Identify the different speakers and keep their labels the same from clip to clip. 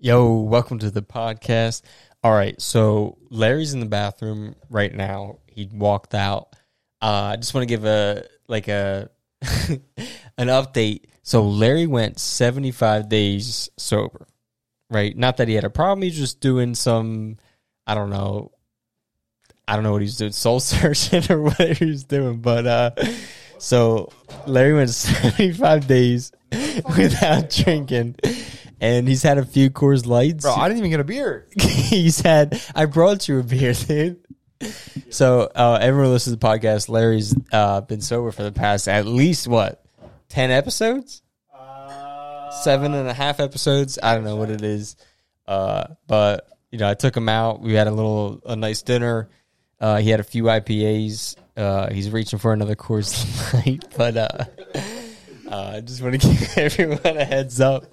Speaker 1: Yo, welcome to the podcast. All right, so Larry's in the bathroom right now. He walked out. Uh, I just want to give a like a an update. So Larry went 75 days sober. Right? Not that he had a problem, he's just doing some I don't know I don't know what he's doing, soul searching or whatever he's doing, but uh so Larry went 75 days without drinking and he's had a few Coors Lights.
Speaker 2: Bro, I didn't even get a beer.
Speaker 1: he's had I brought you a beer, dude. So uh, everyone listens to the podcast. Larry's uh, been sober for the past at least what ten episodes, seven and a half episodes. I don't know what it is, uh, but you know I took him out. We had a little a nice dinner. Uh, he had a few IPAs. Uh, he's reaching for another course tonight, but uh, uh, I just want to give everyone a heads up.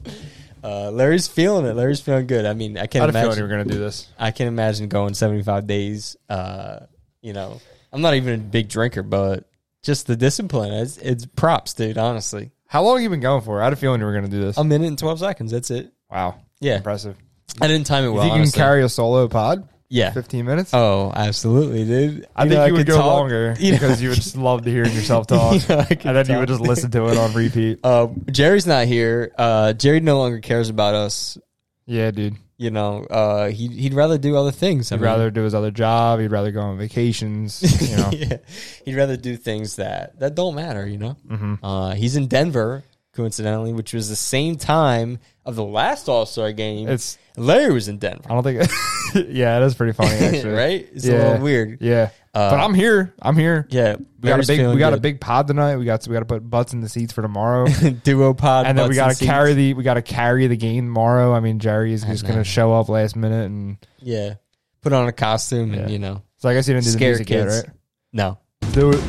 Speaker 1: Uh, Larry's feeling it. Larry's feeling good. I mean, I
Speaker 2: I
Speaker 1: can't
Speaker 2: had a feeling
Speaker 1: imagine.
Speaker 2: you were gonna do this.
Speaker 1: I can imagine going 75 days. Uh, you know, I'm not even a big drinker, but just the discipline, it's, it's props, dude, honestly.
Speaker 2: How long have you been going for? I had a feeling you were gonna do this.
Speaker 1: A minute and 12 seconds. That's it.
Speaker 2: wow,
Speaker 1: Um, Yeah.
Speaker 2: impressive.
Speaker 1: I didn't time it well.
Speaker 2: Think you
Speaker 1: honestly.
Speaker 2: can carry a solo pod?
Speaker 1: yeah.
Speaker 2: Fifteen minutes.
Speaker 1: Oh, absolutely, dude.
Speaker 2: I
Speaker 1: You
Speaker 2: think
Speaker 1: know,
Speaker 2: you would
Speaker 1: could
Speaker 2: go
Speaker 1: talk-
Speaker 2: longer
Speaker 1: you know,
Speaker 2: because you would just love to hear yourself talk,
Speaker 1: You know, I could
Speaker 2: and then you
Speaker 1: talk.
Speaker 2: would just listen to it on repeat.
Speaker 1: Uh, Jerry's not here. Uh, Jerry no longer cares about us.
Speaker 2: Yeah, dude.
Speaker 1: You know, uh, he, he'd rather do other things. I
Speaker 2: He'd
Speaker 1: mean-
Speaker 2: rather do his other job. He'd rather go on vacations. You know,
Speaker 1: yeah. He'd rather do things that that don't matter, you know.
Speaker 2: Mm-hmm.
Speaker 1: Uh, he's in Denver, coincidentally, which was the same time of the last All Star game.
Speaker 2: it's.
Speaker 1: Larry was in Denver,
Speaker 2: I don't think. yeah, it is pretty funny actually.
Speaker 1: right? It's a
Speaker 2: Yeah.
Speaker 1: little weird. Uh,
Speaker 2: Yeah, but I'm here. I'm here.
Speaker 1: Yeah,
Speaker 2: We got a big. We got a big pod tonight. We got. We got to put butts in the seats for tomorrow.
Speaker 1: big duo pod,
Speaker 2: and then
Speaker 1: butts
Speaker 2: we got to
Speaker 1: seats.
Speaker 2: carry the we got to carry the game tomorrow. I mean, Jerry is just
Speaker 1: know.
Speaker 2: going to show up last minute, and
Speaker 1: Yeah, put on a costume, and
Speaker 2: Yeah.
Speaker 1: you know,
Speaker 2: so I guess you didn't do the
Speaker 1: Scare
Speaker 2: music
Speaker 1: kids.
Speaker 2: yet,
Speaker 1: no.
Speaker 2: right? Do it.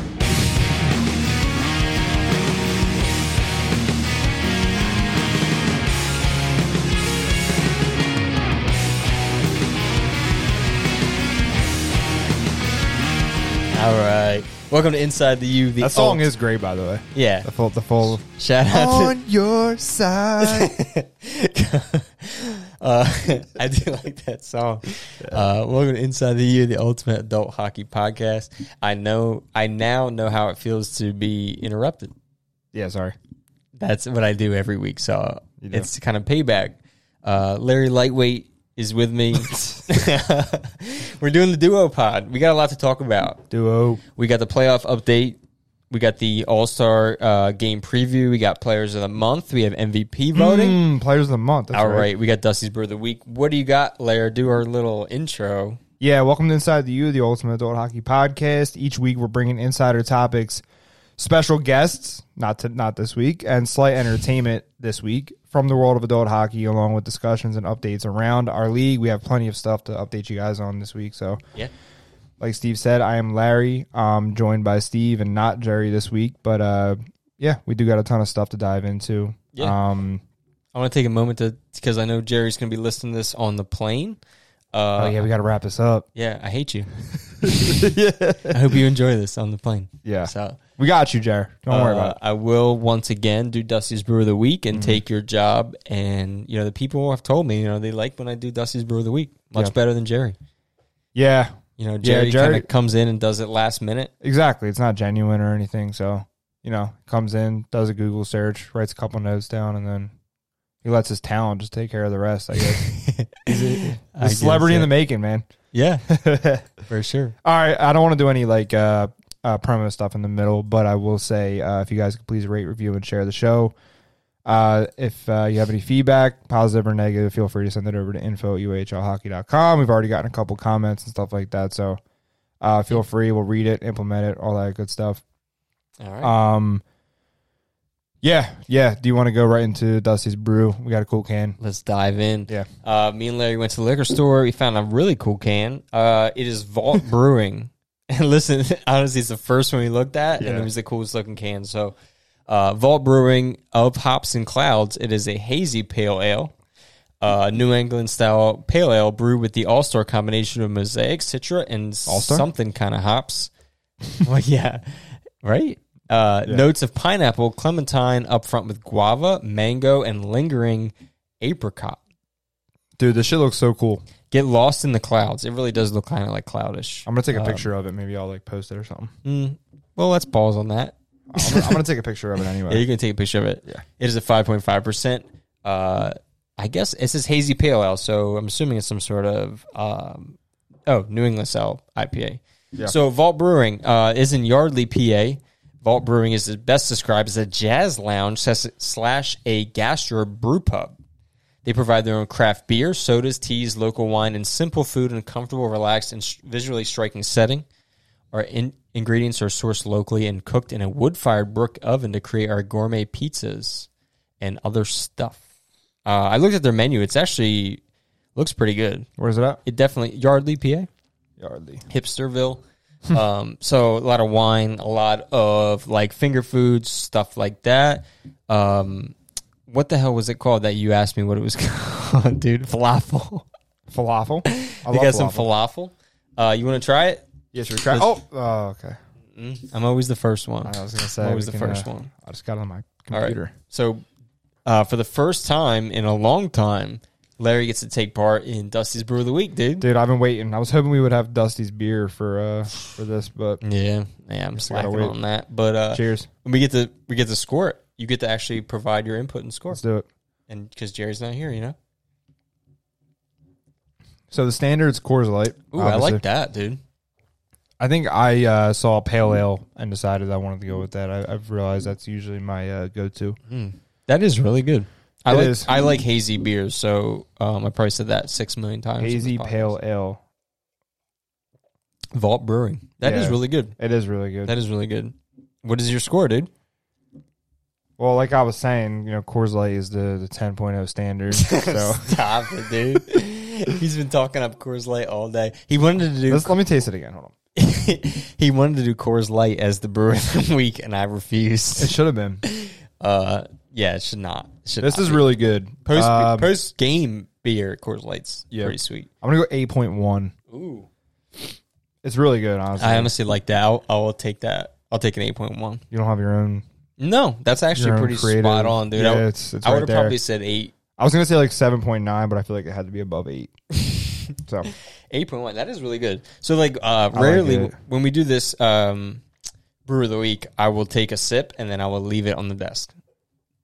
Speaker 1: All right, welcome to Inside the U. The
Speaker 2: That song
Speaker 1: alt-
Speaker 2: is Oh, great, by the way.
Speaker 1: yeah.
Speaker 2: The full, the full.
Speaker 1: Shout out to
Speaker 2: your side.
Speaker 1: uh, I do like that song. Uh, welcome to Inside the U, the ultimate adult hockey podcast. I know, I now know how it feels to be interrupted.
Speaker 2: yeah, sorry.
Speaker 1: That's what I do every week. So
Speaker 2: You do.
Speaker 1: it's kind of payback. Uh, Larry Lightweight is with me. We're doing the duo pod. We got a lot to talk about.
Speaker 2: Duo.
Speaker 1: We got the playoff update. We got the All Star uh, game preview. We got players of the month. We have MVP voting.
Speaker 2: Mm, players of the month. That's
Speaker 1: All right. we got Dusty's Brew of the Week. What do you got, Lair? Do our little intro.
Speaker 2: Yeah, welcome to Inside the U, the Ultimate Adult Hockey Podcast. Each week, we're bringing insider topics, special guests, not to, not this week, and slight entertainment this week from the world of adult hockey, along with discussions and updates around our league. We have plenty of stuff to update you guys on this week. So,
Speaker 1: Yeah.
Speaker 2: like Steve said, I am Larry. I'm joined by Steve and not Jerry this week, but uh, yeah, we do got a ton of stuff to dive into.
Speaker 1: Yeah.
Speaker 2: Um,
Speaker 1: I want to take a moment to because I know Jerry's going to be listening to this on the plane. Uh,
Speaker 2: oh yeah, we got to wrap this up.
Speaker 1: yeah, I hate you. I hope you enjoy this on the plane.
Speaker 2: Yeah,
Speaker 1: So
Speaker 2: we got you, Jerry. Don't worry
Speaker 1: uh,
Speaker 2: about it. Mm-hmm.
Speaker 1: I will once again do Dusty's Brew of the Week and take your job. And you know the people have told me you know they like when I do Dusty's Brew of the Week much
Speaker 2: Yeah.
Speaker 1: better than Jerry.
Speaker 2: Yeah,
Speaker 1: You know Jerry,
Speaker 2: Jerry-
Speaker 1: kind of comes in and does it last minute.
Speaker 2: Exactly. It's not genuine or anything. So, you know, comes in, does a Google search, writes a couple notes down, and then he lets his talent just take care of the rest, I guess.
Speaker 1: I
Speaker 2: He's a
Speaker 1: guess,
Speaker 2: celebrity in
Speaker 1: yeah.
Speaker 2: the making, man.
Speaker 1: yeah
Speaker 2: All
Speaker 1: for sure.
Speaker 2: right. I don't want to do any like uh, uh, promo stuff in the middle, but I will say uh, if you guys could please rate, review, and share the show. Uh, if uh, you have any feedback, positive or negative, feel free to send it over to info at uhlhockey.com. We've already gotten a couple comments and stuff like that. So uh, feel free. We'll read it, implement it, all that good stuff.
Speaker 1: All right.
Speaker 2: Um, yeah, yeah. Do you want to go right into Dusty's brew? We got a cool can.
Speaker 1: Let's dive in.
Speaker 2: Yeah.
Speaker 1: Uh, me and Larry went to the liquor store. We found a really cool can. Uh, it is Vault Brewing. And listen, honestly, it's the first one we looked at, and
Speaker 2: Yeah.
Speaker 1: it was the coolest looking can. So, uh, Vault Brewing of Hops and Clouds. It is a hazy pale ale, uh, New England style pale ale brewed with the All Star combination of Mosaic, Citra, and
Speaker 2: All-Star?
Speaker 1: something kind of hops. well, yeah, right. Uh, Notes of pineapple, clementine up front with guava, mango, and lingering apricot.
Speaker 2: Dude, this shit looks so cool.
Speaker 1: Get lost in the clouds. It really does look kind of like cloudish.
Speaker 2: I'm gonna take a
Speaker 1: Um,
Speaker 2: picture of it. Maybe I'll like post it or something.
Speaker 1: Mm, well, let's pause on that.
Speaker 2: I'm gonna, I'm gonna take a picture of it
Speaker 1: Yeah, you
Speaker 2: anyway.
Speaker 1: can take a picture of it.
Speaker 2: Yeah.
Speaker 1: It is a 5.5%. Uh, I guess it says hazy pale ale, so I'm assuming it's some sort of, um, oh, New England style IPA.
Speaker 2: Yeah.
Speaker 1: So Vault Brewing uh, is in Yardley, PA. Vault Brewing is best described as a jazz lounge ses- slash a gastro brew pub. They provide their own craft beer, sodas, teas, local wine, and simple food in a comfortable, relaxed, and s- visually striking setting. Our in- ingredients are sourced locally and cooked in a wood fired brick oven to create our gourmet pizzas and other stuff. Uh, I looked at their menu. It's actually looks pretty good.
Speaker 2: Where's it at?
Speaker 1: It definitely Yardley, PA,
Speaker 2: Yardley.
Speaker 1: hipsterville. um, so a lot of wine, a lot of like finger foods, stuff like that. Um, what the hell was it called that you asked me what it was called, dude? Falafel.
Speaker 2: Falafel. I
Speaker 1: They got some falafel. Uh, you want to try it?
Speaker 2: Yeah, should we try? Oh, oh, okay.
Speaker 1: Mm, I'm always the first one.
Speaker 2: I was gonna say.
Speaker 1: I'm always
Speaker 2: we
Speaker 1: the
Speaker 2: can,
Speaker 1: first
Speaker 2: uh,
Speaker 1: one.
Speaker 2: I just got it on my
Speaker 1: All right.
Speaker 2: computer.
Speaker 1: So, uh, for the first time in a long time, Larry gets to take part in Dusty's Brew of the Week, dude.
Speaker 2: Dude, I've been waiting. I was hoping we would have Dusty's beer for uh for this, but
Speaker 1: Yeah, yeah, I'm
Speaker 2: gotta
Speaker 1: slacking
Speaker 2: wait.
Speaker 1: on that. But uh,
Speaker 2: cheers.
Speaker 1: we get to we get to score it. You get to actually provide your input and score,
Speaker 2: Let's do it.
Speaker 1: and because Jerry's not here, you know.
Speaker 2: So the standards Coors Light.
Speaker 1: Ooh, I
Speaker 2: obviously.
Speaker 1: like that, dude.
Speaker 2: I think I uh, saw pale ale and decided I wanted to go with that. I, I've realized that's usually my uh, go-to.
Speaker 1: That is really good. I
Speaker 2: It
Speaker 1: like
Speaker 2: is.
Speaker 1: I like hazy beers, so um, I probably said that six million times. on this
Speaker 2: Hazy
Speaker 1: podcast.
Speaker 2: pale ale.
Speaker 1: Vault Brewing. That is
Speaker 2: Yeah.
Speaker 1: really good.
Speaker 2: It is really good.
Speaker 1: That is really good. What is your score, dude?
Speaker 2: Well, like I was saying, you know, Coors Light is the the 10.0 standard. so
Speaker 1: Stop it, dude. He's been talking up Coors Light all day. He wanted to do
Speaker 2: let's, let me taste it again. Hold on.
Speaker 1: he wanted to do Coors Light as the brewer of the week, and I
Speaker 2: It
Speaker 1: refused.
Speaker 2: should have been.
Speaker 1: Uh, yeah, it should not. It should
Speaker 2: This
Speaker 1: not
Speaker 2: is
Speaker 1: be.
Speaker 2: really good.
Speaker 1: post
Speaker 2: Um,
Speaker 1: post game beer. Coors Light's
Speaker 2: Yeah.
Speaker 1: pretty sweet.
Speaker 2: I'm gonna go 8.1.
Speaker 1: Ooh,
Speaker 2: It's really good, honestly.
Speaker 1: I honestly like that. I'll, I'll take that. I'll take an eight point one.
Speaker 2: you don't have your own.
Speaker 1: No, that's
Speaker 2: your
Speaker 1: actually
Speaker 2: own
Speaker 1: pretty
Speaker 2: creative-
Speaker 1: spot on, dude.
Speaker 2: Yeah,
Speaker 1: I, would-
Speaker 2: it's it's
Speaker 1: I would
Speaker 2: right
Speaker 1: have
Speaker 2: there.
Speaker 1: probably said eight.
Speaker 2: I was gonna say like 7.9, but I feel like it had to be above eight. so
Speaker 1: 8.1 that is really good so like uh rarely
Speaker 2: it.
Speaker 1: when we do this um brew of the week i will take a sip and then i will leave it on the desk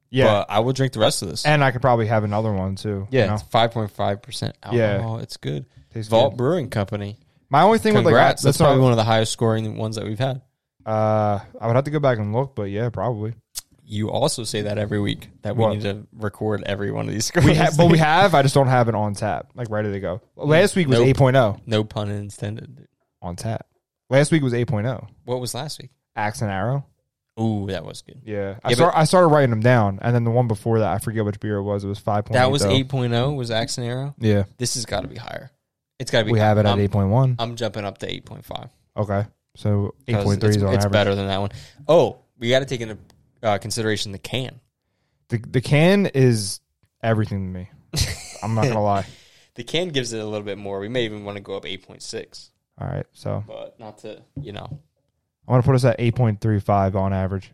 Speaker 2: yeah,
Speaker 1: but i will drink the rest of this
Speaker 2: and I could probably have another one too. you
Speaker 1: yeah
Speaker 2: know?
Speaker 1: it's 5.5% alcohol it's good
Speaker 2: Tastes
Speaker 1: vault
Speaker 2: good.
Speaker 1: brewing company
Speaker 2: My only thing with like I-
Speaker 1: congrats that's
Speaker 2: what I-
Speaker 1: probably one of the highest scoring ones that we've had
Speaker 2: Uh, I would have to go back and look, but yeah, probably.
Speaker 1: you also say that every week that we
Speaker 2: What?
Speaker 1: need to record every one of these scores
Speaker 2: We have, but we have. I just don't have it on tap, like ready to go. Last week was
Speaker 1: Nope.
Speaker 2: 8.0
Speaker 1: no pun intended dude.
Speaker 2: on tap. Last week was 8.0.
Speaker 1: what was last week
Speaker 2: Axe and arrow.
Speaker 1: ooh that was good
Speaker 2: Yeah, I,
Speaker 1: Yeah,
Speaker 2: start, I started writing them down, and then the one before that, I forget which beer it was. It was 5.0.
Speaker 1: that was 8.0 was axe and arrow
Speaker 2: Yeah,
Speaker 1: this has got to be higher it's got to be
Speaker 2: we have it at
Speaker 1: I'm-
Speaker 2: 8.1.
Speaker 1: I'm jumping up to 8.5.
Speaker 2: Okay, so
Speaker 1: 'cause
Speaker 2: 8.3 is
Speaker 1: it's,
Speaker 2: on
Speaker 1: it's
Speaker 2: average.
Speaker 1: better than that one. Oh, we got to take into uh, consideration the can.
Speaker 2: The the can is everything to me. I'm not gonna lie.
Speaker 1: The can gives it a little bit more. We may even want to go up 8.6,
Speaker 2: All right, so
Speaker 1: but not to, you know.
Speaker 2: I'm gonna put us at 8.35 on average.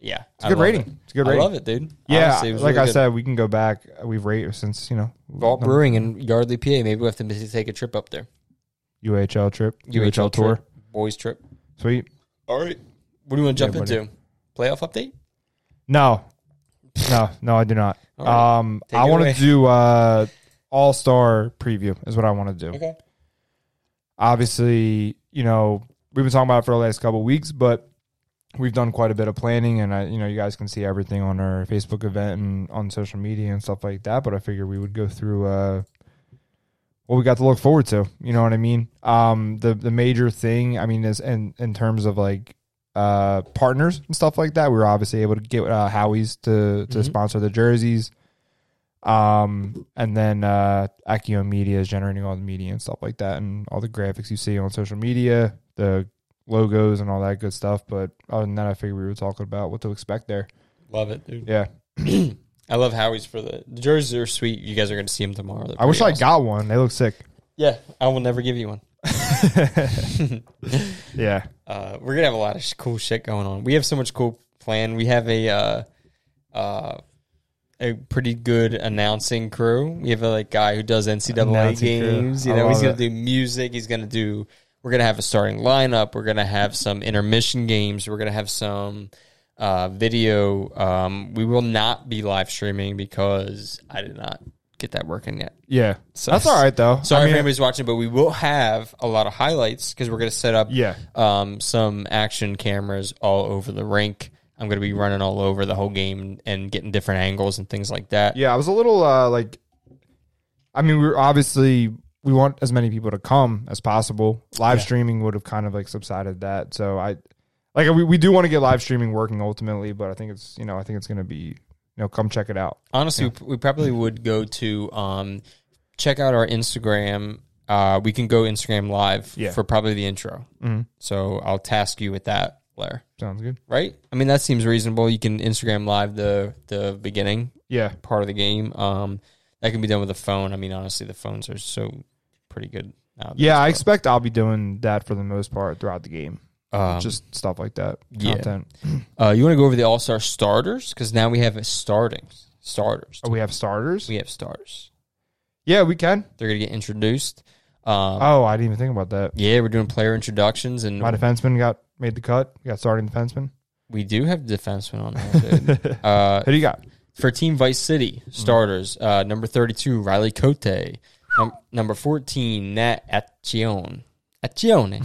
Speaker 1: Yeah.
Speaker 2: It's a good rating. It's a good
Speaker 1: I
Speaker 2: rating.
Speaker 1: love it, dude.
Speaker 2: Yeah,
Speaker 1: Honestly, it was
Speaker 2: like
Speaker 1: really
Speaker 2: I
Speaker 1: good.
Speaker 2: said, um, we can go back. We've rated since you know
Speaker 1: Vault
Speaker 2: the
Speaker 1: Brewing and Yardley, PA. Maybe we have to take a trip up there.
Speaker 2: UHL trip, UHL, tour.
Speaker 1: trip, boys trip.
Speaker 2: Sweet.
Speaker 1: All right. What do you want to jump
Speaker 2: Yeah, buddy.
Speaker 1: into? Playoff update?
Speaker 2: No, no, no, I do not.
Speaker 1: All right.
Speaker 2: Um,
Speaker 1: Take
Speaker 2: I
Speaker 1: it
Speaker 2: want
Speaker 1: away.
Speaker 2: to do uh All Star preview is what I want to do.
Speaker 1: Okay.
Speaker 2: Obviously, you know we've been talking about it for the last couple of weeks, but we've done quite a bit of planning, and I, you know you guys can see everything on our Facebook event and on social media and stuff like that. But I figure we would go through uh what we got to look forward to. You know what I mean? Um, the the major thing, I mean, is in in terms of like uh partners and stuff like that. We were obviously able to get uh, Howie's to to
Speaker 1: Mhm.
Speaker 2: sponsor the jerseys. Um, and then uh, Accio Media is generating all the media and stuff like that, and all the graphics you see on social media, the logos and all that good stuff. But other than that, I figured we were talking about what to expect there.
Speaker 1: Love it, dude.
Speaker 2: Yeah,
Speaker 1: I love Howie's for the, the jerseys are sweet. You guys are going to see them tomorrow. They're
Speaker 2: I wish
Speaker 1: pretty
Speaker 2: I got one. They look sick.
Speaker 1: Yeah, I will never give you one.
Speaker 2: Yeah,
Speaker 1: Uh, we're gonna have a lot of sh- cool shit going on. We have so much cool plan. We have a uh, uh, a pretty good announcing crew. We have a like guy who does NCAA
Speaker 2: Announcing crew.
Speaker 1: games. You
Speaker 2: I
Speaker 1: know, he's
Speaker 2: love
Speaker 1: gonna
Speaker 2: it.
Speaker 1: do music. He's gonna do. We're gonna have a starting lineup. We're gonna have some intermission games. We're gonna have some uh, video. Um, we will not be live streaming because I did not get that working yet.
Speaker 2: Yeah,
Speaker 1: So-
Speaker 2: that's all right though.
Speaker 1: Sorry
Speaker 2: I
Speaker 1: if
Speaker 2: mean,
Speaker 1: anybody's watching, but we will have a lot of highlights because we're going to set up
Speaker 2: Yeah.
Speaker 1: um, some action cameras all over the rink. I'm going to be running all over the whole game and getting different angles and things like that.
Speaker 2: yeah, I was a little uh, like, I mean, we we're obviously we want as many people to come as possible. Live streaming would have kind of like subsided that. So I, like, we, we do want to get live streaming working ultimately, but I think it's you know I think it's gonna be you know come check it out.
Speaker 1: Honestly, we we probably would go to um, check out our Instagram. Uh, we can go Instagram live
Speaker 2: Yeah.
Speaker 1: for probably the intro.
Speaker 2: Mhm.
Speaker 1: So I'll task you with that, Blair.
Speaker 2: Sounds good.
Speaker 1: Right? I mean, that seems reasonable. You can Instagram live the the beginning
Speaker 2: Yeah,
Speaker 1: part of the game. Um, that can be done with a phone. I mean, honestly, the phones are so pretty good now.
Speaker 2: yeah. I expect I'll be doing that for the most part throughout the game.
Speaker 1: Um,
Speaker 2: Just stuff like that.
Speaker 1: yeah.
Speaker 2: Content.
Speaker 1: uh, you want to go over the All Star starters because now we have a starting starters.
Speaker 2: Oh, we have starters.
Speaker 1: We have starters.
Speaker 2: Yeah, we can.
Speaker 1: They're gonna get introduced. Um,
Speaker 2: Oh, I didn't even think about that.
Speaker 1: yeah, we're doing player introductions, and
Speaker 2: My defenseman got made the cut. Got starting defenseman.
Speaker 1: we do have defensemen on there. dude. uh,
Speaker 2: Who do you got?
Speaker 1: for Team Vice City starters, uh, number thirty-two Riley Cote, num- number fourteen Nat Accione, Accione,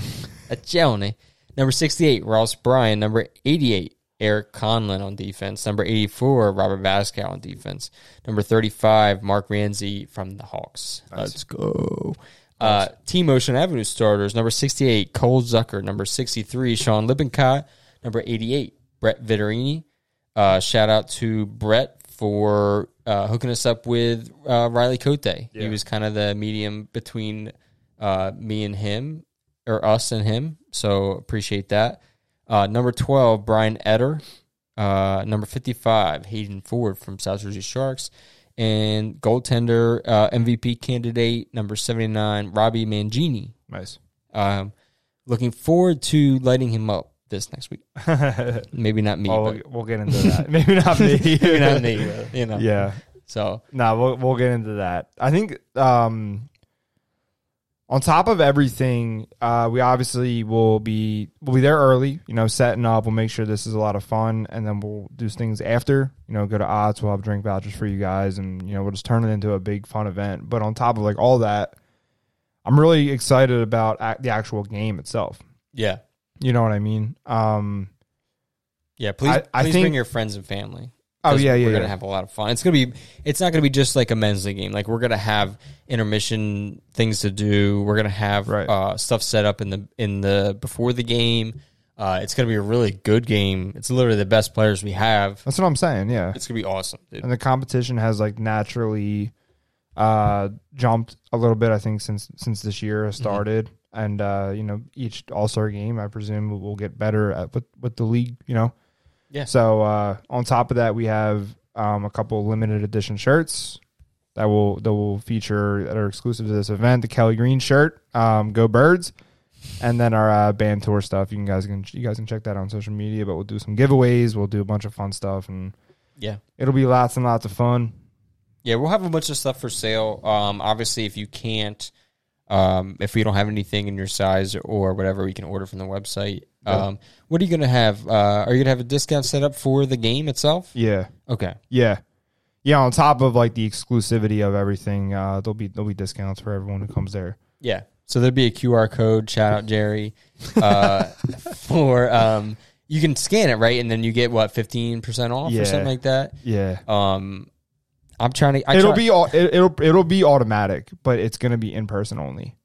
Speaker 1: Accione, number sixty-eight Ross Bryan, number eighty-eight Eric Conlin on defense, number eighty-four Robert Vascow on defense, number thirty-five Mark Ramsey from the Hawks. Let's go. Uh, Team Ocean Avenue starters, number 68, Cole Zucker, number 63, Sean Lippincott, number 88, Brett Vitterini, uh, shout out to Brett for uh, hooking us up with uh, Riley Cote. He was kind of the medium between uh, me and him, or us and him. So appreciate that. Uh, number 12, Brian Etter. Uh, number 55, Hayden Ford from South Jersey Sharks. And goaltender uh, MVP candidate, number 79, Robbie Mangini.
Speaker 2: Nice.
Speaker 1: Um, looking forward to lighting him up this next week.
Speaker 2: oh,
Speaker 1: Maybe not me,
Speaker 2: we'll, we'll get into that. Maybe not me.
Speaker 1: but maybe not me, but, you know.
Speaker 2: Yeah.
Speaker 1: So
Speaker 2: No, we'll we'll get into that. I think um on top of everything, uh, we obviously will be we'll be there early, you know, setting up. We'll make sure this is a lot of fun, and then we'll do things after. You know, go to odds. We'll have drink vouchers for you guys, and you know, we'll just turn it into a big fun event. But on top of like all that, I'm really excited about ac the actual game itself.
Speaker 1: yeah,
Speaker 2: You know what I mean? Um,
Speaker 1: yeah. Please,
Speaker 2: I- I
Speaker 1: please
Speaker 2: think-
Speaker 1: bring your friends and family.
Speaker 2: oh
Speaker 1: 'Cause
Speaker 2: yeah, yeah,
Speaker 1: We're
Speaker 2: yeah.
Speaker 1: gonna have a lot of fun. It's gonna be. It's not gonna be just like a men's league game. Like we're gonna have intermission things to do. We're gonna have
Speaker 2: Right.
Speaker 1: uh, stuff set up in the in the before the game. Uh, it's gonna be a really good game. It's literally the best players we have.
Speaker 2: That's what I'm saying. Yeah,
Speaker 1: It's gonna be awesome, dude.
Speaker 2: and the competition has like naturally uh jumped a little bit i think since since this year started and uh you know each all-star game i presume will get better at with with the league you know
Speaker 1: Yeah.
Speaker 2: so uh on top of that we have um a couple limited edition shirts that will that will feature that are exclusive to this event the kelly green shirt um go birds and then our uh, band tour stuff you can guys can you guys can check that on social media but we'll do some giveaways we'll do a bunch of fun stuff and
Speaker 1: Yeah.
Speaker 2: It'll be lots and lots of fun.
Speaker 1: Yeah, we'll have a bunch of stuff for sale. Um, obviously, if you can't, um, if we don't have anything in your size or whatever, we can order from the website. Um, what are you going to have? Uh, are you going to have a discount set up for the game itself?
Speaker 2: Yeah,
Speaker 1: Okay.
Speaker 2: yeah, yeah. On top of like the exclusivity of everything, uh, there'll be there'll be discounts for everyone who comes there.
Speaker 1: Yeah. So there'll be a QR code. Shout out Jerry. Uh, for um, you can scan it right, and then you get what fifteen percent off
Speaker 2: Yeah.
Speaker 1: or something like that.
Speaker 2: Yeah,
Speaker 1: Um, I'm trying to. I
Speaker 2: it'll
Speaker 1: try-
Speaker 2: be all it, it'll it'll be automatic, but it's gonna be in person only.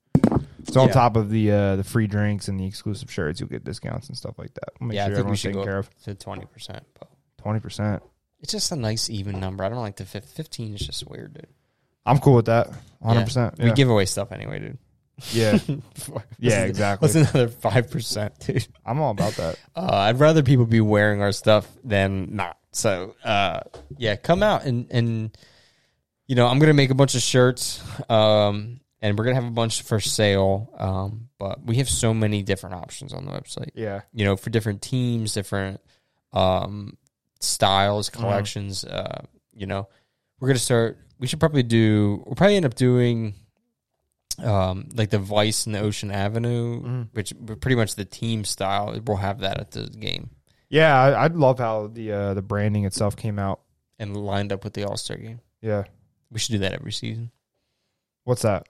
Speaker 2: So on
Speaker 1: Yeah.
Speaker 2: top of the uh, the free drinks and the exclusive shirts, you'll get discounts and stuff like that. We'll make
Speaker 1: Yeah, I
Speaker 2: sure
Speaker 1: think we
Speaker 2: everyone's
Speaker 1: should
Speaker 2: taken
Speaker 1: go
Speaker 2: care of.
Speaker 1: to twenty percent. But
Speaker 2: Twenty percent.
Speaker 1: it's just a nice even number. I don't like the fif- fifteen. Is just weird, dude.
Speaker 2: I'm cool with that. One hundred percent.
Speaker 1: We give away stuff anyway, dude.
Speaker 2: Yeah,
Speaker 1: This
Speaker 2: yeah,
Speaker 1: is-
Speaker 2: exactly.
Speaker 1: What's another five percent, dude?
Speaker 2: I'm all about that.
Speaker 1: Uh, I'd rather people be wearing our stuff than not. So, uh, yeah, come out and and you know I'm gonna make a bunch of shirts, um, and we're gonna have a bunch for sale. Um, but we have so many different options on the website.
Speaker 2: Yeah,
Speaker 1: You know, for different
Speaker 2: Uh-huh.
Speaker 1: teams, different um, styles, collections. Uh, you know, we're gonna start. We should probably do. We'll probably end up doing, um, like the Vice and the Ocean Avenue,
Speaker 2: Mhm.
Speaker 1: which we're pretty much the team style. We'll have that at the game
Speaker 2: Yeah, I, I love how the uh, the branding itself came out.
Speaker 1: and lined up with the All Star game.
Speaker 2: Yeah,
Speaker 1: We should do that every season.
Speaker 2: what's that?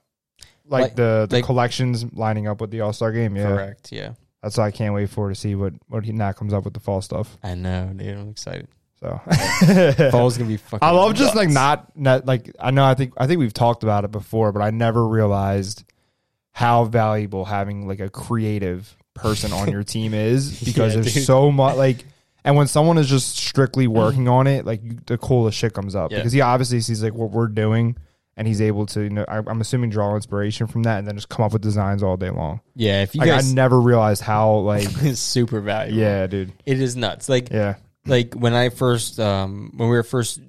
Speaker 2: Like,
Speaker 1: Like-
Speaker 2: the the
Speaker 1: like-
Speaker 2: collections lining up with the All Star game. Yeah,
Speaker 1: Correct. Yeah.
Speaker 2: that's why I can't wait for to see what what he Nat comes up with the fall stuff.
Speaker 1: I know, dude. I'm excited.
Speaker 2: So
Speaker 1: Fall's gonna be fucking.
Speaker 2: I love just like
Speaker 1: nuts.
Speaker 2: not, not like I know I think I think we've talked about it before, but I never realized how valuable having like a creative person on your team is because
Speaker 1: Yeah,
Speaker 2: there's
Speaker 1: dude. Mm-hmm.
Speaker 2: so much like and when someone is just strictly working on it, like you, the coolest shit comes up
Speaker 1: Yeah.
Speaker 2: because he obviously sees like what we're doing and he's able to you know I, I'm assuming draw inspiration from that and then just come up with designs all day long.
Speaker 1: Yeah. If you
Speaker 2: Like I
Speaker 1: guys,
Speaker 2: never realized how like
Speaker 1: it's super valuable.
Speaker 2: yeah, dude.
Speaker 1: It is nuts. Like
Speaker 2: Yeah.
Speaker 1: like when I first um when we were first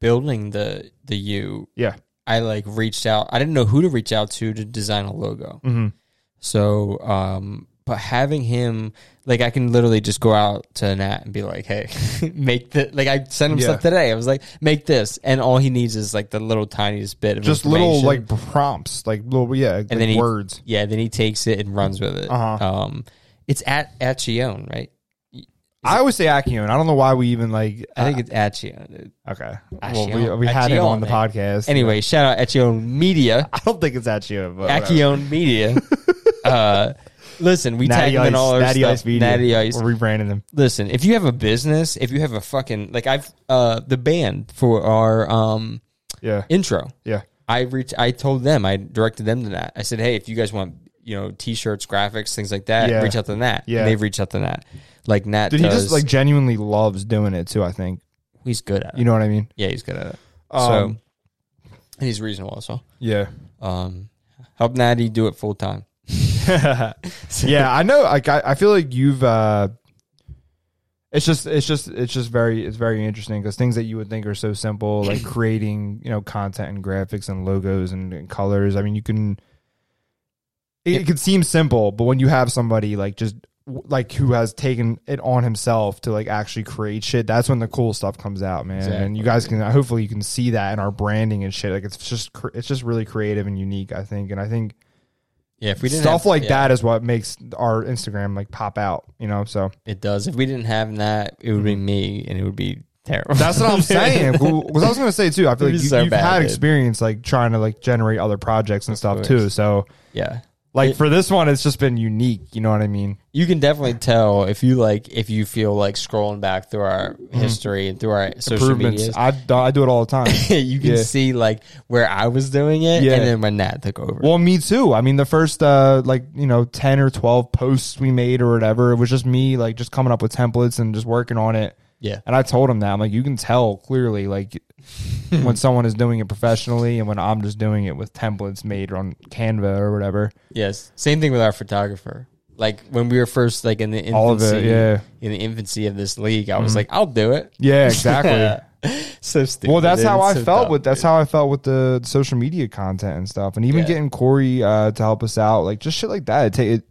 Speaker 1: building the the U,
Speaker 2: Yeah.
Speaker 1: I like reached out. I didn't know who to reach out to to design a logo.
Speaker 2: Mhm.
Speaker 1: So um but having him like I can literally just go out to Nat and be like, "Hey, make the like I sent him
Speaker 2: Yeah.
Speaker 1: stuff today. I was like, "Make this." And all he needs is like the little tiniest bit of
Speaker 2: Just little
Speaker 1: information.
Speaker 2: like prompts, like little yeah, like
Speaker 1: then he-
Speaker 2: words.
Speaker 1: yeah, then he takes it and runs with it.
Speaker 2: Uh-huh.
Speaker 1: Um it's at Achion, right?
Speaker 2: I always say Achion. I don't know why we even like.
Speaker 1: I think it's Achion. dude.
Speaker 2: okay.
Speaker 1: Achion.
Speaker 2: Well, we, we had him
Speaker 1: Achion,
Speaker 2: on the
Speaker 1: man.
Speaker 2: podcast.
Speaker 1: Anyway, shout out Achion Media.
Speaker 2: I don't think it's Achion, but whatever.
Speaker 1: Acion Media. uh, listen, we tag
Speaker 2: Natty
Speaker 1: them
Speaker 2: Ice,
Speaker 1: in all our
Speaker 2: Natty
Speaker 1: stuff.
Speaker 2: Ice Media.
Speaker 1: Natty Ice.
Speaker 2: We're rebranding him.
Speaker 1: Listen, if you have a business, if you have a fucking like, I've uh the band for our um
Speaker 2: Yeah,
Speaker 1: intro.
Speaker 2: yeah,
Speaker 1: I reached. I told them. I directed them to that. I said, hey, if you guys want. You know, t-shirts, graphics, things like that.
Speaker 2: Yeah.
Speaker 1: Reach out to Nat.
Speaker 2: Yeah.
Speaker 1: Yeah, they've reached out to Nat. Like Nat
Speaker 2: dude.
Speaker 1: does.
Speaker 2: He just like genuinely loves doing it too. I think
Speaker 1: he's good at it.
Speaker 2: you know what I mean.
Speaker 1: yeah, he's good at it. so,
Speaker 2: Um,
Speaker 1: and he's reasonable as well.
Speaker 2: Yeah,
Speaker 1: Um, help Natty do it full time.
Speaker 2: yeah. I know. Like I, I feel like you've. uh it's just, it's just, it's just very, it's very interesting because things that you would think are so simple, like creating, you know, content and graphics and logos and, and colors. I mean, you can, it, it could seem simple, but when you have somebody like just w- like who has taken it on himself to like actually create shit, that's when the cool stuff comes out, man. And you guys can hopefully you can see that in our branding and shit. Like it's just, cr- it's just really creative and unique, I think. And I think
Speaker 1: Yeah, if we didn't
Speaker 2: stuff
Speaker 1: have-
Speaker 2: like
Speaker 1: yeah.
Speaker 2: that is what makes our Instagram like pop out, you know. So
Speaker 1: It does. If we didn't have that, it would be me, and it would be terrible.
Speaker 2: Mm-hmm. that's what I'm saying. Because I was gonna say too, I feel
Speaker 1: It'd
Speaker 2: like
Speaker 1: be
Speaker 2: you,
Speaker 1: so
Speaker 2: you've
Speaker 1: bad,
Speaker 2: had
Speaker 1: dude.
Speaker 2: experience like trying to like generate other projects and stuff too.
Speaker 1: course.
Speaker 2: So
Speaker 1: yeah,
Speaker 2: like
Speaker 1: It-
Speaker 2: for this one, it's just been unique. You know what I mean?
Speaker 1: you can definitely tell if you like if you feel like scrolling back through our history and through our social
Speaker 2: Mm-hmm. Improvements.
Speaker 1: media.
Speaker 2: I do, I do it all the time.
Speaker 1: you can
Speaker 2: Yeah.
Speaker 1: see like where I was doing it,
Speaker 2: Yeah.
Speaker 1: and then when Nat took over.
Speaker 2: Well, me too. I mean, the first uh, like you know ten or twelve posts we made or whatever, it was just me like just coming up with templates and just working on it.
Speaker 1: yeah,
Speaker 2: And I told him that I'm like, you can tell clearly like when someone is doing it professionally and when I'm just doing it with templates made on Canva or whatever.
Speaker 1: yes. Same thing with our photographer. Like when we were first like in the infancy,
Speaker 2: All of it, yeah. Mm-hmm.
Speaker 1: in the infancy of this league, I was like, I'll do it.
Speaker 2: Yeah, exactly.
Speaker 1: so stupid.
Speaker 2: well, that's
Speaker 1: dude.
Speaker 2: how
Speaker 1: It's
Speaker 2: I
Speaker 1: so
Speaker 2: felt
Speaker 1: dumb,
Speaker 2: with that's
Speaker 1: dude.
Speaker 2: how I felt with the social media content and stuff, and even
Speaker 1: Yeah.
Speaker 2: getting Corey uh, to help us out, like just shit like that. It, ta- it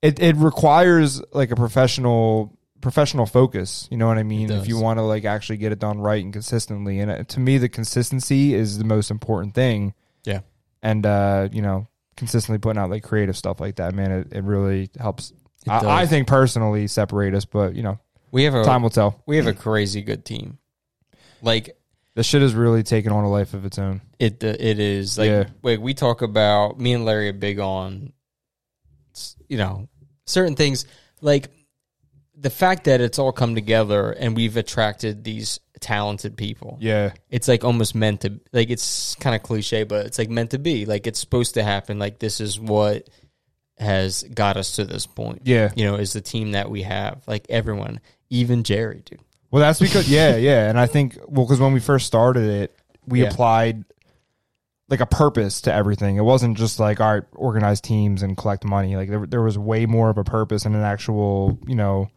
Speaker 2: it it requires like a professional professional focus. You know what I mean? If
Speaker 1: does.
Speaker 2: you want to like actually get it done right and consistently, and uh, to me, the consistency is the most important thing.
Speaker 1: yeah.
Speaker 2: and uh, you know, consistently putting out like creative stuff like that, man, it, it really helps.
Speaker 1: does. Uh,
Speaker 2: I, I think personally separate us, but you know,
Speaker 1: We have a
Speaker 2: time Mm. will tell.
Speaker 1: we have a crazy good team. Like
Speaker 2: This shit has really taken on a life of its own.
Speaker 1: it uh, it is like
Speaker 2: Yeah.
Speaker 1: like we talk about me and Larry are big on you know certain things like the fact that it's all come together and we've attracted these talented people
Speaker 2: Yeah,
Speaker 1: it's like almost meant to like it's kind of cliche but it's like meant to be like it's supposed to happen like this is what has got us to this point
Speaker 2: yeah.
Speaker 1: you know is the team that we have like everyone even jerry dude
Speaker 2: Well, that's because yeah, yeah, and I think well, because when we first started it, we
Speaker 1: Yeah.
Speaker 2: applied like a purpose to everything. It wasn't just like all right, organize teams and collect money. Like there, there was way more of a purpose and an actual, you know,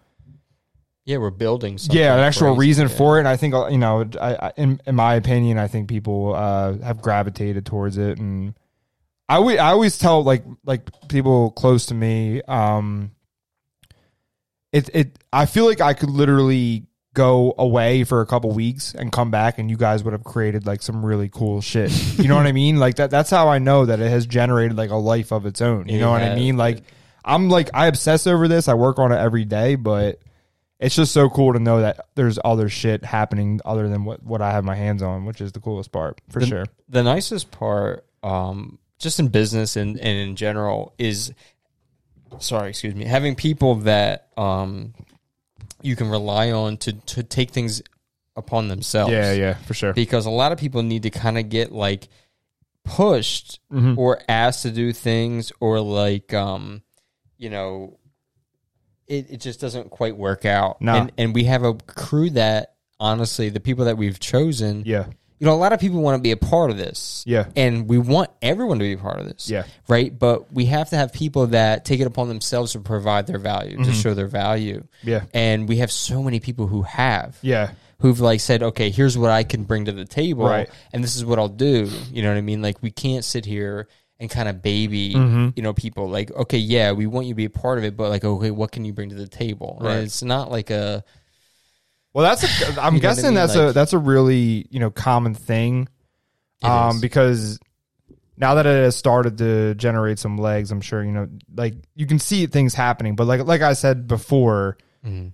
Speaker 1: yeah we're building something
Speaker 2: yeah, an actual
Speaker 1: crazy.
Speaker 2: reason
Speaker 1: Yeah.
Speaker 2: for it. And I think uh, you know, I, I, in in my opinion, I think people uh, have gravitated towards it, and I always, I always tell like like people close to me, um, it it I feel like I could literally go away for a couple weeks and come back and you guys would have created like some really cool shit. You know what I mean? Like that that's how I know that it has generated like a life of its own. You
Speaker 1: It
Speaker 2: know what I
Speaker 1: has,
Speaker 2: mean? Like I'm like I obsess over this. I work on it every day, but it's just so cool to know that there's other shit happening other than what, what I have my hands on, which is the coolest part for sure.
Speaker 1: the nicest part, um, just in business and, and in general, is sorry, excuse me, having people that um, you can rely on to to take things upon themselves.
Speaker 2: yeah, for sure.
Speaker 1: Because a lot of people need to kind of get like pushed
Speaker 2: Mm-hmm.
Speaker 1: or asked to do things or like um, you know, it, it just doesn't quite work out.
Speaker 2: No.
Speaker 1: And and we have a crew that honestly, the people that we've chosen
Speaker 2: Yeah.
Speaker 1: you know, a lot of people want to be a part of this.
Speaker 2: Yeah.
Speaker 1: And we want everyone to be a part of this.
Speaker 2: Yeah.
Speaker 1: Right. But we have to have people that take it upon themselves to provide their value, to show their value.
Speaker 2: Mm-hmm. Yeah.
Speaker 1: And we have so many people who have,
Speaker 2: Yeah.
Speaker 1: who've like said, okay, here's what I can bring to the table.
Speaker 2: Right.
Speaker 1: And this is what I'll do. You know what I mean? Like, we can't sit here and kind of baby,
Speaker 2: Mm-hmm.
Speaker 1: you know, people like, okay, yeah, we want you to be a part of it, but like, okay, what can you bring to the table? And
Speaker 2: Right.
Speaker 1: it's not like a,
Speaker 2: Well, that's a, I'm
Speaker 1: You know what I
Speaker 2: guessing
Speaker 1: mean?
Speaker 2: that's a
Speaker 1: Like-
Speaker 2: that's a really you know common thing,
Speaker 1: It
Speaker 2: um,
Speaker 1: is.
Speaker 2: because now that it has started to generate some legs, I'm sure you know like you can see things happening. But like like I said before,
Speaker 1: Mm-hmm.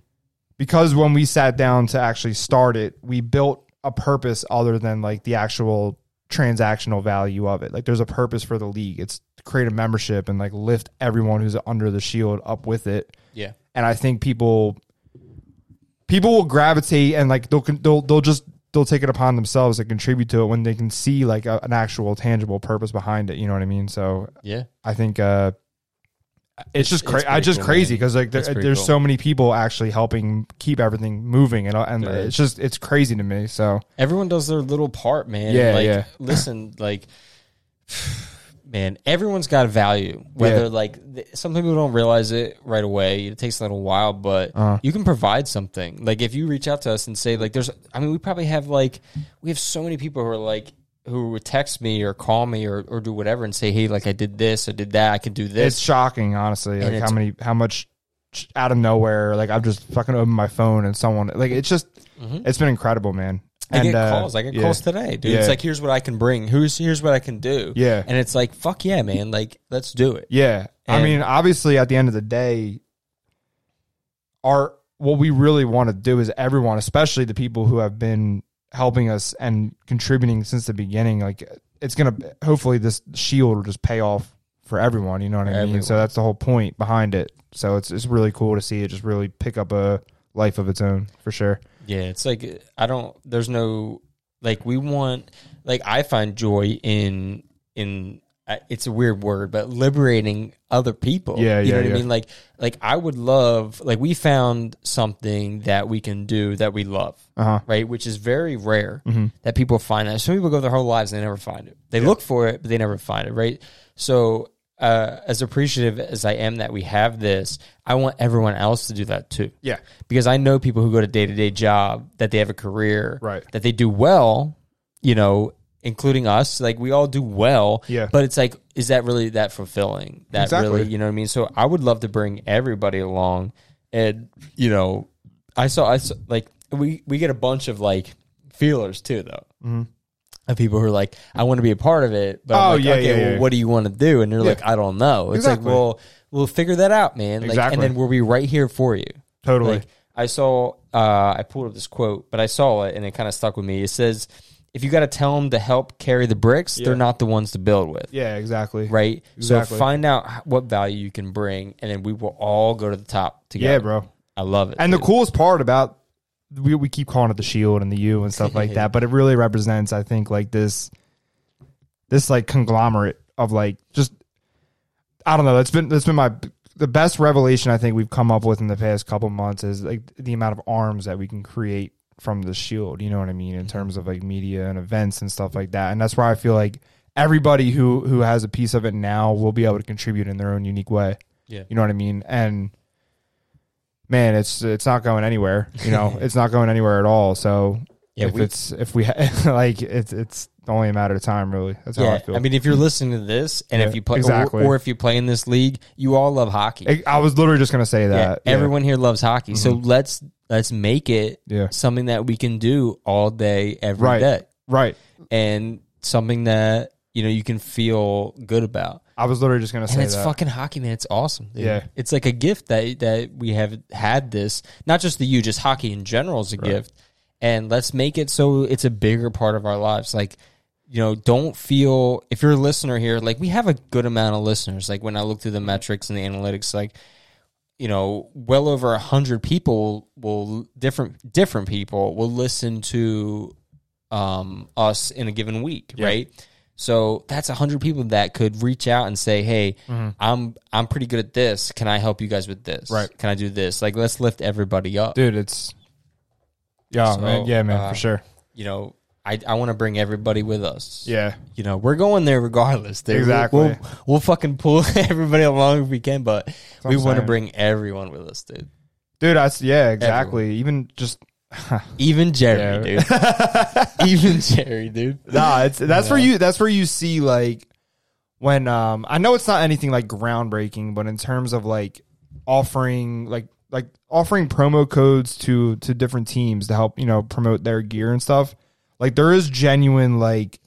Speaker 2: because when we sat down to actually start it, we built a purpose other than like the actual transactional value of it. Like there's a purpose for the league. It's to create a membership and like lift everyone who's under the shield up with it
Speaker 1: yeah.
Speaker 2: and I think people people will gravitate and like they'll they'll they'll just they'll take it upon themselves to contribute to it when they can see like a, an actual tangible purpose behind it. You know what I mean? So
Speaker 1: Yeah.
Speaker 2: I think uh, it's just
Speaker 1: it's
Speaker 2: cra- I
Speaker 1: pretty
Speaker 2: just
Speaker 1: cool,
Speaker 2: crazy
Speaker 1: man.
Speaker 2: because like there,
Speaker 1: It's pretty
Speaker 2: there's
Speaker 1: cool.
Speaker 2: so many people actually helping keep everything moving and and
Speaker 1: There is.
Speaker 2: it's just it's crazy to me. So
Speaker 1: Everyone does their little part, man.
Speaker 2: Yeah,
Speaker 1: like,
Speaker 2: yeah.
Speaker 1: Listen, like, man, everyone's got a value. Whether like th- some people don't realize it right away, it takes a little while, but
Speaker 2: Uh-huh.
Speaker 1: you can provide something. Like if you reach out to us and say, like, there's, I mean, we probably have like, we have so many people who are like. Who would text me or call me or, or do whatever and say, hey, like I did this, I did that, I can do this.
Speaker 2: it's shocking, honestly. Like
Speaker 1: it's-
Speaker 2: how many how much out of nowhere like I've just fucking opened my phone and someone like it's just it's been incredible, man.
Speaker 1: Mm-hmm. I
Speaker 2: and,
Speaker 1: get
Speaker 2: uh,
Speaker 1: calls. I get
Speaker 2: yeah.
Speaker 1: calls today, dude. It's
Speaker 2: Yeah.
Speaker 1: like here's what I can bring. Who's here's what I can do.
Speaker 2: Yeah.
Speaker 1: and it's like fuck yeah, man. Like let's do it.
Speaker 2: Yeah. I
Speaker 1: And-
Speaker 2: mean, obviously at the end of the day, our what we really want to do is everyone, especially the people who have been helping us and contributing since the beginning, like it's gonna hopefully this shield will just pay off for everyone, you know what I mean?
Speaker 1: Everyone.
Speaker 2: So that's the whole point behind it. So it's it's really cool to see it just really pick up a life of its own for sure.
Speaker 1: Yeah, it's like I don't. There's no like we want. Like I find joy in in. I- It's a weird word, but liberating other people.
Speaker 2: Yeah,
Speaker 1: you
Speaker 2: yeah,
Speaker 1: know what
Speaker 2: yeah.
Speaker 1: I mean. Like like I would love. Like we found something that we can do that we love.
Speaker 2: Uh huh.
Speaker 1: Right, which is very rare
Speaker 2: Mm-hmm.
Speaker 1: that people find that. Some people go their whole lives and they never find it. They look for it, but they never find it. Right. So, uh, as appreciative as I am that we have this, I want everyone else to do that too
Speaker 2: Yeah.
Speaker 1: because I know people who go to day to day job that they have a career
Speaker 2: Right.
Speaker 1: that they do well, you know, including us. Like we all do well,
Speaker 2: Yeah.
Speaker 1: But it's like, is that really that fulfilling? That
Speaker 2: Exactly.
Speaker 1: really, you know what I mean? So I would love to bring everybody along, and you know, I saw I saw, like we we get a bunch of like feelers too though. Of people who are like, I want to be a part of it, but
Speaker 2: Mm-hmm. Oh,
Speaker 1: I'm like,
Speaker 2: yeah,
Speaker 1: okay,
Speaker 2: yeah,
Speaker 1: well,
Speaker 2: yeah.
Speaker 1: what do you want to do? And they're like, I don't know. It's
Speaker 2: Exactly.
Speaker 1: like, well, we'll figure that out, man. Like,
Speaker 2: Exactly.
Speaker 1: And then we'll be right here for you.
Speaker 2: Totally.
Speaker 1: Like I saw, uh, I pulled up this quote, but I saw it and it kind of stuck with me. It says, "If you got to tell them to help carry the bricks, they're not the ones to build with."
Speaker 2: yeah, exactly.
Speaker 1: Right.
Speaker 2: Exactly.
Speaker 1: So find out h- what value you can bring, and then we will all go to the top together.
Speaker 2: Yeah, bro.
Speaker 1: I love it.
Speaker 2: And the
Speaker 1: dude.
Speaker 2: coolest part about we we keep calling it the shield and the U and stuff like that, but it really represents, I think, like this this like conglomerate of like just I don't know. That's been that's been my the best revelation I think we've come up with in the past couple months is like the amount of arms that we can create from the shield. You know what I mean in terms of like media and events and stuff like that. And that's where I feel like everybody who who has a piece of it now will be able to contribute in their own unique way.
Speaker 1: Yeah.
Speaker 2: you know what I mean. And man, it's it's not going anywhere. You know, it's not going anywhere at all. So
Speaker 1: Yeah,
Speaker 2: if
Speaker 1: we-
Speaker 2: it's if we ha- like it's it's only a matter of time, really. That's how I
Speaker 1: Yeah,
Speaker 2: feel.
Speaker 1: I, mean, if you're listening to this, and
Speaker 2: Yeah,
Speaker 1: if you play,
Speaker 2: exactly.
Speaker 1: or, or if you play in this league, you all love hockey.
Speaker 2: I I was literally just gonna say
Speaker 1: Yeah,
Speaker 2: that. Yeah. Mm-hmm.
Speaker 1: everyone here loves hockey, so let's let's make it
Speaker 2: Yeah.
Speaker 1: something that we can do all day every day,
Speaker 2: Right. Right.
Speaker 1: and something that you know you can feel good about.
Speaker 2: I was literally just gonna say
Speaker 1: and it's
Speaker 2: that.
Speaker 1: fucking hockey, man. It's awesome. Dude.
Speaker 2: Yeah.
Speaker 1: it's like a gift that that we have had this. Not just the U, just hockey in general is a gift. And let's make it so it's a bigger part of our lives. Like, you know, don't feel if you're a listener here, like we have a good amount of listeners. Like when I look through the metrics and the analytics, like you know, well over a hundred people will different different people will listen to um, us in a given week,
Speaker 2: Yeah.
Speaker 1: right? So that's a hundred people that could reach out and say, "Hey, I'm I'm pretty good at this. Can I help you guys with this?
Speaker 2: Mm-hmm. Right.
Speaker 1: Can I do this? Like, let's lift everybody up.
Speaker 2: Dude, it's yeah,
Speaker 1: So,
Speaker 2: man. Yeah, man,
Speaker 1: uh,
Speaker 2: for sure.
Speaker 1: You know, I I want to bring everybody with us.
Speaker 2: Yeah.
Speaker 1: You know, we're going there regardless. dude. We'll-
Speaker 2: Exactly.
Speaker 1: We'll, we'll, fucking pull everybody along if we can, but
Speaker 2: what
Speaker 1: we
Speaker 2: I'm
Speaker 1: want to
Speaker 2: saying.
Speaker 1: bring everyone with us, dude.
Speaker 2: Dude, I s- yeah, exactly. Even just
Speaker 1: Even Jerry, dude. Even Jerry, dude.
Speaker 2: nah, it's that's where you that's where you see like when um I know it's not anything like groundbreaking, but in terms of like offering like like offering promo codes to to different teams to help, you know, promote their gear and stuff. Like there is genuine like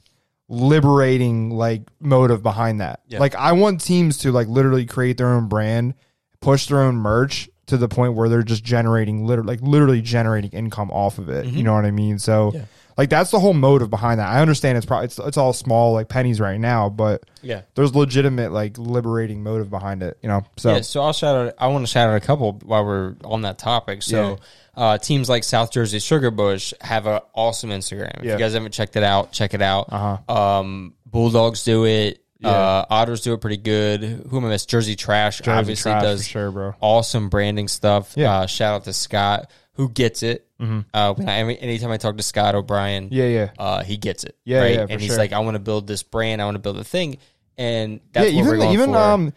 Speaker 2: liberating like motive behind that.
Speaker 1: Yeah.
Speaker 2: Like I want teams to like literally create their own brand, push their own merch to the point where they're just generating liter- like literally generating income off of it. You know what I mean? So
Speaker 1: Mm-hmm. Yeah.
Speaker 2: like that's the whole motive behind that. I understand it's probably it's, it's all small like pennies right now, but
Speaker 1: Yeah.
Speaker 2: there's legitimate like liberating motive behind it, you know. So
Speaker 1: Yeah, so I'll shout out. I want to shout out a couple while we're on that topic. So uh, teams like South Jersey Sugarbush have an awesome Instagram. If
Speaker 2: Yeah.
Speaker 1: you guys haven't checked it out, check it out.
Speaker 2: Uh-huh.
Speaker 1: Um, Bulldogs do it.
Speaker 2: Yeah.
Speaker 1: Uh, Otters do it pretty good. Who am I miss? Jersey Trash obviously
Speaker 2: trash
Speaker 1: does
Speaker 2: for sure, bro.
Speaker 1: awesome branding stuff.
Speaker 2: Yeah. Mm-hmm.
Speaker 1: Uh, shout out to Scott who gets it. Uh, when I, anytime I talk to Scott O'Brien,
Speaker 2: Yeah, yeah.
Speaker 1: uh, he gets it.
Speaker 2: Yeah,
Speaker 1: right?
Speaker 2: yeah, for
Speaker 1: and he's
Speaker 2: sure.
Speaker 1: like, I want to build this brand. I want to build a thing. And that's
Speaker 2: yeah,
Speaker 1: what we're
Speaker 2: even
Speaker 1: going
Speaker 2: even
Speaker 1: for.
Speaker 2: um,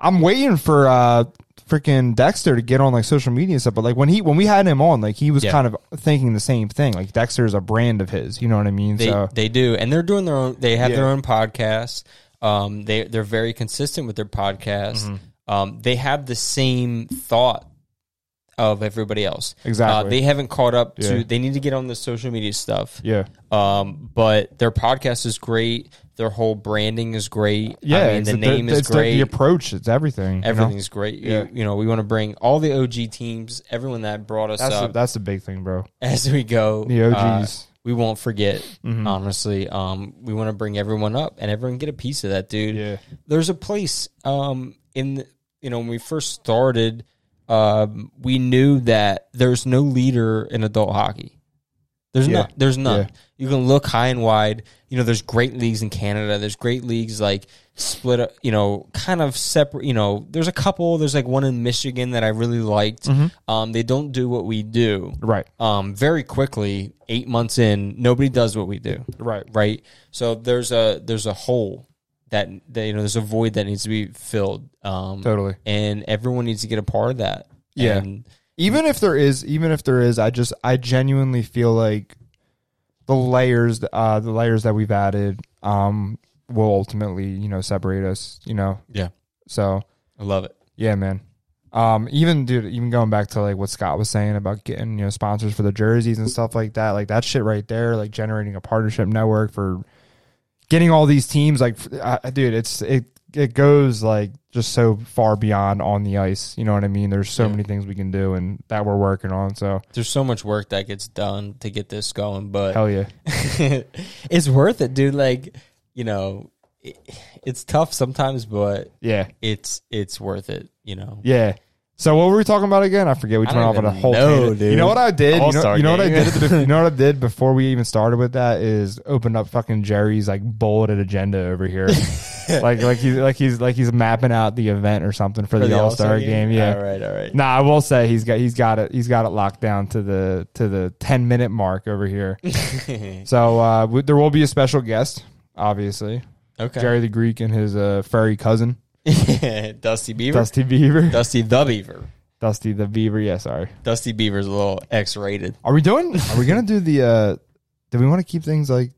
Speaker 2: I'm waiting for uh, freaking Dexter to get on like social media and stuff. But like when he when we had him on, like he was
Speaker 1: Yeah.
Speaker 2: kind of thinking the same thing. Like Dexter is a brand of his. You know what I mean?
Speaker 1: They
Speaker 2: so
Speaker 1: they do, and they're doing their own. They have their
Speaker 2: Yeah.
Speaker 1: own podcast. Um, they they're very consistent with their podcast.
Speaker 2: Mm-hmm.
Speaker 1: Um, they have the same thought of everybody else.
Speaker 2: Exactly.
Speaker 1: Uh, they haven't caught up
Speaker 2: Yeah.
Speaker 1: to. They need to get on the social media stuff.
Speaker 2: yeah,
Speaker 1: Um, but their podcast is great. Their whole branding is great.
Speaker 2: yeah.
Speaker 1: I mean,
Speaker 2: it's
Speaker 1: the name is
Speaker 2: it's the-
Speaker 1: great.
Speaker 2: The, approach, it's everything. You know?
Speaker 1: Everything's great. You,
Speaker 2: Yeah.
Speaker 1: you know, we want to bring all the OG teams, everyone that brought us
Speaker 2: That's the,
Speaker 1: up
Speaker 2: that's the big thing, bro.
Speaker 1: as we go.
Speaker 2: The Mm-hmm.
Speaker 1: Uh,
Speaker 2: OGs.
Speaker 1: we won't forget honestly um we want to bring everyone up and everyone get a piece of that dude
Speaker 2: Yeah.
Speaker 1: there's a place um in the, you know when we first started um we knew that there's no leader in adult hockey there's
Speaker 2: Yeah.
Speaker 1: no there's none
Speaker 2: Yeah.
Speaker 1: you can look high and wide you know there's great leagues in canada there's great leagues like split up you know kind of separate you know there's a couple there's like one in michigan that i really liked
Speaker 2: Mm-hmm.
Speaker 1: um they don't do what we do
Speaker 2: right,
Speaker 1: um, very quickly, eight months in, nobody does what we do,
Speaker 2: right.
Speaker 1: right? So there's a there's a hole that, that you know there's a void that needs to be filled, um,
Speaker 2: Totally.
Speaker 1: and everyone needs to get a part of that.
Speaker 2: Yeah.
Speaker 1: And
Speaker 2: even if there is even if there is i just i genuinely feel like the layers uh the layers that we've added um will ultimately you know separate us you know
Speaker 1: yeah,
Speaker 2: so
Speaker 1: I love it.
Speaker 2: yeah man um even dude even going back to like what scott was saying about getting you know sponsors for the jerseys and stuff like that like that shit right there like generating a partnership network for getting all these teams like f- I, dude it's it it goes like just so far beyond on the ice you know what i mean there's so
Speaker 1: Yeah.
Speaker 2: many things we can do and that we're working on so
Speaker 1: There's so much work that gets done to get this going, but
Speaker 2: Hell yeah.
Speaker 1: it's worth it, dude. Like you know, it, it's tough sometimes, but
Speaker 2: Yeah.
Speaker 1: it's it's worth it. You know,
Speaker 2: Yeah. So what were we talking about again? I forget. We
Speaker 1: I
Speaker 2: went
Speaker 1: don't
Speaker 2: off on a
Speaker 1: even
Speaker 2: whole
Speaker 1: know,
Speaker 2: tangent.
Speaker 1: dude.
Speaker 2: You know what I did? You know,
Speaker 1: All-star
Speaker 2: you know what I
Speaker 1: game.
Speaker 2: did? At the, be- you know what I did before we even started with that is open up fucking Jerry's like bulleted agenda over here. like like he's like he's like he's mapping out the event or something for, the, All-Star, game. Yeah.
Speaker 1: All right. All right.
Speaker 2: Nah, I will say he's got he's got it he's got it locked down to the to the 10 minute mark over here. so uh we, there will be a special guest, obviously.
Speaker 1: Okay.
Speaker 2: Jerry the Greek and his uh furry cousin,
Speaker 1: Dusty Beaver.
Speaker 2: Dusty Beaver.
Speaker 1: Dusty the Beaver.
Speaker 2: Dusty the Beaver, yeah, sorry.
Speaker 1: Dusty Beaver's a little X rated.
Speaker 2: Are we doing? Are we gonna do the? uh Do we want to keep things like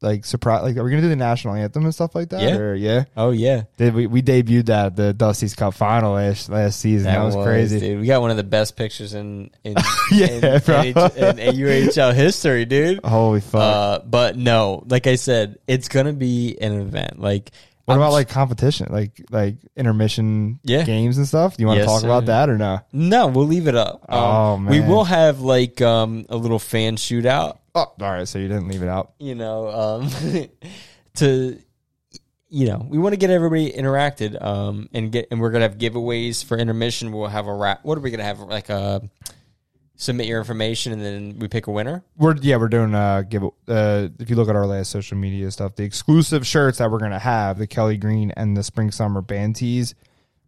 Speaker 2: like surprise? Like, are we gonna do the national anthem and stuff like that?
Speaker 1: Yeah.
Speaker 2: or, yeah.
Speaker 1: Oh yeah,
Speaker 2: Did we, we debuted that at the Dusty's Cup final last last season? That, was, crazy.
Speaker 1: dude. We got one of the best pictures in in
Speaker 2: Yeah,
Speaker 1: in,
Speaker 2: bro.
Speaker 1: in, in UHL history, dude.
Speaker 2: Holy fuck!
Speaker 1: Uh, but no, like I said, it's gonna be an event. Like
Speaker 2: what
Speaker 1: I'm
Speaker 2: about
Speaker 1: s-
Speaker 2: like competition, like like intermission
Speaker 1: Yeah.
Speaker 2: games and stuff? Do you want to
Speaker 1: Yes,
Speaker 2: talk about
Speaker 1: sir.
Speaker 2: that or no?
Speaker 1: no? We'll leave it up. Um,
Speaker 2: Oh,
Speaker 1: we
Speaker 2: man.
Speaker 1: will have like um a little fan shootout.
Speaker 2: Oh, all right. So you didn't leave it out.
Speaker 1: You know, um, to you know, we want to get everybody interacted. Um, and get and we're gonna have giveaways for intermission. We'll have a wrap. What are we gonna have? Like uh submit your information and then we pick a winner.
Speaker 2: We're yeah, we're doing uh give uh if you look at our last social media stuff, the exclusive shirts that we're gonna have, the Kelly Green and the Spring Summer Band tees,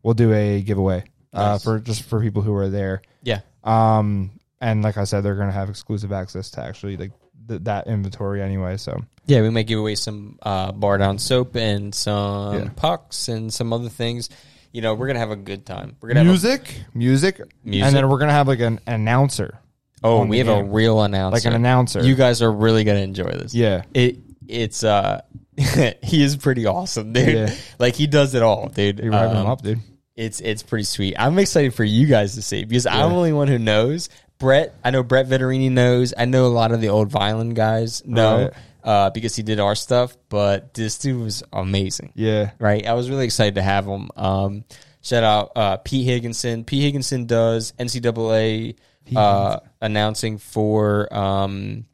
Speaker 2: we'll do a giveaway uh
Speaker 1: Nice.
Speaker 2: for just for people who are there.
Speaker 1: Yeah.
Speaker 2: Um and like I said, they're gonna have exclusive access to actually like th- that inventory anyway. So
Speaker 1: Yeah, we might give away some uh, bar down soap and some
Speaker 2: Yeah.
Speaker 1: pucks and some other things. You know, we're gonna have a good time. We're gonna
Speaker 2: music, music,
Speaker 1: Music.
Speaker 2: and then we're gonna have like an announcer,
Speaker 1: have a, oh,
Speaker 2: on
Speaker 1: we
Speaker 2: the
Speaker 1: have a
Speaker 2: game.
Speaker 1: real announcer.
Speaker 2: like an announcer.
Speaker 1: You guys are really gonna enjoy this.
Speaker 2: yeah,
Speaker 1: it it's uh he is pretty awesome, dude.
Speaker 2: Yeah.
Speaker 1: Like he does it all, dude.
Speaker 2: you're revving
Speaker 1: Um,
Speaker 2: them up, dude.
Speaker 1: It's it's pretty sweet. I'm excited for you guys to see because I'm the only one who knows. Brett, I know Brett Veterini knows. I know a lot of the old violin guys know
Speaker 2: Right.
Speaker 1: uh, because he did our stuff. But this dude was amazing.
Speaker 2: Yeah,
Speaker 1: right? I was really excited to have him. Um, shout out uh, Pete Higginson. Pete Higginson does NCAA uh, announcing for. Um,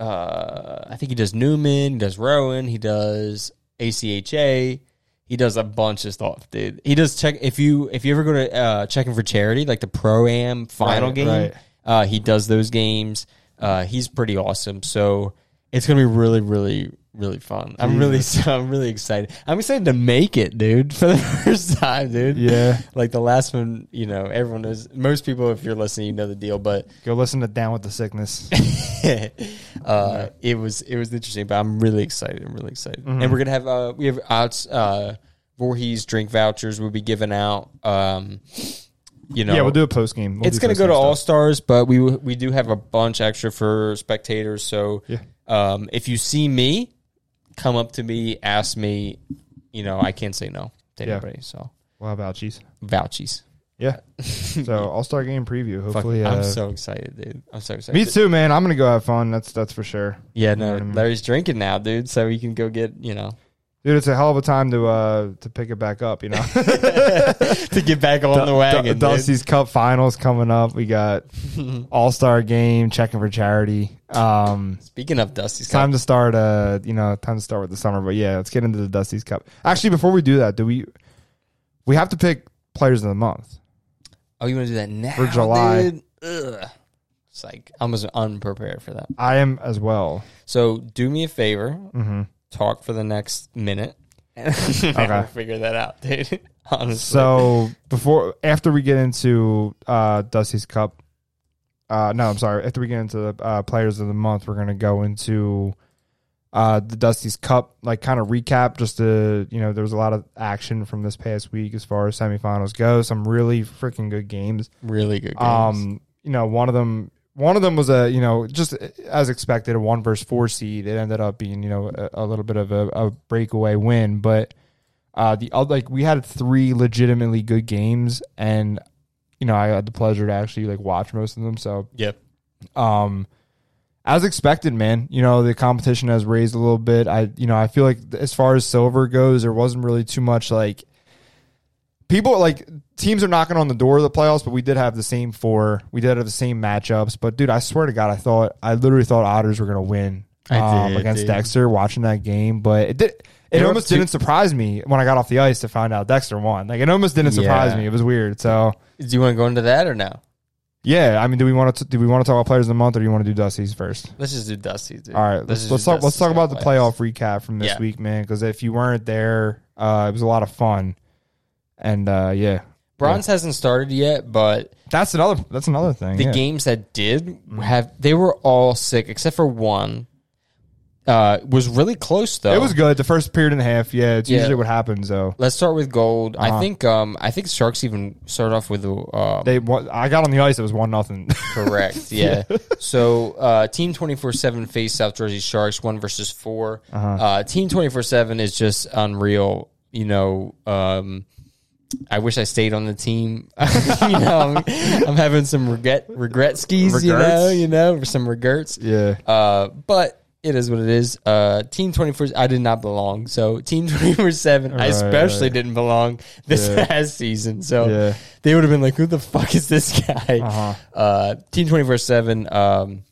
Speaker 1: uh, I think he does Newman, he does Rowan, he does ACHA. He does a bunch of stuff, dude. He does check if you if you ever go to uh, checking for charity, like the pro am final
Speaker 2: Right,
Speaker 1: game.
Speaker 2: right.
Speaker 1: Uh, he does those games. Uh, he's pretty awesome. So it's gonna be really, really, really fun. I'm really, I'm really excited. I'm excited to make it, dude, for the first time, dude.
Speaker 2: Yeah.
Speaker 1: Like the last one, you know, everyone knows. Most people, if you're listening, you know the deal. But
Speaker 2: Go listen to Down with the Sickness.
Speaker 1: uh, it was it was interesting, but I'm really excited. I'm really excited,
Speaker 2: Mm-hmm.
Speaker 1: and we're gonna have uh, we have outs uh, Voorhees drink vouchers will be given out. Um, you know,
Speaker 2: Yeah, we'll do a post game.
Speaker 1: it's gonna go to all stars, but we we do have a bunch extra for spectators. So
Speaker 2: Yeah.
Speaker 1: um, if you see me, come up to me, ask me. You know, I can't say no to
Speaker 2: Yeah.
Speaker 1: anybody. So
Speaker 2: Wow, about cheese.
Speaker 1: vouchies.
Speaker 2: Yeah. So All Star Game preview.
Speaker 1: Fuck,
Speaker 2: Hopefully, uh,
Speaker 1: I'm so excited, dude. I'm so excited.
Speaker 2: me too, man. I'm gonna go have fun. That's that's for sure,
Speaker 1: Yeah,
Speaker 2: know
Speaker 1: no,
Speaker 2: what I mean?
Speaker 1: Larry's drinking now, dude. So you can go get you know
Speaker 2: dude. It's a hell of a time to uh to pick it back up. You know,
Speaker 1: to get back on the wagon. dude.
Speaker 2: Dusty's Cup Finals coming up. We got All Star Game checking for charity. Um,
Speaker 1: Speaking of Dusty's
Speaker 2: it's
Speaker 1: Cup,
Speaker 2: time to start. Uh, you know, time to start with the summer. But yeah, let's get into the Dusty's Cup. Actually, before we do that, do we we have to pick players of the month?
Speaker 1: oh, you want to do that now
Speaker 2: For July.
Speaker 1: Dude? Ugh. It's like I was unprepared for that.
Speaker 2: I am as well.
Speaker 1: So do me a favor,
Speaker 2: hmm
Speaker 1: talk for the next minute, and I'll figure that out, dude. Honestly,
Speaker 2: So before, after we get into uh, Dusty's Cup, uh, no, I'm sorry. After we get into the uh, Players of the Month, we're gonna go into uh, the Dusty's Cup, like kind of recap. Just to you know, there was a lot of action from this past week as far as semifinals go. Some really freaking good games.
Speaker 1: really good. Games.
Speaker 2: Um, you know, one of them, one of them was a you know just as expected a one versus four seed. It ended up being you know a, a little bit of a, a breakaway win, but uh, the oth- like we had three legitimately good games, and you know I had the pleasure to actually like watch most of them. So
Speaker 1: yep.
Speaker 2: um as expected man you know the competition has raised a little bit i you know i feel like as far as silver goes there wasn't really too much like people like teams are knocking on the door of the playoffs but we did have the same four we did have the same matchups but dude i swear to god i thought i literally thought otters were going to win
Speaker 1: I
Speaker 2: um,
Speaker 1: did,
Speaker 2: against
Speaker 1: dude.
Speaker 2: dexter watching that game but it did it
Speaker 1: were
Speaker 2: almost
Speaker 1: two-
Speaker 2: didn't surprise me when I got off the ice to find out Dexter won. Like it almost didn't surprise
Speaker 1: Yeah.
Speaker 2: me. It was weird. So
Speaker 1: Do you want to go into that or no?
Speaker 2: yeah, I mean, do we want to do we want to talk about players of the month or do you want to do Dusty's first?
Speaker 1: Let's just do Dusty's, dude.
Speaker 2: All right, let's
Speaker 1: just
Speaker 2: let's
Speaker 1: do
Speaker 2: talk, let's
Speaker 1: Dusty's
Speaker 2: talk about the
Speaker 1: Cup
Speaker 2: playoff recap from this
Speaker 1: Yeah.
Speaker 2: week, man. Because if you weren't there, uh, it was a lot of fun, and uh, yeah,
Speaker 1: Bronze hasn't started yet, but
Speaker 2: that's another that's another thing.
Speaker 1: the
Speaker 2: yeah. Mm-hmm.
Speaker 1: games that did have they were all sick except for one Uh, was really close though.
Speaker 2: It was good. The first period and a half. Yeah, it's
Speaker 1: Yeah.
Speaker 2: usually what happens though.
Speaker 1: Let's start with gold. I
Speaker 2: Uh-huh.
Speaker 1: think um I think Sharks even started off with a um,
Speaker 2: They won, I got on the ice. It was one nothing.
Speaker 1: correct. Yeah. So uh, team twenty four seven faced South Jersey Sharks one versus 4 uh
Speaker 2: Uh-huh.
Speaker 1: team twenty four seven is just unreal. You know. Um, I wish I stayed on the team. you know, I'm, I'm having some regret regret skis. You know,
Speaker 2: Regrets?
Speaker 1: you know, some regrets.
Speaker 2: yeah.
Speaker 1: Uh, but it is what it is. Uh, team 24, I did not belong. So team 24 7, I
Speaker 2: Right,
Speaker 1: especially
Speaker 2: right.
Speaker 1: didn't belong this
Speaker 2: Yeah.
Speaker 1: past season. So
Speaker 2: Yeah.
Speaker 1: they would have been like, who the fuck is this guy?
Speaker 2: Uh-huh.
Speaker 1: uh team 24 7, um,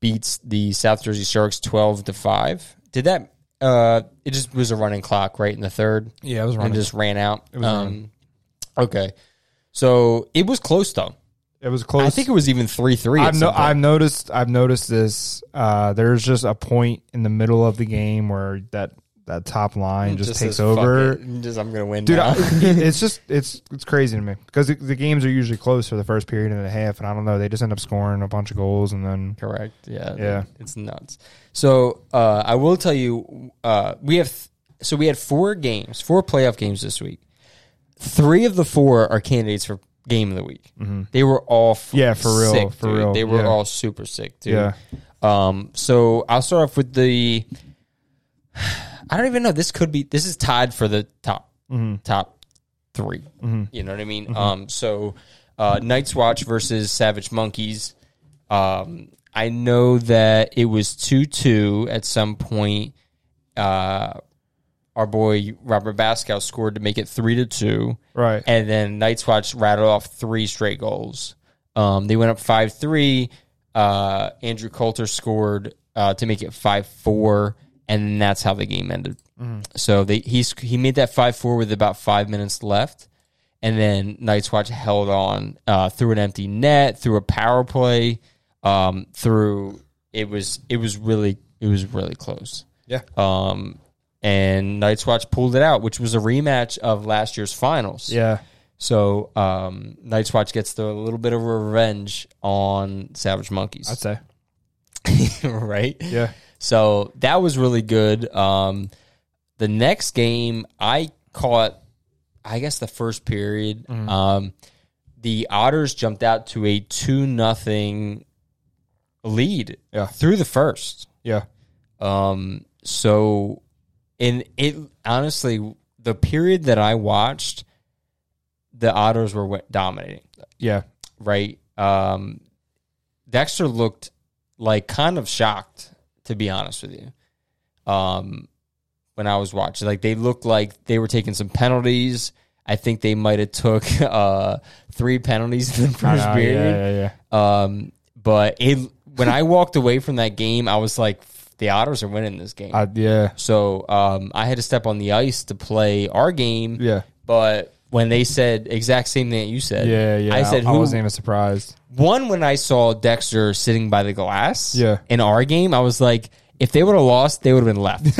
Speaker 1: beats the South Jersey Sharks 12 to 5. Did that, uh, it just was a running clock right in the third
Speaker 2: Yeah, it was
Speaker 1: and just ran out. Um, okay. So it was close though.
Speaker 2: It was close.
Speaker 1: I think it was even 3 3.
Speaker 2: I've, no, I've noticed. I've noticed this. Uh, there's just a point in the middle of the game where that that top line just, takes over.
Speaker 1: Just, I'm going to win.
Speaker 2: Dude,
Speaker 1: now.
Speaker 2: I, it's just it's it's crazy to me because the, the games are usually close for the first period and a half, and I don't know. They just end up scoring a bunch of goals, and then
Speaker 1: Correct. Yeah.
Speaker 2: Yeah.
Speaker 1: It's nuts. So uh, I will tell you, uh, we have th- so we had four games, four playoff games this week. Three of the four are candidates for game of the week. They were all f-
Speaker 2: Mm-hmm. Yeah, for real,
Speaker 1: sick,
Speaker 2: for
Speaker 1: dude.
Speaker 2: real,
Speaker 1: They were
Speaker 2: yeah.
Speaker 1: all super sick, dude.
Speaker 2: Yeah.
Speaker 1: Um. So I'll start off with the. I don't even know. This could be. This is tied for the top
Speaker 2: Mm-hmm.
Speaker 1: top 3 You know what I mean? Um. So, uh, Night's Watch versus Savage Monkeys. Um. I know that it was two two at some point. Uh, our boy Robert Baskow scored to make it three to two.
Speaker 2: right.
Speaker 1: And then Night's Watch rattled off three straight goals. Um, they went up 5 3. Uh, Andrew Coulter scored uh, to make it 5 4. And that's how the game ended. So they, he, sc- he made that 5 4 with about five minutes left. And then Night's Watch held on uh, through an empty net, through a power play, um, through it was it was really it was really close.
Speaker 2: yeah.
Speaker 1: Um, and Night's Watch pulled it out, which was a rematch of last year's finals.
Speaker 2: Yeah.
Speaker 1: So um, Night's Watch gets the little bit of revenge on Savage Monkeys,
Speaker 2: I'd say.
Speaker 1: right?
Speaker 2: Yeah.
Speaker 1: So that was really good. Um, the next game, I caught, I guess, the first period.
Speaker 2: Mm-hmm.
Speaker 1: Um, the Otters jumped out to a two nothing lead
Speaker 2: Yeah.
Speaker 1: through the first.
Speaker 2: Yeah.
Speaker 1: Um, so, and it honestly, the period that I watched, the Otters were wa- dominating,
Speaker 2: Yeah.
Speaker 1: right? Um, Dexter looked like kind of shocked, to be honest with you. Um, when I was watching, like they looked like they were taking some penalties. I think they might have took uh, three penalties in the
Speaker 2: I
Speaker 1: first
Speaker 2: know,
Speaker 1: period.
Speaker 2: yeah. Yeah. Yeah.
Speaker 1: Um, but it when I walked away from that game, I was like, the Otters are winning this game.
Speaker 2: I, yeah.
Speaker 1: so um, I had to step on the ice to play our game.
Speaker 2: Yeah.
Speaker 1: But when they said exact same thing that you said,
Speaker 2: Yeah, yeah.
Speaker 1: I said
Speaker 2: I,
Speaker 1: who
Speaker 2: wasn't even surprised.
Speaker 1: one when I saw Dexter sitting by the glass.
Speaker 2: Yeah.
Speaker 1: in our game, I was like. If they would have lost, they would have been left. they would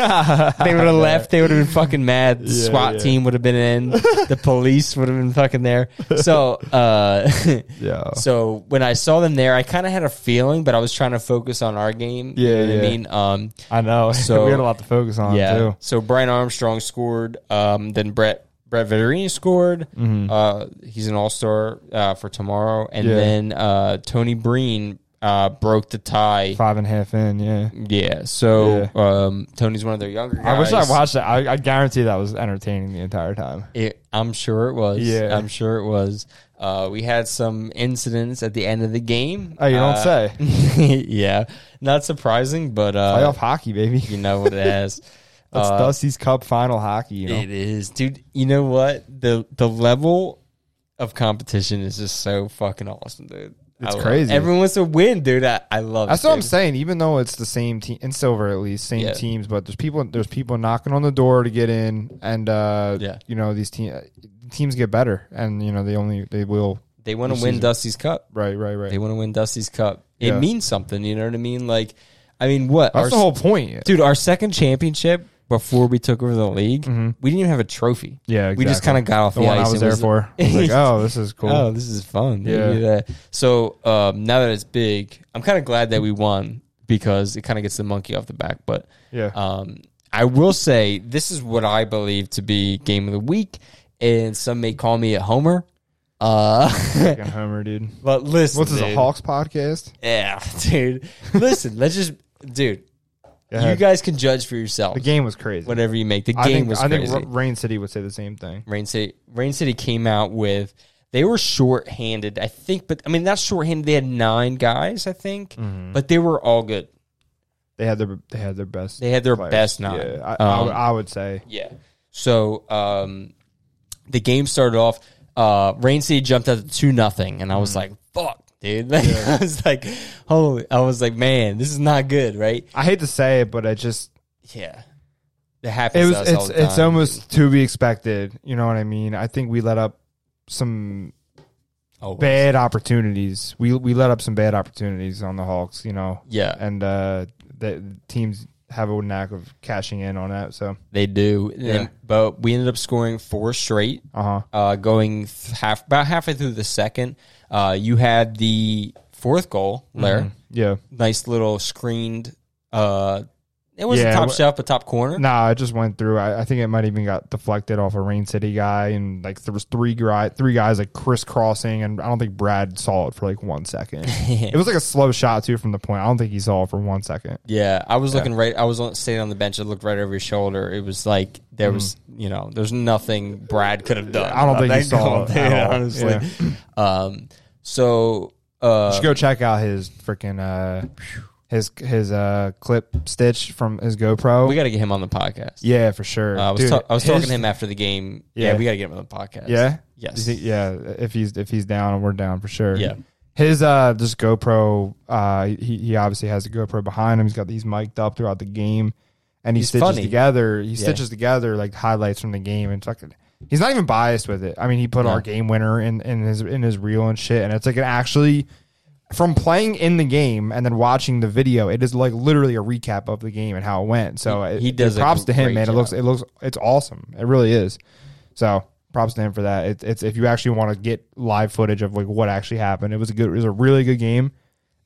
Speaker 1: have left. They would have been fucking mad. The
Speaker 2: Yeah,
Speaker 1: SWAT
Speaker 2: yeah.
Speaker 1: team would have been in. The police would have been fucking there. So, uh,
Speaker 2: Yeah.
Speaker 1: So when I saw them there, I kind of had a feeling, but I was trying to focus on our game. You
Speaker 2: Yeah,
Speaker 1: know what I
Speaker 2: yeah.
Speaker 1: mean, um,
Speaker 2: I know.
Speaker 1: So-
Speaker 2: we had a lot to focus on
Speaker 1: yeah.
Speaker 2: too.
Speaker 1: So Brian Armstrong scored. Um, then Brett Brett Veterini scored. Uh, he's an all star uh, for tomorrow, and
Speaker 2: Mm-hmm. Yeah.
Speaker 1: then uh, Tony Breen uh, broke the tie.
Speaker 2: Five and a half in, yeah.
Speaker 1: Yeah. So Um, Tony's one of their younger guys.
Speaker 2: I wish I watched that. I, I guarantee that was entertaining the entire time.
Speaker 1: It, I'm sure it was.
Speaker 2: Yeah.
Speaker 1: I'm sure it was. Uh, we had some incidents at the end of the game.
Speaker 2: Oh, you don't
Speaker 1: Uh,
Speaker 2: say.
Speaker 1: yeah, not surprising, but uh,
Speaker 2: Playoff hockey, baby.
Speaker 1: you know what it has.
Speaker 2: That's
Speaker 1: Uh,
Speaker 2: Dusty's Cup final hockey, you know.
Speaker 1: It is, dude. You know what the the level of competition is just so fucking awesome, dude.
Speaker 2: It's
Speaker 1: I love-
Speaker 2: crazy.
Speaker 1: Everyone wants to win, dude. I, I love.
Speaker 2: That's
Speaker 1: it,
Speaker 2: what I'm
Speaker 1: dude.
Speaker 2: saying. Even though it's the same team in silver, at least same
Speaker 1: Yeah.
Speaker 2: teams, but there's people there's people knocking on the door to get in, and uh,
Speaker 1: Yeah.
Speaker 2: you know these team, teams get better, and you know they only they will
Speaker 1: They want to
Speaker 2: This
Speaker 1: win
Speaker 2: is-
Speaker 1: Dusty's Cup.
Speaker 2: right, right, right.
Speaker 1: They want to win Dusty's Cup. It
Speaker 2: Yeah.
Speaker 1: means something. You know what I mean? Like, I mean, what?
Speaker 2: That's
Speaker 1: our,
Speaker 2: the whole point.
Speaker 1: dude, our second championship before we took over the league, we didn't even have a trophy.
Speaker 2: Mm-hmm. Yeah,
Speaker 1: we just
Speaker 2: exactly.
Speaker 1: kind of got off the,
Speaker 2: the one
Speaker 1: ice
Speaker 2: I was
Speaker 1: and
Speaker 2: there for. I was like, oh, this is cool.
Speaker 1: Oh, this is fun.
Speaker 2: Yeah.
Speaker 1: Yeah. So um, now that it's big, I'm kind of glad that we won. because it kind of gets the monkey off the back. But
Speaker 2: Yeah.
Speaker 1: um, I will say this is what I believe to be game of the week, and some may call me a homer. Uh,
Speaker 2: Fucking Homer, dude.
Speaker 1: but listen,
Speaker 2: What's this, a
Speaker 1: dude.
Speaker 2: Hawks podcast?
Speaker 1: Yeah, dude. Listen, let's just, dude.
Speaker 2: Go ahead.
Speaker 1: You guys can judge for yourself.
Speaker 2: the game was crazy.
Speaker 1: Whatever you make, the game
Speaker 2: I think,
Speaker 1: was
Speaker 2: I
Speaker 1: crazy.
Speaker 2: think Ra- Rain City would say the same thing.
Speaker 1: Rain City Rain City came out with they were shorthanded, I think, but I mean not shorthanded. They had nine guys, I think,
Speaker 2: Mm-hmm.
Speaker 1: but they were all good.
Speaker 2: They had their they had their best.
Speaker 1: They had their
Speaker 2: players.
Speaker 1: best nine.
Speaker 2: Yeah, I, I
Speaker 1: Um,
Speaker 2: would- I would say.
Speaker 1: yeah. So um, the game started off. Uh, Rain City jumped out to two nothing, and I
Speaker 2: Mm-hmm.
Speaker 1: was like, "Fuck, dude!" Like, I was like, "Holy!" I was like, "Man, this is not good, right?"
Speaker 2: I hate to say it, but I just
Speaker 1: Yeah. It happens.
Speaker 2: it
Speaker 1: to
Speaker 2: was
Speaker 1: us all
Speaker 2: it's
Speaker 1: the
Speaker 2: it's
Speaker 1: time.
Speaker 2: almost to be expected. You know what I mean? I think we let up some
Speaker 1: Oh,
Speaker 2: bad opportunities. We we let up some bad opportunities on the Hawks. You know,
Speaker 1: yeah.
Speaker 2: and uh, the teams have a knack of cashing in on that. So
Speaker 1: They do. And then-
Speaker 2: Yeah.
Speaker 1: but we ended up scoring four straight,
Speaker 2: uh huh.
Speaker 1: uh, going th- half about halfway through the second. Uh, you had the fourth goal,
Speaker 2: Mm-hmm.
Speaker 1: Lair.
Speaker 2: Yeah.
Speaker 1: Nice little screened. Uh, it was
Speaker 2: Yeah,
Speaker 1: a top
Speaker 2: wh-
Speaker 1: shelf, a top corner.
Speaker 2: Nah, I just went through. I, I think it might even got deflected off a Rain City guy, and like there was three guy, three guys like crisscrossing, and I don't think Brad saw it for like one second. it was like a slow shot too from the point. I don't think he saw it for one second.
Speaker 1: Yeah, I was looking right. I was on, sitting on the bench. I looked right over his shoulder. It was like there was, you know, there's nothing Brad could have done.
Speaker 2: Mm-hmm. I don't think he
Speaker 1: about that
Speaker 2: saw
Speaker 1: goal,
Speaker 2: it at
Speaker 1: dude,
Speaker 2: all.
Speaker 1: honestly. Um, so uh,
Speaker 2: Just go check out his freaking uh his his uh clip stitch from his GoPro.
Speaker 1: we got to get him on the podcast.
Speaker 2: yeah, for sure.
Speaker 1: Uh, I was,
Speaker 2: Dude,
Speaker 1: ta- I was
Speaker 2: his-
Speaker 1: talking to him after the game. Yeah,
Speaker 2: Yeah.
Speaker 1: we got to get him on the podcast.
Speaker 2: Yeah.
Speaker 1: Yes.
Speaker 2: Is he- yeah. If he's if he's down, and we're down for sure.
Speaker 1: Yeah.
Speaker 2: His uh, this GoPro, uh, he he obviously has a GoPro behind him. He's got these mic'd up throughout the game, and he
Speaker 1: He's
Speaker 2: stitches
Speaker 1: funny.
Speaker 2: together. He stitches together like highlights from the game and fucking. He's not even biased with it. I mean, he put our game winner in, in his in his reel and shit, and it's like an actually from playing in the game and then watching the video. It is like literally a recap of the game and how it went. So
Speaker 1: He-
Speaker 2: it-
Speaker 1: he does a
Speaker 2: props to him,
Speaker 1: great
Speaker 2: man. It
Speaker 1: job.
Speaker 2: looks it looks it's awesome. It really is. So props to him for that. It, it's if you actually want to get live footage of like what actually happened, it was a good, it was a really good game,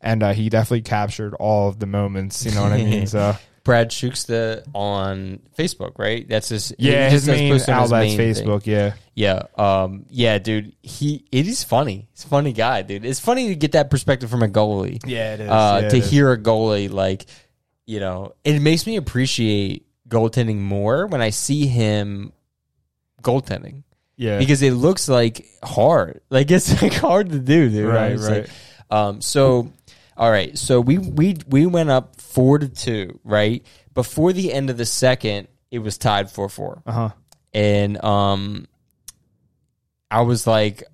Speaker 2: and uh, he definitely captured all of the moments. You know what I mean? So
Speaker 1: Brad Shuksta on Facebook, right? That's his. he
Speaker 2: yeah,
Speaker 1: just
Speaker 2: his
Speaker 1: does
Speaker 2: main
Speaker 1: posts on his
Speaker 2: outlet's
Speaker 1: main thing.
Speaker 2: Facebook. Yeah,
Speaker 1: Yeah, um, yeah, dude. He it is funny. He's a funny guy, dude. It's funny to get that perspective from a goalie.
Speaker 2: yeah, it is.
Speaker 1: Uh, to hear a goalie like, you know, it makes me appreciate goaltending more when I see him goaltending.
Speaker 2: yeah,
Speaker 1: because it looks like hard. Like it's like hard to do, dude.
Speaker 2: Right,
Speaker 1: honestly.
Speaker 2: right.
Speaker 1: Um, so, all right. So we we we went up four to two, right? Before the end of the second, it was tied four four,
Speaker 2: uh huh.
Speaker 1: and um, I was like,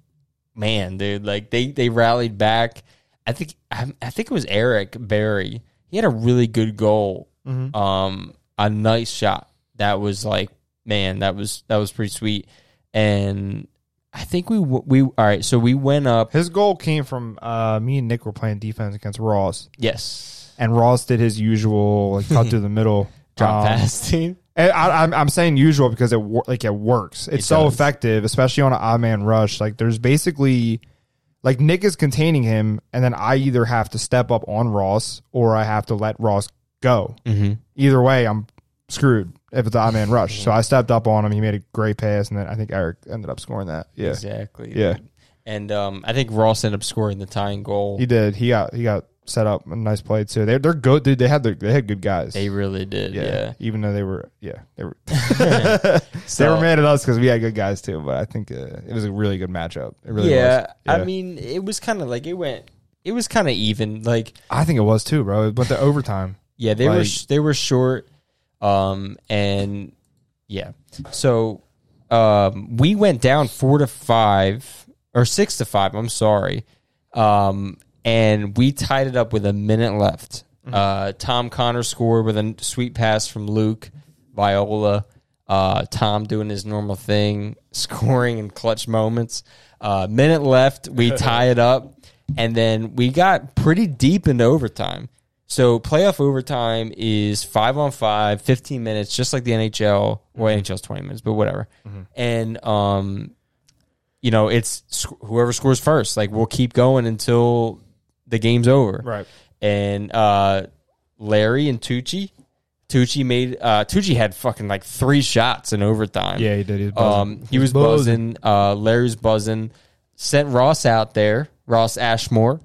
Speaker 1: man, dude, like they they rallied back. I think I, I think it was Eric Berry. He had a really good goal.
Speaker 2: Mm-hmm.
Speaker 1: Um, a nice shot that was like, man, that was that was pretty sweet. And I think we w- we all right. So we went up.
Speaker 2: His goal came from uh, me and Nick were playing defense against Ross,
Speaker 1: Yes,
Speaker 2: and Ross did his usual like cut through the middle
Speaker 1: drop
Speaker 2: Um,
Speaker 1: pass team.
Speaker 2: And I, I'm, I'm saying usual because it wor- like it works. It's
Speaker 1: It
Speaker 2: so
Speaker 1: does.
Speaker 2: effective, especially on an odd man rush. Like there's basically like Nick is containing him, and then I either have to step up on Ross or I have to let Ross go.
Speaker 1: Mm-hmm.
Speaker 2: Either way, I'm screwed if it's an odd man rush. So I stepped up on him. He made a great pass, and then I think Eric ended up scoring that. Yeah,
Speaker 1: Exactly.
Speaker 2: yeah,
Speaker 1: And um, I think Ross ended up scoring the tying goal.
Speaker 2: he did. He got he got set up a nice play too. They're they're good. Dude, they had their, they had good guys.
Speaker 1: They really did. Yeah.
Speaker 2: even though they were yeah they were
Speaker 1: So-
Speaker 2: they were mad at us because we had good guys too, but I think uh, it was a really good matchup. It really
Speaker 1: yeah,
Speaker 2: was.
Speaker 1: I mean, it was kind of like it went. It was kind of even. Like,
Speaker 2: I think it was too, bro. It went to overtime.
Speaker 1: yeah, they were
Speaker 2: Like-
Speaker 1: sh- they were short, um, and yeah, so um, we went down four to five or six to five. I'm sorry, um, and we tied it up with a minute left.
Speaker 2: Mm-hmm.
Speaker 1: Uh, Tom Connor scored with a n- sweet pass from Luke Viola. Uh, Tom doing his normal thing, scoring in clutch moments. Uh, minute left, we tie it up, and then we got pretty deep into overtime. So playoff overtime is five on five, 15 minutes, just like the NHL. Well, NHL's 20 minutes, but whatever. And um, you know, it's sc- whoever scores first. Like we'll keep going until the game's over.
Speaker 2: Right.
Speaker 1: And uh, Larry and Tucci. Tucci made uh, Tucci had fucking like three shots in overtime.
Speaker 2: Yeah, he did. He was buzzing.
Speaker 1: Um, he was buzzing. Uh, Larry's buzzing. Sent Ross out there. Ross Ashmore.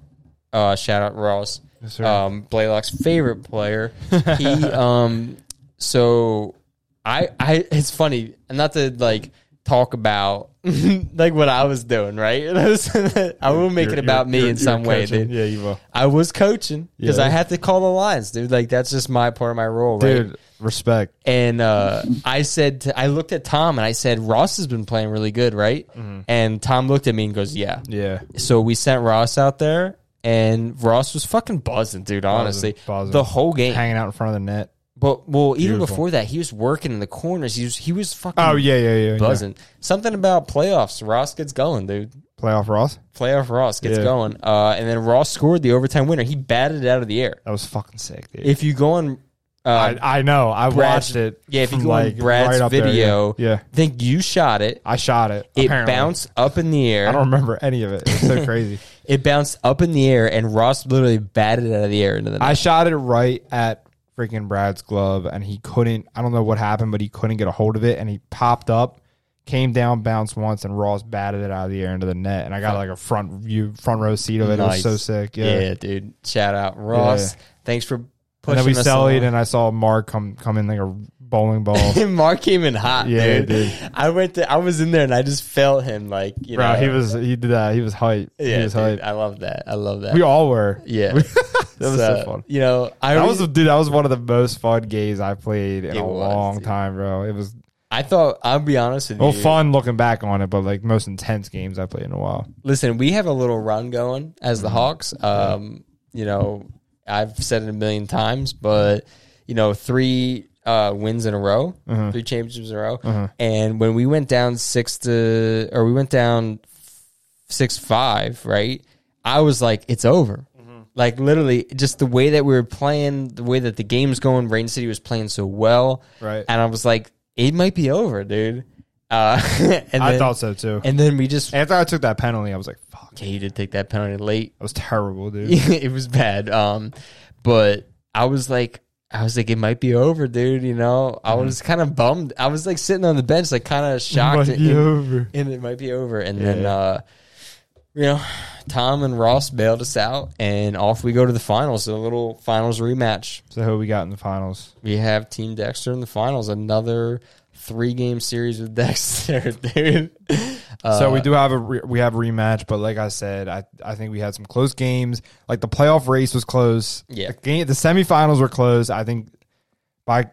Speaker 1: Uh, shout out Ross.
Speaker 2: Yes, sir.
Speaker 1: um, Blaylock's favorite player. He um, so I I it's funny and not to like talk about like what I was doing right. I will make
Speaker 2: You're-
Speaker 1: it about
Speaker 2: you're-
Speaker 1: me
Speaker 2: you're-
Speaker 1: in
Speaker 2: you're
Speaker 1: some way,
Speaker 2: coaching.
Speaker 1: dude.
Speaker 2: Yeah, you will.
Speaker 1: I was coaching because
Speaker 2: Yeah.
Speaker 1: I had to call the lines, dude. Like that's just my part of my role, right?
Speaker 2: Dude, respect.
Speaker 1: And uh, I said, to, I looked at Tom and I said, Ross has been playing really good, right? And Tom looked at me and goes, Yeah.
Speaker 2: Mm-hmm. Yeah.
Speaker 1: So we sent Ross out there, and Ross was fucking buzzing, dude. Honestly,
Speaker 2: buzzing.
Speaker 1: the whole game.
Speaker 2: Hanging out in front of the net.
Speaker 1: But well, even
Speaker 2: Beautiful.
Speaker 1: before that, he was working in the corners. He was he was fucking
Speaker 2: Oh, yeah, yeah, yeah. yeah.
Speaker 1: buzzing. Something about playoffs. Ross gets going, dude.
Speaker 2: Playoff Ross?
Speaker 1: Playoff Ross gets
Speaker 2: Yeah.
Speaker 1: going, uh, and then Ross scored the overtime winner. He batted it out of the air.
Speaker 2: That was fucking sick, dude.
Speaker 1: If you go on, uh,
Speaker 2: I, I know. I
Speaker 1: Brad's-
Speaker 2: watched it.
Speaker 1: yeah, if you
Speaker 2: from,
Speaker 1: go on Brad's
Speaker 2: up there,
Speaker 1: video-
Speaker 2: yeah. Yeah.
Speaker 1: think you shot it.
Speaker 2: I shot it.
Speaker 1: It
Speaker 2: apparently.
Speaker 1: bounced up in the
Speaker 2: I
Speaker 1: air.
Speaker 2: don't remember any of it. It's so crazy.
Speaker 1: It bounced up in the air, and Ross literally batted it out of the air into the net.
Speaker 2: I shot it right at freaking Brad's glove, and he couldn't. I don't know what happened, but he couldn't get a hold of it, and he popped up, came down, bounced once, and Ross batted it out of the air into the net, and I got like a front view, front row seat of it.
Speaker 1: Nice.
Speaker 2: It was so sick. Yeah.
Speaker 1: yeah. dude. Shout out Ross. Thanks for
Speaker 2: And
Speaker 1: pushing
Speaker 2: then we
Speaker 1: us
Speaker 2: sallied,
Speaker 1: along.
Speaker 2: and I saw Mark come come in like a bowling ball.
Speaker 1: Mark came in hot,
Speaker 2: Yeah,
Speaker 1: dude.
Speaker 2: dude.
Speaker 1: I went to, I was in there and I just felt him like, you
Speaker 2: Bro,
Speaker 1: know,
Speaker 2: he was he did that. He was hype.
Speaker 1: yeah,
Speaker 2: he was
Speaker 1: dude,
Speaker 2: hype.
Speaker 1: I love that. I love that.
Speaker 2: we all were.
Speaker 1: yeah,
Speaker 2: That was so fun.
Speaker 1: You know, I
Speaker 2: That
Speaker 1: re-
Speaker 2: was dude. That was one of the most fun games I played in
Speaker 1: It
Speaker 2: a
Speaker 1: was,
Speaker 2: long
Speaker 1: dude.
Speaker 2: time, bro. It was
Speaker 1: I thought I'll be honest with
Speaker 2: well
Speaker 1: you.
Speaker 2: fun looking back on it, but like most intense games I played in a while.
Speaker 1: Listen, we have a little run going as
Speaker 2: Mm-hmm.
Speaker 1: the Hawks. Um, you know, I've said it a million times, but you know, three uh, wins in a row,
Speaker 2: Mm-hmm.
Speaker 1: three championships in a row, and when we went down six to, or we went down six five, right? I was like, it's over.
Speaker 2: Mm-hmm.
Speaker 1: Like literally, just the way that we were playing, the way that the game's going, Rain City was playing so well,
Speaker 2: Right.
Speaker 1: And I was like, it might be over, dude. Uh, and then,
Speaker 2: I thought so too.
Speaker 1: and then we just
Speaker 2: After I took that penalty, I was like, fuck.
Speaker 1: yeah, he did take that penalty late.
Speaker 2: That was terrible, dude.
Speaker 1: it was bad. Um, but I was like, I was like, it might be over, dude. You know, I was kind of bummed. I was like sitting on the bench, like kind of shocked,
Speaker 2: Mm-hmm. Might be
Speaker 1: and,
Speaker 2: over.
Speaker 1: and it might be over. And then, uh, you know, Tom and Ross bailed us out, and off we go to the finals. A little finals rematch.
Speaker 2: So who we got in the finals?
Speaker 1: We have Team Dexter in the finals. Another three game series with Dexter, dude. Uh,
Speaker 2: so we do have a re- we have a rematch, but like I said, I I think we had some close games. Like the playoff race was close.
Speaker 1: Yeah.
Speaker 2: The, game, the semifinals were close. I think by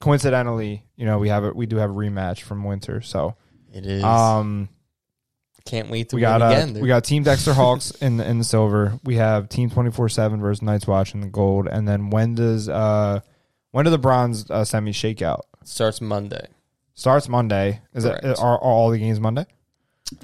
Speaker 2: coincidentally, you know, we have a, we do have a rematch from winter. So
Speaker 1: it is.
Speaker 2: um
Speaker 1: Can't wait to
Speaker 2: we
Speaker 1: win
Speaker 2: got
Speaker 1: again.
Speaker 2: uh,
Speaker 1: dude.
Speaker 2: we got Team Dexter Hawks in the, in the silver. We have Team Twenty Four Seven versus Night's Watch in the gold. And then when does uh when do the bronze uh, semi shake out?
Speaker 1: starts Monday.
Speaker 2: Starts Monday. Is it uh, are,
Speaker 1: Correct.
Speaker 2: are all the games Monday?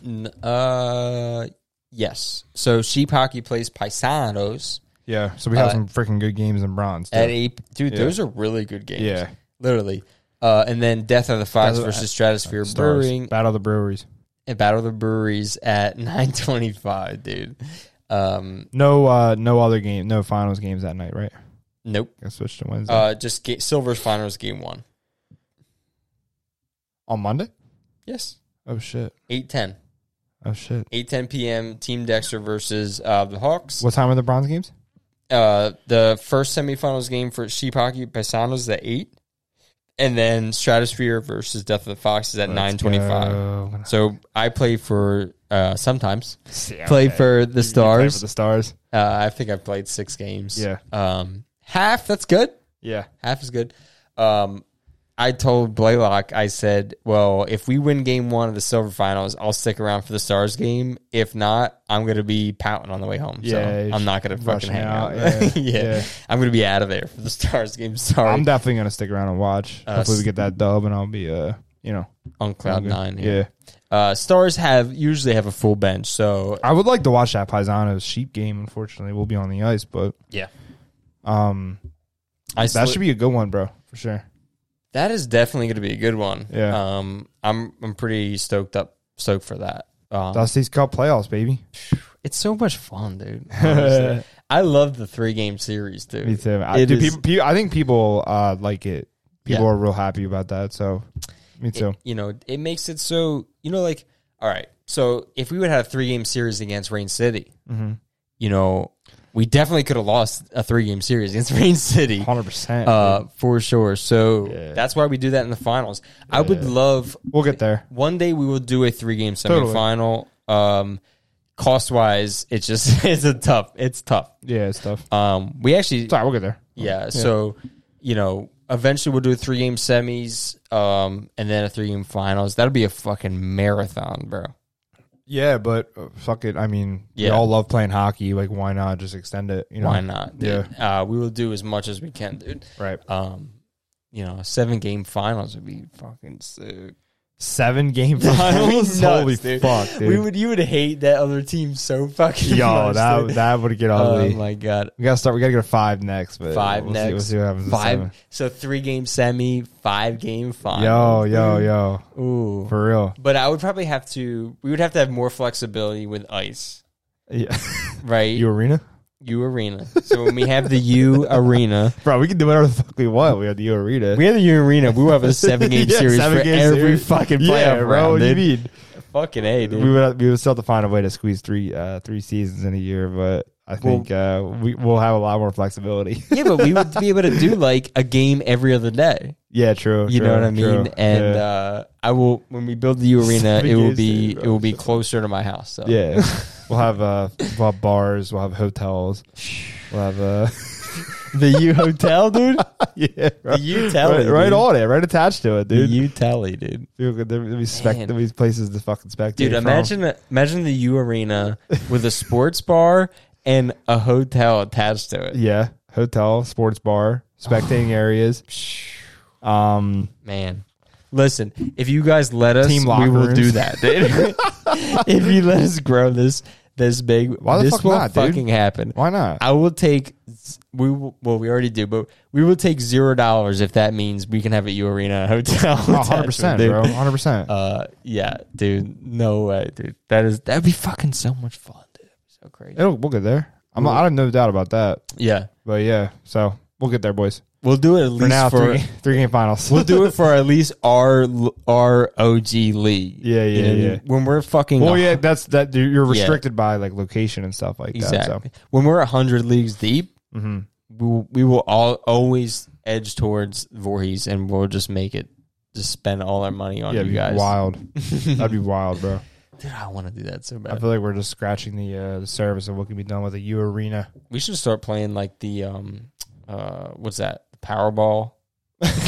Speaker 1: N- uh, yes. So sheep hockey plays Paisanos
Speaker 2: Yeah. So we have
Speaker 1: Uh,
Speaker 2: some freaking good games in bronze. too.
Speaker 1: at eight. Dude,
Speaker 2: Yeah.
Speaker 1: those are really good games.
Speaker 2: yeah.
Speaker 1: literally. Uh, and then Death of the Fox
Speaker 2: Battle-
Speaker 1: versus Stratosphere
Speaker 2: Stars.
Speaker 1: Brewing
Speaker 2: Battle of the Breweries.
Speaker 1: and Battle of the Breweries at nine twenty five, dude. Um,
Speaker 2: No uh no other game, no finals games that night, right?
Speaker 1: nope.
Speaker 2: I switched to Wednesday.
Speaker 1: Uh, just ga- Silver's Finals game one.
Speaker 2: on Monday?
Speaker 1: Yes,
Speaker 2: Oh shit.
Speaker 1: eight ten.
Speaker 2: Oh shit.
Speaker 1: 8:10 p.m. Team Dexter versus uh, the Hawks.
Speaker 2: What time are the bronze games?
Speaker 1: Uh, the first semifinals game for sheep hockey Paisanos is at eight, and then Stratosphere versus Death of the Fox is at nine twenty five.
Speaker 2: Go.
Speaker 1: So I play for uh, sometimes
Speaker 2: Yeah,
Speaker 1: play
Speaker 2: okay.
Speaker 1: for the
Speaker 2: You play for
Speaker 1: Stars.
Speaker 2: the stars.
Speaker 1: Uh, I think I've played six games.
Speaker 2: Yeah.
Speaker 1: um, half that's good.
Speaker 2: Yeah.
Speaker 1: Half is good. Um, I told Blaylock, I said, "Well, if we win Game One of the Silver Finals, I'll stick around for the Stars game. If not, I'm gonna be pouting on the way home.
Speaker 2: Yeah,
Speaker 1: so I'm not gonna fucking
Speaker 2: rushing
Speaker 1: hang out.
Speaker 2: out, yeah,
Speaker 1: yeah.
Speaker 2: yeah.
Speaker 1: I'm gonna be out of there for the Stars game. Sorry,
Speaker 2: I'm definitely gonna stick around and watch.
Speaker 1: Uh,
Speaker 2: Hopefully we get that dub and I'll be uh you know
Speaker 1: on cloud
Speaker 2: good.
Speaker 1: nine.
Speaker 2: Yeah.
Speaker 1: Uh, Stars have usually have a full bench, so
Speaker 2: I would like to watch that Paisano's sheep game, unfortunately. We'll be on the ice, but
Speaker 1: yeah,
Speaker 2: um
Speaker 1: I
Speaker 2: that
Speaker 1: sli-
Speaker 2: should be a good one, bro, for sure.
Speaker 1: that is definitely gonna be a good one.
Speaker 2: Yeah.
Speaker 1: um, I'm I'm pretty stoked up stoked for that. Um,
Speaker 2: Dusty's Cup playoffs, baby.
Speaker 1: It's so much fun, dude. honestly. I love the three game series, dude.
Speaker 2: Me too. I,
Speaker 1: It
Speaker 2: dude,
Speaker 1: is-
Speaker 2: people, people, I think people uh, like it. People
Speaker 1: Yeah.
Speaker 2: are real happy about that. So, me too.
Speaker 1: It, you know, it makes it so you know, like, all right. So if we would have a three game series against Rain City, you know, we definitely could have lost a three game series against Rain City.
Speaker 2: Hundred percent.
Speaker 1: Uh, for sure. So
Speaker 2: Yeah.
Speaker 1: that's why we do that in the finals. I would love
Speaker 2: we'll get there.
Speaker 1: one day we will do a three game
Speaker 2: Totally.
Speaker 1: semifinal. Um, cost wise, it's just it's a tough. It's tough.
Speaker 2: Yeah, it's tough.
Speaker 1: Um, we actually
Speaker 2: Sorry, we'll get there.
Speaker 1: yeah, So, you know, eventually we'll do a three game semis, um, and then a three game finals. That'll be a fucking marathon, bro.
Speaker 2: Yeah, but uh, fuck it. I mean,
Speaker 1: Yeah.
Speaker 2: we all love playing hockey. Like, why not just extend it? You know,
Speaker 1: Why not? dude? Uh, we will do as much as we can, dude.
Speaker 2: right?
Speaker 1: Um, you know, a seven game finals would be fucking sick.
Speaker 2: Seven game
Speaker 1: Nuts,
Speaker 2: finals. Holy
Speaker 1: dude.
Speaker 2: fuck, dude!
Speaker 1: We would you would hate that other team so fucking
Speaker 2: Yo,
Speaker 1: much,
Speaker 2: that
Speaker 1: dude.
Speaker 2: that would get
Speaker 1: Oh
Speaker 2: ugly.
Speaker 1: my god.
Speaker 2: we gotta start. We gotta get a five next. But
Speaker 1: Five
Speaker 2: we'll See,
Speaker 1: next.
Speaker 2: we'll see what happens. in
Speaker 1: Five
Speaker 2: seven.
Speaker 1: so three game semi, five game
Speaker 2: Yo,
Speaker 1: finals.
Speaker 2: yo, yo!
Speaker 1: Yo. Ooh.
Speaker 2: For real.
Speaker 1: But I would probably have to. We would have to have more flexibility with ice,
Speaker 2: Yeah.
Speaker 1: right?
Speaker 2: you
Speaker 1: U,
Speaker 2: arena,
Speaker 1: arena. So when we have the U arena,
Speaker 2: bro. We can do whatever the fuck we want. We have the U arena.
Speaker 1: we have the U arena. We will have a seven game
Speaker 2: Yeah,
Speaker 1: series
Speaker 2: seven
Speaker 1: for
Speaker 2: game
Speaker 1: every
Speaker 2: series.
Speaker 1: fucking playoff
Speaker 2: yeah, bro.
Speaker 1: round.
Speaker 2: what do you
Speaker 1: dude.
Speaker 2: mean?
Speaker 1: Fucking a,
Speaker 2: We
Speaker 1: dude.
Speaker 2: would we would still have to find a way to squeeze three uh, three seasons in a year, but I think uh, we we'll have a lot more flexibility.
Speaker 1: yeah, but we would be able to do like a game every other day.
Speaker 2: yeah, true.
Speaker 1: You
Speaker 2: true,
Speaker 1: know what I
Speaker 2: true.
Speaker 1: mean? And
Speaker 2: yeah,
Speaker 1: uh, I will when we build the U arena,
Speaker 2: Seven
Speaker 1: it will
Speaker 2: games,
Speaker 1: be
Speaker 2: dude, bro.
Speaker 1: it will be closer to my house. So.
Speaker 2: Yeah. we'll have uh, we'll have bars, we'll have hotels, we'll have uh,
Speaker 1: the U hotel, dude.
Speaker 2: yeah,
Speaker 1: The
Speaker 2: right,
Speaker 1: U
Speaker 2: right,
Speaker 1: tally,
Speaker 2: right
Speaker 1: dude.
Speaker 2: on it, right attached to it,
Speaker 1: The
Speaker 2: dude.
Speaker 1: U tally, dude.
Speaker 2: Dude, There'll be, spec-
Speaker 1: Man.
Speaker 2: there'll be places to fucking spectate.
Speaker 1: Dude,
Speaker 2: from.
Speaker 1: imagine imagine the U Arena with a sports bar and a hotel attached to it.
Speaker 2: yeah, hotel, sports bar, spectating areas. Um,
Speaker 1: Man, listen, if you guys let us,
Speaker 2: Team
Speaker 1: we
Speaker 2: locker
Speaker 1: will
Speaker 2: rooms.
Speaker 1: do that. Dude. if you let us grow this this big,
Speaker 2: Why the
Speaker 1: this
Speaker 2: fuck
Speaker 1: will
Speaker 2: not, dude?
Speaker 1: fucking happen.
Speaker 2: why not?
Speaker 1: I will take z- we will, well we already do, but we will take zero dollars if that means we can have a U Arena hotel.
Speaker 2: Oh, One
Speaker 1: attached to it,
Speaker 2: hundred percent,
Speaker 1: dude.
Speaker 2: bro. One hundred percent.
Speaker 1: Uh, yeah, dude. No way, dude. That is that'd be fucking so much fun, dude. So crazy.
Speaker 2: It'll, we'll get there. I'm I have no doubt about that.
Speaker 1: Yeah.
Speaker 2: But yeah, so we'll get there, boys.
Speaker 1: We'll do it at
Speaker 2: For
Speaker 1: least
Speaker 2: now,
Speaker 1: for
Speaker 2: three, three game finals.
Speaker 1: we'll do it for at least our our OG league.
Speaker 2: Yeah, yeah,
Speaker 1: what I mean?
Speaker 2: yeah.
Speaker 1: When we're fucking
Speaker 2: well, yeah, that's that. You're
Speaker 1: Yeah.
Speaker 2: restricted by like location and stuff like that.
Speaker 1: exactly. When we're hundred leagues deep,
Speaker 2: So, Mhm.
Speaker 1: we will, we will all always edge towards Voorhees, and we'll just make it. Just spend all our money on
Speaker 2: yeah,
Speaker 1: you
Speaker 2: it'd be
Speaker 1: guys.
Speaker 2: wild. That'd be wild, bro.
Speaker 1: Dude, I want to do that so
Speaker 2: I
Speaker 1: bad.
Speaker 2: feel like we're just scratching the uh, the surface of what can be done with a U arena.
Speaker 1: We should start playing like the um, uh, what's that? Powerball.
Speaker 2: we were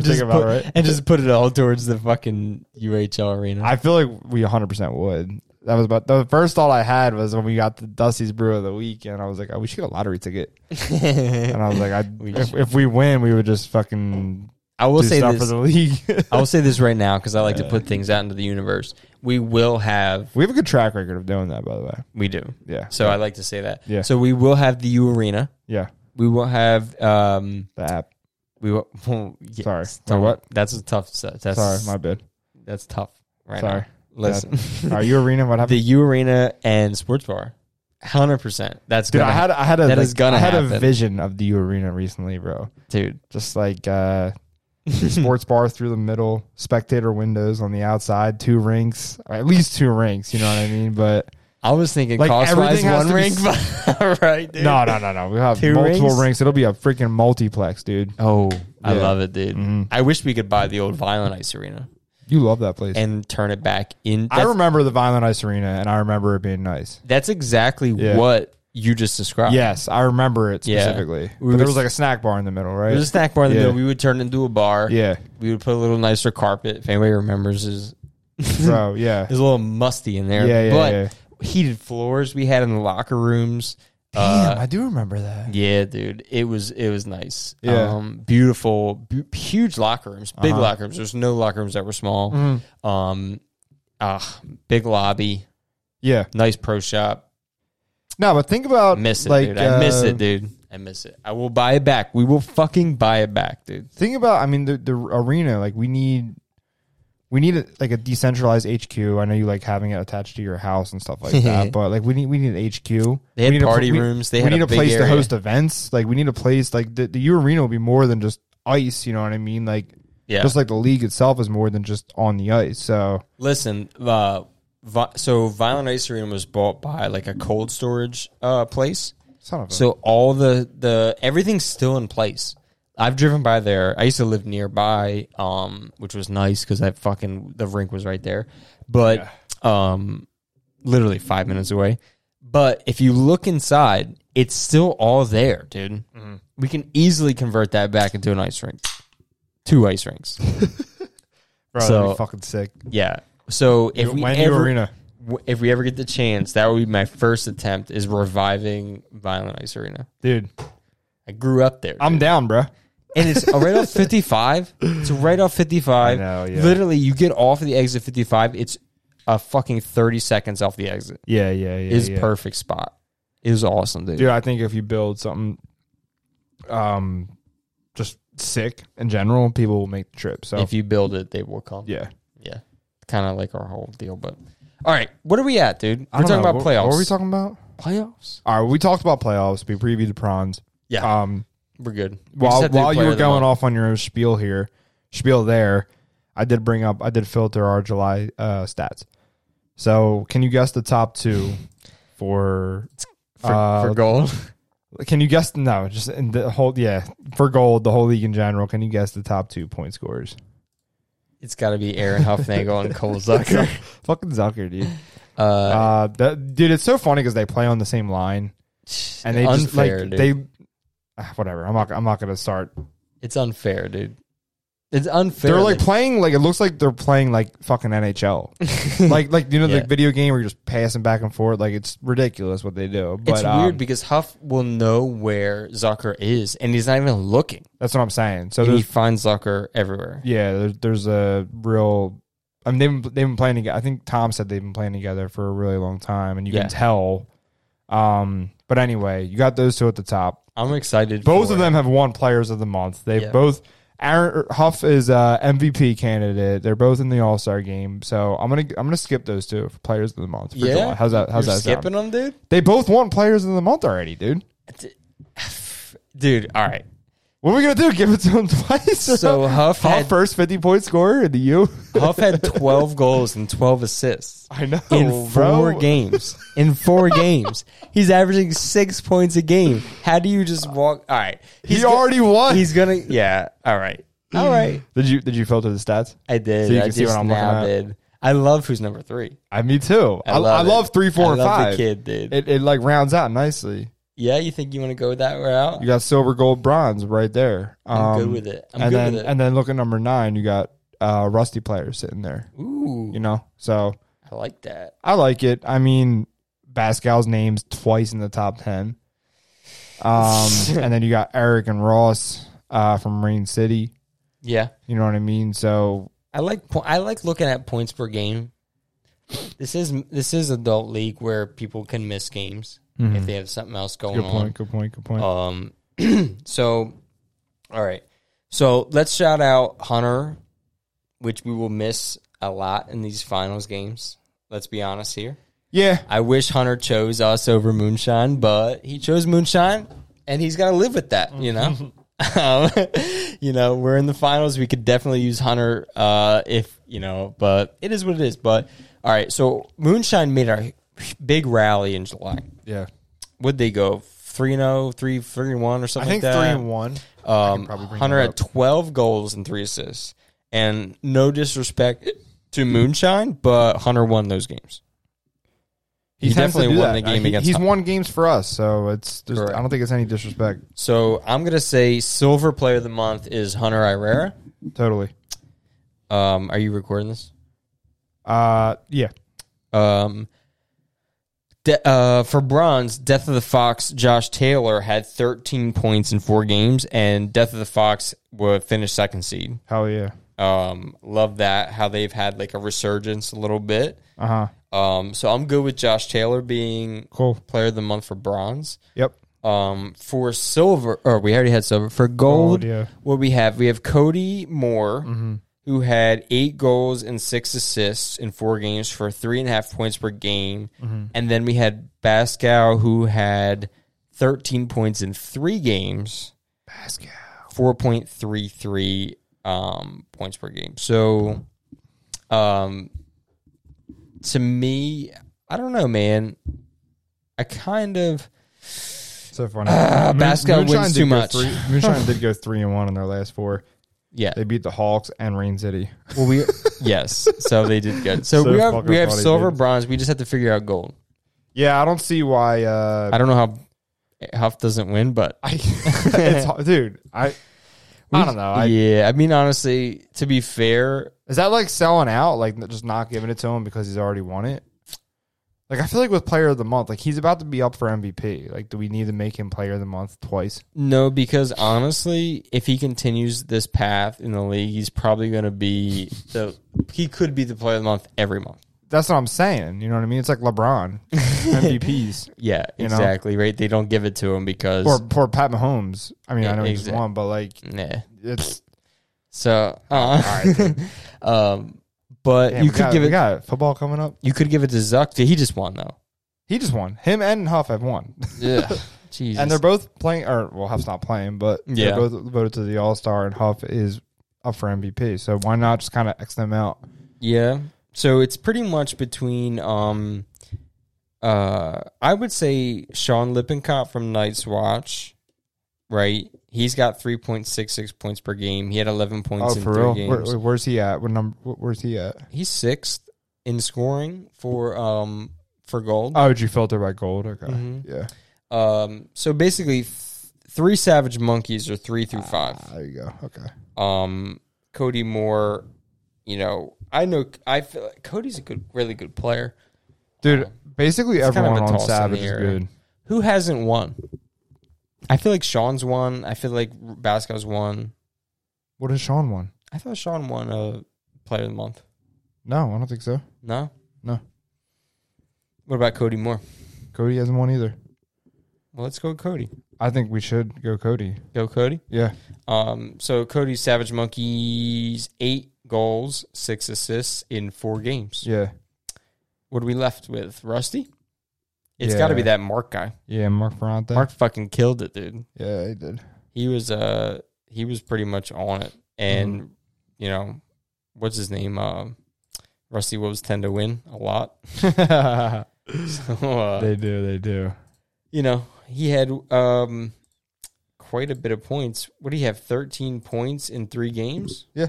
Speaker 1: Just
Speaker 2: thinking about
Speaker 1: put-
Speaker 2: it, right.
Speaker 1: and just put it all towards the fucking UHL arena.
Speaker 2: I feel like we 100 percent would. That was about the first thought I had was when we got the Dusty's Brew of the Week, and I was like, oh, we should get a lottery ticket. And I was like, I,
Speaker 1: We
Speaker 2: if,
Speaker 1: should.
Speaker 2: if we win, we would just fucking
Speaker 1: I will
Speaker 2: do
Speaker 1: say
Speaker 2: stuff
Speaker 1: this.
Speaker 2: for the league.
Speaker 1: I will say this right now because I like to put things out into the universe. We will have,
Speaker 2: We have a good track record of doing that, by the way.
Speaker 1: we do.
Speaker 2: Yeah.
Speaker 1: So I like to say that.
Speaker 2: Yeah.
Speaker 1: So we will have the U Arena.
Speaker 2: yeah,
Speaker 1: We will have, um,
Speaker 2: the app.
Speaker 1: we will. well, yeah,
Speaker 2: Sorry.
Speaker 1: it's
Speaker 2: Wait,
Speaker 1: tough.
Speaker 2: what?
Speaker 1: That's a tough. Stuff. That's
Speaker 2: Sorry, my bad.
Speaker 1: that's tough. Right.
Speaker 2: Sorry.
Speaker 1: Now. Listen,
Speaker 2: Are you arena? What
Speaker 1: the
Speaker 2: happened?
Speaker 1: U Arena and Sports Bar, hundred percent. That's
Speaker 2: Dude,
Speaker 1: gonna
Speaker 2: I had I had a
Speaker 1: That
Speaker 2: like,
Speaker 1: is gonna
Speaker 2: I had a
Speaker 1: happen.
Speaker 2: vision of the U arena recently, bro.
Speaker 1: hap- dude.
Speaker 2: Just like uh sports bar through the middle, spectator windows on the outside, two rinks, or at least two rinks. You know what I mean? But
Speaker 1: I was thinking
Speaker 2: Like,
Speaker 1: cost wise
Speaker 2: everything has
Speaker 1: one
Speaker 2: to be
Speaker 1: ring, but right? Dude.
Speaker 2: no, no, no, no. We will have
Speaker 1: Two
Speaker 2: multiple
Speaker 1: rinks?
Speaker 2: rinks? It'll be a freaking multiplex, dude.
Speaker 1: Oh, I
Speaker 2: Yeah.
Speaker 1: love it, dude.
Speaker 2: Mhm.
Speaker 1: I wish we could buy the old Violent Ice Arena
Speaker 2: You love that place.
Speaker 1: and turn it back in.
Speaker 2: I remember the Violent Ice Arena, and I remember it being nice.
Speaker 1: That's exactly
Speaker 2: Yeah.
Speaker 1: what you just described.
Speaker 2: Yes, I remember it
Speaker 1: Yeah.
Speaker 2: specifically. But
Speaker 1: We
Speaker 2: there
Speaker 1: were-
Speaker 2: was like a snack bar in the middle, right?
Speaker 1: There's a snack bar in the
Speaker 2: Yeah.
Speaker 1: middle. We would turn it into a bar.
Speaker 2: yeah,
Speaker 1: We would put a little nicer carpet. If anybody remembers, is
Speaker 2: bro. Yeah,
Speaker 1: there's a little musty in there.
Speaker 2: Yeah, yeah,
Speaker 1: but
Speaker 2: yeah.
Speaker 1: heated floors we had in the locker rooms. Uh,
Speaker 2: I do remember that.
Speaker 1: yeah, dude. It was it was nice.
Speaker 2: Yeah.
Speaker 1: Um, beautiful, bu- huge locker rooms, big
Speaker 2: Uh-huh. Mm-hmm.
Speaker 1: locker rooms. There's no locker rooms that were small. Um, ah, big lobby,
Speaker 2: Yeah,
Speaker 1: nice pro shop.
Speaker 2: no, but think about
Speaker 1: miss it,
Speaker 2: like,
Speaker 1: dude. I miss
Speaker 2: uh,
Speaker 1: it, dude. I miss it. I will buy it back. We will fucking buy it back, dude.
Speaker 2: Think about, I mean, the the arena. Like we need, we need a, like a decentralized HQ. I know you like having it attached to your house and stuff like that, but like we need we need an HQ.
Speaker 1: They had
Speaker 2: we need
Speaker 1: party
Speaker 2: a, pl- we-
Speaker 1: rooms. They
Speaker 2: We,
Speaker 1: had
Speaker 2: need a,
Speaker 1: big
Speaker 2: place to
Speaker 1: area.
Speaker 2: host events. Like we need a place like the the U Arena will be more than just ice. You know what I mean? Like
Speaker 1: Yeah.
Speaker 2: just like the league itself is more than just on the ice. So
Speaker 1: Listen, uh, Vi- so Violent Ice Arena was bought by like a cold storage uh, place.
Speaker 2: son of a
Speaker 1: So all the the everything's still in place. I've driven by there. I used to live nearby, um, which was nice because I fucking the rink was right there, but um, literally five minutes away. But if you look inside, it's still all there, dude.
Speaker 2: Mm-hmm.
Speaker 1: We can easily convert that back into an ice rink, two ice rinks.
Speaker 2: bro,
Speaker 1: so-
Speaker 2: that'd be fucking sick.
Speaker 1: Yeah. So if we
Speaker 2: when U
Speaker 1: ever
Speaker 2: Arena,
Speaker 1: w- if we ever get the chance, that would be my first attempt is reviving Violent Ice Arena.
Speaker 2: dude,
Speaker 1: I grew up there.
Speaker 2: I'm
Speaker 1: dude.
Speaker 2: down, bro.
Speaker 1: and it's right off 55. It's right off 55.
Speaker 2: I know, yeah.
Speaker 1: Literally, you get off of the exit 55, it's a fucking 30 seconds off the exit.
Speaker 2: Yeah, yeah, yeah.
Speaker 1: Is
Speaker 2: yeah.
Speaker 1: perfect spot. It was awesome, dude.
Speaker 2: dude. I think if you build something, um, just sick in general, people will make the trip. So
Speaker 1: If you build it, they will come.
Speaker 2: yeah,
Speaker 1: Yeah. Kind of like our whole deal, but all right, what are we at, dude?
Speaker 2: I
Speaker 1: We're
Speaker 2: don't
Speaker 1: talking
Speaker 2: know.
Speaker 1: about
Speaker 2: What-
Speaker 1: playoffs.
Speaker 2: What were we talking about?
Speaker 1: playoffs?
Speaker 2: All right, we talked about playoffs. We previewed the prawns.
Speaker 1: Yeah,
Speaker 2: Um,
Speaker 1: we're good. We just
Speaker 2: while
Speaker 1: had to do
Speaker 2: while you
Speaker 1: player
Speaker 2: were
Speaker 1: of the
Speaker 2: going
Speaker 1: month.
Speaker 2: off on your own spiel here, spiel there, I did bring up, I did filter our July uh, stats. So can you guess the top two for?
Speaker 1: for,
Speaker 2: uh,
Speaker 1: for gold.
Speaker 2: Can you guess? No, just in the whole yeah for gold, the whole league in general. Can you guess the top two point scorers?
Speaker 1: It's got to be Aaron Huffnagel and Cole Zucker.
Speaker 2: Fucking Zucker, dude.
Speaker 1: Uh,
Speaker 2: Uh, that, dude, it's so funny because they play on the same line, and they just like
Speaker 1: unfair, dude.
Speaker 2: they, ah, whatever. I'm not. I'm not gonna start.
Speaker 1: it's unfair, dude. It's unfair.
Speaker 2: They're like playing like it looks like they're playing like fucking NHL, like like you know
Speaker 1: Yeah.
Speaker 2: the video game where you're just passing back and forth. Like it's ridiculous what they do. But
Speaker 1: it's
Speaker 2: um,
Speaker 1: weird because Huff will know where Zucker is, and he's not even looking.
Speaker 2: that's what I'm saying. So
Speaker 1: and he
Speaker 2: there's
Speaker 1: finds Zucker everywhere.
Speaker 2: yeah, there's, there's a real. I mean, they've been, they've been playing together. I think Tom said they've been playing together for a really long time, and you
Speaker 1: Yeah.
Speaker 2: can tell. Um, but anyway, you got those two at the top.
Speaker 1: I'm excited.
Speaker 2: Both
Speaker 1: for
Speaker 2: of
Speaker 1: it.
Speaker 2: them have won Players of the Month. They've
Speaker 1: Yeah.
Speaker 2: both. Aaron er, Huff is a MVP candidate. They're both in the All Star game. So I'm gonna I'm gonna skip those two for Players of the Month. For
Speaker 1: Yeah?
Speaker 2: July. how's that? How's
Speaker 1: You're
Speaker 2: that
Speaker 1: skipping
Speaker 2: sound?
Speaker 1: them, dude.
Speaker 2: They both won Players of the Month already, dude.
Speaker 1: Dude, all right.
Speaker 2: What are we gonna do? Give it to them twice?
Speaker 1: So Huff
Speaker 2: Huff
Speaker 1: had
Speaker 2: first fifty point scorer, and the U.
Speaker 1: Huff had 12 goals and 12 assists
Speaker 2: I know
Speaker 1: in
Speaker 2: bro.
Speaker 1: four games. In four games, he's averaging six points a game. How do you just walk? All right,
Speaker 2: He
Speaker 1: he's go-
Speaker 2: already won.
Speaker 1: He's gonna. Yeah. All right. All right.
Speaker 2: did you did you filter the stats?
Speaker 1: I did.
Speaker 2: So you
Speaker 1: I
Speaker 2: can
Speaker 1: just
Speaker 2: see what I'm looking
Speaker 1: now
Speaker 2: at.
Speaker 1: did. I love who's number three.
Speaker 2: I me too. I, I,
Speaker 1: love
Speaker 2: love,
Speaker 1: it.
Speaker 2: three, four,
Speaker 1: I
Speaker 2: and
Speaker 1: love
Speaker 2: five.
Speaker 1: The kid, dude.
Speaker 2: It it like rounds out nicely.
Speaker 1: yeah, you think you want to go that route?
Speaker 2: You got silver, gold, bronze right there.
Speaker 1: I'm
Speaker 2: Um,
Speaker 1: good with it. I'm
Speaker 2: and
Speaker 1: good
Speaker 2: then
Speaker 1: with it.
Speaker 2: and then look at number nine. You got uh, rusty players sitting there.
Speaker 1: Ooh,
Speaker 2: You know, so
Speaker 1: I like that.
Speaker 2: I like it. I mean, Pascal's names twice in the top ten. Um, and then you got Eric and Ross uh, from Rain City.
Speaker 1: Yeah,
Speaker 2: You know what I mean? So
Speaker 1: I like. po- I like looking at points per game. This is this is adult league where people can miss games if they have something else going
Speaker 2: Mm-hmm. good
Speaker 1: on.
Speaker 2: point. Good point. Good point.
Speaker 1: Um, so, all right. So let's shout out Hunter, which we will miss a lot in these finals games. Let's be honest here.
Speaker 2: yeah,
Speaker 1: I wish Hunter chose us over Moonshine, but he chose Moonshine, and he's got to live with that. You know, um, you know, we're in the finals. We could definitely use Hunter uh, if you know, but it is what it is. But all right, so Moonshine made our big rally in July
Speaker 2: yeah.
Speaker 1: would they go oh, 3 0, 3 3 1 or
Speaker 2: I
Speaker 1: something
Speaker 2: think
Speaker 1: like
Speaker 2: three
Speaker 1: that?
Speaker 2: and one.
Speaker 1: Um,
Speaker 2: probably bring
Speaker 1: Hunter
Speaker 2: that
Speaker 1: had 12 goals and three assists. And no disrespect to Moonshine, but Hunter won those games. He
Speaker 2: tends to
Speaker 1: definitely
Speaker 2: do
Speaker 1: won
Speaker 2: that. Uh,
Speaker 1: the game
Speaker 2: He-
Speaker 1: against
Speaker 2: He's
Speaker 1: Hon-
Speaker 2: won games for us, so it's. Just,
Speaker 1: Correct.
Speaker 2: I don't think it's any disrespect.
Speaker 1: So I'm going to say Silver Player of the Month is Hunter Irera.
Speaker 2: Totally.
Speaker 1: Um, are you recording this?
Speaker 2: Uh, yeah.
Speaker 1: Um, de- uh, for bronze, Death of the Fox, Josh Taylor had 13 points in four games, and Death of the Fox would finish second seed.
Speaker 2: Hell yeah.
Speaker 1: Um, love that how they've had like a resurgence a little bit.
Speaker 2: Uh huh.
Speaker 1: Um, so I'm good with Josh Taylor being
Speaker 2: Cool.
Speaker 1: player of the month for bronze.
Speaker 2: Yep.
Speaker 1: Um, for silver, or we already had silver. For gold,
Speaker 2: Gold, yeah.
Speaker 1: what we have, we have Cody Moore, who had eight goals and six assists in four games for three and a half points per game. And then we had Bascal, who had 13 points in three games,
Speaker 2: Pascal.
Speaker 1: 4.33 um, points per game. So, um, to me, I don't know, man. I kind of.
Speaker 2: So far,
Speaker 1: Ah, Pascal wins too much.
Speaker 2: Three, Moonshine did go three and one in their last four.
Speaker 1: Yeah.
Speaker 2: They beat the Hawks and Rain City.
Speaker 1: Well, we yes. So they did good. So,
Speaker 2: So
Speaker 1: we have
Speaker 2: fucking
Speaker 1: we have
Speaker 2: funny,
Speaker 1: silver,
Speaker 2: dude.
Speaker 1: bronze. We just have to figure out gold.
Speaker 2: Yeah, I don't see why. Uh,
Speaker 1: I don't know how Huff doesn't win, but
Speaker 2: I, it's hard- dude. I I don't know. I,
Speaker 1: yeah, I mean, honestly, to be fair,
Speaker 2: Is that like selling out? Like n- just not giving it to him because he's already won it? Like I feel like with Player of the Month, like he's about to be up for MVP. Like, do we need to make him Player of the Month twice?
Speaker 1: no, because honestly, if he continues this path in the league, he's probably going to be the he could be the player of the month every month.
Speaker 2: That's what I'm saying. You know what I mean? It's like LeBron MVPs
Speaker 1: Yeah,
Speaker 2: You know?
Speaker 1: exactly. Right? They don't give it to him because
Speaker 2: or poor Pat Mahomes. I mean, I know he just
Speaker 1: Exact-
Speaker 2: won, but like
Speaker 1: nah.
Speaker 2: it's
Speaker 1: So, uh, um, but
Speaker 2: damn,
Speaker 1: you
Speaker 2: we
Speaker 1: could
Speaker 2: got,
Speaker 1: give
Speaker 2: we
Speaker 1: it.
Speaker 2: got football coming up.
Speaker 1: you could give it to Zuck. He just won though.
Speaker 2: He just won. Him and Huff have won,
Speaker 1: Yeah, Jesus.
Speaker 2: and they're both playing. Or well, Huff's not playing, but
Speaker 1: Yeah.
Speaker 2: they're both voted to the All Star, and Huff is up for MVP. So why not just kind of x them out?
Speaker 1: Yeah. So it's pretty much between um uh I would say Sean Lippincott from Night's Watch, right? He's got 3.66 points per game. He had 11 points
Speaker 2: Oh,
Speaker 1: in
Speaker 2: for
Speaker 1: three
Speaker 2: real?
Speaker 1: games.
Speaker 2: Where, where's he at? What number? wh- Where's he at?
Speaker 1: He's 6th in scoring for um for gold.
Speaker 2: Oh, did you filter by gold? Okay,
Speaker 1: Mhm.
Speaker 2: yeah.
Speaker 1: Um so basically th- three Savage Monkeys are 3 through 5.
Speaker 2: Ah, there you go. Okay.
Speaker 1: Um, Cody Moore, you know, I know I feel like Cody's a good, really good player.
Speaker 2: Dude, basically
Speaker 1: kind of
Speaker 2: everyone
Speaker 1: a
Speaker 2: on
Speaker 1: toss in
Speaker 2: Savage
Speaker 1: the
Speaker 2: is
Speaker 1: air.
Speaker 2: good.
Speaker 1: Who hasn't won? I feel like Sean's won. I feel like Basco's won.
Speaker 2: What has Sean won?
Speaker 1: I thought Sean won a Player of the Month.
Speaker 2: No, I don't think so.
Speaker 1: No,
Speaker 2: No.
Speaker 1: What about Cody Moore?
Speaker 2: Cody hasn't won either.
Speaker 1: Well, let's go with Cody.
Speaker 2: I think we should go Cody.
Speaker 1: Go Cody.
Speaker 2: Yeah.
Speaker 1: Um, so Cody Savage Monkeys eight goals, six assists in four games.
Speaker 2: Yeah.
Speaker 1: What are we left with? Rusty. It's
Speaker 2: Yeah.
Speaker 1: got to be that Mark guy.
Speaker 2: Yeah. Mark Ferrante.
Speaker 1: Mark fucking killed it, dude.
Speaker 2: Yeah, he did.
Speaker 1: he was uh he was pretty much on it and
Speaker 2: Mm-hmm.
Speaker 1: you know what's his name um rusty wolves tend to win a lot so uh,
Speaker 2: they do. They do.
Speaker 1: you know he had um quite a bit of points what do you have 13 points in three games
Speaker 2: Yeah.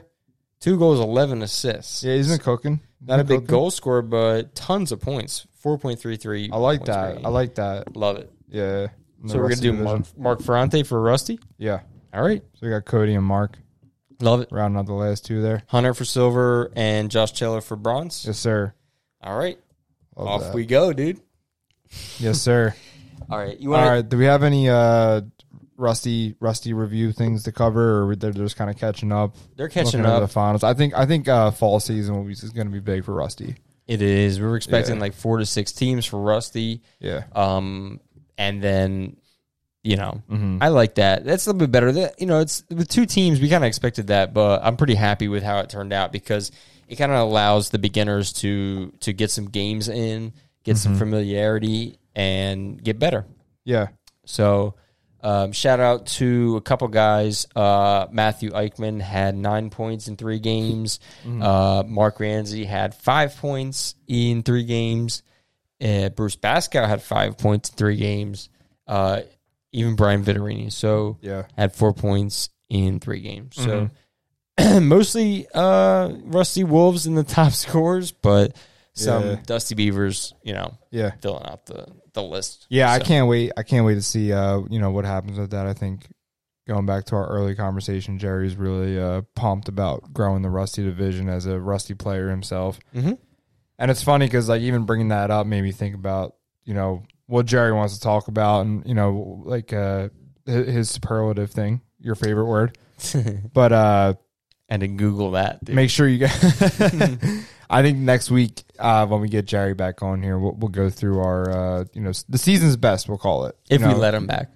Speaker 1: two goals 11 assists
Speaker 2: Yeah, he's been cooking.
Speaker 1: not a big
Speaker 2: Cooking.
Speaker 1: goal scorer but tons of points 4.33
Speaker 2: I like
Speaker 1: points per
Speaker 2: that.
Speaker 1: game.
Speaker 2: I like that.
Speaker 1: love it
Speaker 2: Yeah. And
Speaker 1: so
Speaker 2: the
Speaker 1: we're
Speaker 2: rest
Speaker 1: gonna do
Speaker 2: of the division.
Speaker 1: mark, mark ferrante for rusty
Speaker 2: Yeah.
Speaker 1: all right
Speaker 2: So we got Cody and Mark
Speaker 1: love it
Speaker 2: rounding out the last two there.
Speaker 1: hunter for silver and josh taylor for bronze
Speaker 2: Yes, sir.
Speaker 1: All right,
Speaker 2: Love
Speaker 1: off
Speaker 2: that.
Speaker 1: we go, dude.
Speaker 2: Yes, sir.
Speaker 1: All right, you
Speaker 2: All
Speaker 1: want
Speaker 2: right. Do we have any uh, rusty rusty review things to cover, or they're just kind of catching up?
Speaker 1: they're
Speaker 2: looking
Speaker 1: catching
Speaker 2: over the
Speaker 1: up.
Speaker 2: finals. I think I think uh, fall season will be, is going to be big for Rusty.
Speaker 1: It is. We were expecting
Speaker 2: Yeah.
Speaker 1: like four to six teams for Rusty,
Speaker 2: Yeah.
Speaker 1: um, and then you know
Speaker 2: Mm-hmm.
Speaker 1: I like that. That's a little bit better. That you know, it's with two teams. We kind of expected that, but I'm pretty happy with how it turned out because it kind of allows the beginners to to get some games in, get
Speaker 2: Mm-hmm.
Speaker 1: some familiarity, and get better.
Speaker 2: Yeah.
Speaker 1: So, um, shout out to a couple guys. Uh, Matthew Eichmann had nine points in three games.
Speaker 2: Mm-hmm.
Speaker 1: Uh, Mark Ramsey had five points in three games. Uh, Bruce Baskow had five points in three games. Uh, even Brian Viterini so
Speaker 2: Yeah.
Speaker 1: had four points in three games. So
Speaker 2: Mm-hmm.
Speaker 1: mostly uh, Rusty Wolves in the top scores, but some
Speaker 2: Yeah.
Speaker 1: Dusty Beavers, you know,
Speaker 2: Yeah.
Speaker 1: filling out the the list.
Speaker 2: Yeah. I
Speaker 1: So-
Speaker 2: can't wait. I can't wait to see uh, you know what happens with that. I think going back to our early conversation, Jerry's really uh, pumped about growing the Rusty division as a Rusty player himself.
Speaker 1: Mhm.
Speaker 2: And it's funny because like even bringing that up made me think about you know what Jerry wants to talk about and you know like uh, hi- his superlative thing, your favorite word, but uh.
Speaker 1: and to Google that. Dude.
Speaker 2: make sure you get. I think next week uh, when we get Jerry back on here, we'll, we'll go through our uh, you know s- the season's best. We'll call it
Speaker 1: if
Speaker 2: you
Speaker 1: we
Speaker 2: know?
Speaker 1: let him back,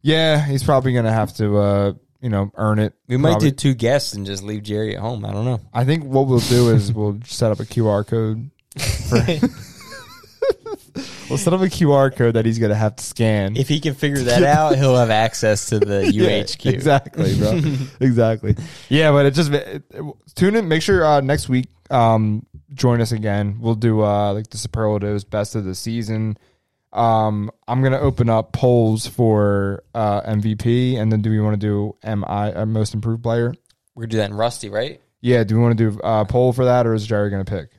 Speaker 2: Yeah, he's probably gonna have to uh, you know, earn it.
Speaker 1: We might
Speaker 2: Probably-
Speaker 1: do two guests and just leave Jerry at home. I don't know.
Speaker 2: I think what we'll do is we'll set up a QR code. We'll set up a QR code that he's gonna have to scan.
Speaker 1: if he can figure that out, he'll have access to the
Speaker 2: Yeah,
Speaker 1: UHQ.
Speaker 2: exactly, bro. exactly. Yeah, but it just it- it- tune in. Make sure uh, next week, um, join us again. We'll do uh, like the superlatives, best of the season. Um, I'm gonna open up polls for uh, MVP, and then do we want to do MI uh, most improved player?
Speaker 1: We're doing that in Rusty, right?
Speaker 2: Yeah, do we want to do a poll for that, or is Jerry gonna pick?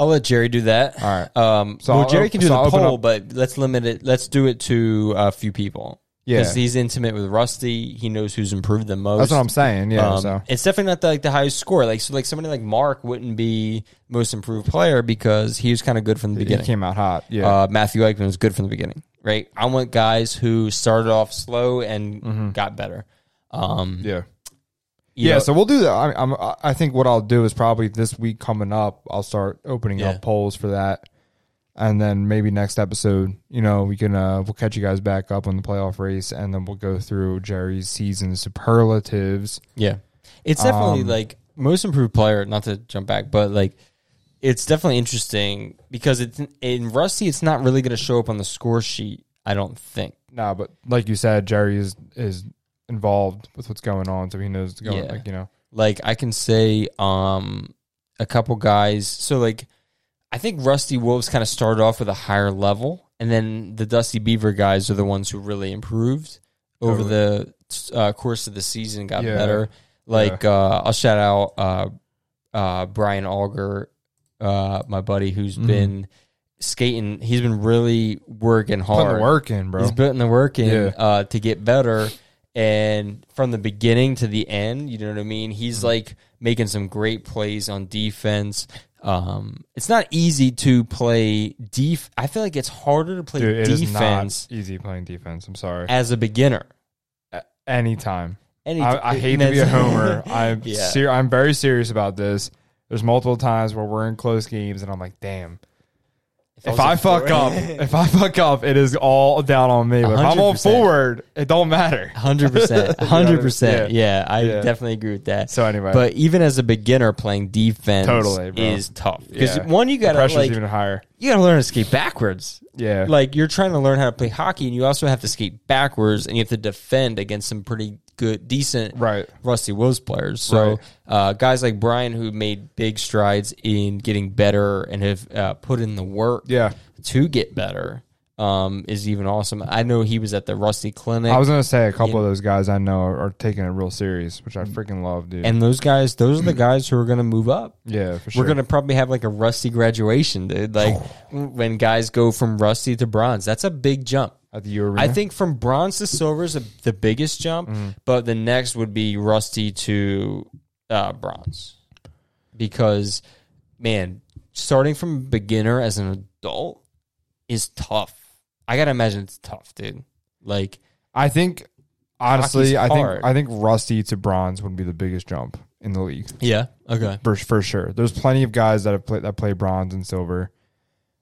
Speaker 1: I'll let Jerry do that.
Speaker 2: All right.
Speaker 1: Um,
Speaker 2: So
Speaker 1: well,
Speaker 2: I'll
Speaker 1: Jerry
Speaker 2: op-
Speaker 1: can do
Speaker 2: so I'll
Speaker 1: the
Speaker 2: open
Speaker 1: poll,
Speaker 2: up-
Speaker 1: but let's limit it. Let's do it to a few people.
Speaker 2: Yeah,
Speaker 1: Because he's intimate with Rusty. He knows who's improved the most.
Speaker 2: that's what I'm saying. Yeah,
Speaker 1: Um,
Speaker 2: so
Speaker 1: It's definitely not the, like the highest score. Like so, like somebody like Mark wouldn't be most improved player because he was kind of good from the
Speaker 2: he
Speaker 1: beginning.
Speaker 2: came out hot. Yeah,
Speaker 1: Uh, Matthew Eichmann was good from the beginning, right? I want guys who started off slow and got better. Um,
Speaker 2: yeah.
Speaker 1: you
Speaker 2: Mm-hmm. yeah,
Speaker 1: know,
Speaker 2: so we'll do that. I, I'm, I I think what I'll do is probably this week coming up, I'll start opening
Speaker 1: Yeah.
Speaker 2: up polls for that, and then maybe next episode, you know, we can uh, we'll catch you guys back up on the playoff race, and then we'll go through Jerry's season superlatives.
Speaker 1: Yeah. It's definitely
Speaker 2: Um,
Speaker 1: like most improved player, not to jump back, but like it's definitely interesting because it's in Rusty it's not really going to show up on the score sheet, I don't think.
Speaker 2: Nah, but like you said, Jerry is is involved with what's going on, so he knows what's going.
Speaker 1: Yeah.
Speaker 2: Like you know,
Speaker 1: Like I can say um a couple guys, so like I think Rusty Wolves kind of started off with a higher level and then the Dusty Beaver guys are the ones who really improved over the uh, course of the season got
Speaker 2: Yeah.
Speaker 1: better. Like uh, I'll shout out uh, uh, Brian Auger, uh, my buddy, who's
Speaker 2: Mhm.
Speaker 1: been skating. He's been really working
Speaker 2: putting
Speaker 1: hard.
Speaker 2: the work in, bro.
Speaker 1: He's putting the work in
Speaker 2: Yeah.
Speaker 1: uh, to get better. And from the beginning to the end, you know what I mean?
Speaker 2: Mm-hmm.
Speaker 1: He's like making some great plays on defense. Um, it's not easy to play def. I feel like it's harder to play
Speaker 2: Dude, it is
Speaker 1: defense
Speaker 2: not easy playing defense. I'm sorry.
Speaker 1: as a beginner.
Speaker 2: Anytime.
Speaker 1: Any,
Speaker 2: I, I hate to be a homer. I'm
Speaker 1: Yeah.
Speaker 2: ser- I'm very serious about this. There's multiple times where we're in close games, and I'm like, damn. If
Speaker 1: was
Speaker 2: I
Speaker 1: a
Speaker 2: fuck
Speaker 1: forward-
Speaker 2: up, if I fuck up, it is all down on me. But if I'm on
Speaker 1: 100%.
Speaker 2: forward, it don't matter.
Speaker 1: Hundred percent, hundred percent. Yeah, I
Speaker 2: Yeah.
Speaker 1: definitely agree with that.
Speaker 2: So anyway,
Speaker 1: but even as a beginner, playing defense
Speaker 2: Totally, bro.
Speaker 1: is tough because
Speaker 2: Yeah.
Speaker 1: one, you
Speaker 2: the
Speaker 1: gotta
Speaker 2: pressure's
Speaker 1: like
Speaker 2: even higher.
Speaker 1: you gotta learn to skate backwards.
Speaker 2: Yeah,
Speaker 1: Like you're trying to learn how to play hockey, and you also have to skate backwards, and you have to defend against some pretty good, decent,
Speaker 2: right.
Speaker 1: Rusty Wills players. So
Speaker 2: Right.
Speaker 1: uh, guys like Brian who made big strides in getting better and have uh, put in the work
Speaker 2: Yeah,
Speaker 1: to get better um, is even awesome. I know he was at the Rusty Clinic.
Speaker 2: I was gonna say a couple of those guys I know are, are taking it real serious, which I freaking love, dude.
Speaker 1: and those guys, those are the guys who are going to move up.
Speaker 2: yeah, for sure. Oh.
Speaker 1: We're going to probably have like a Rusty graduation, dude. Like when guys go from Rusty to bronze, that's a big jump.
Speaker 2: at the U Arena.
Speaker 1: I think from bronze to silver is a, the biggest jump, but the next would be Rusty to uh, bronze. Because, man, starting from beginner as an adult is tough. I got to imagine it's tough, dude. Like,
Speaker 2: I think honestly, I think
Speaker 1: hard.
Speaker 2: I think Rusty to bronze would be the biggest jump in the league.
Speaker 1: yeah, okay.
Speaker 2: for for sure. There's plenty of guys that have played that play bronze and silver.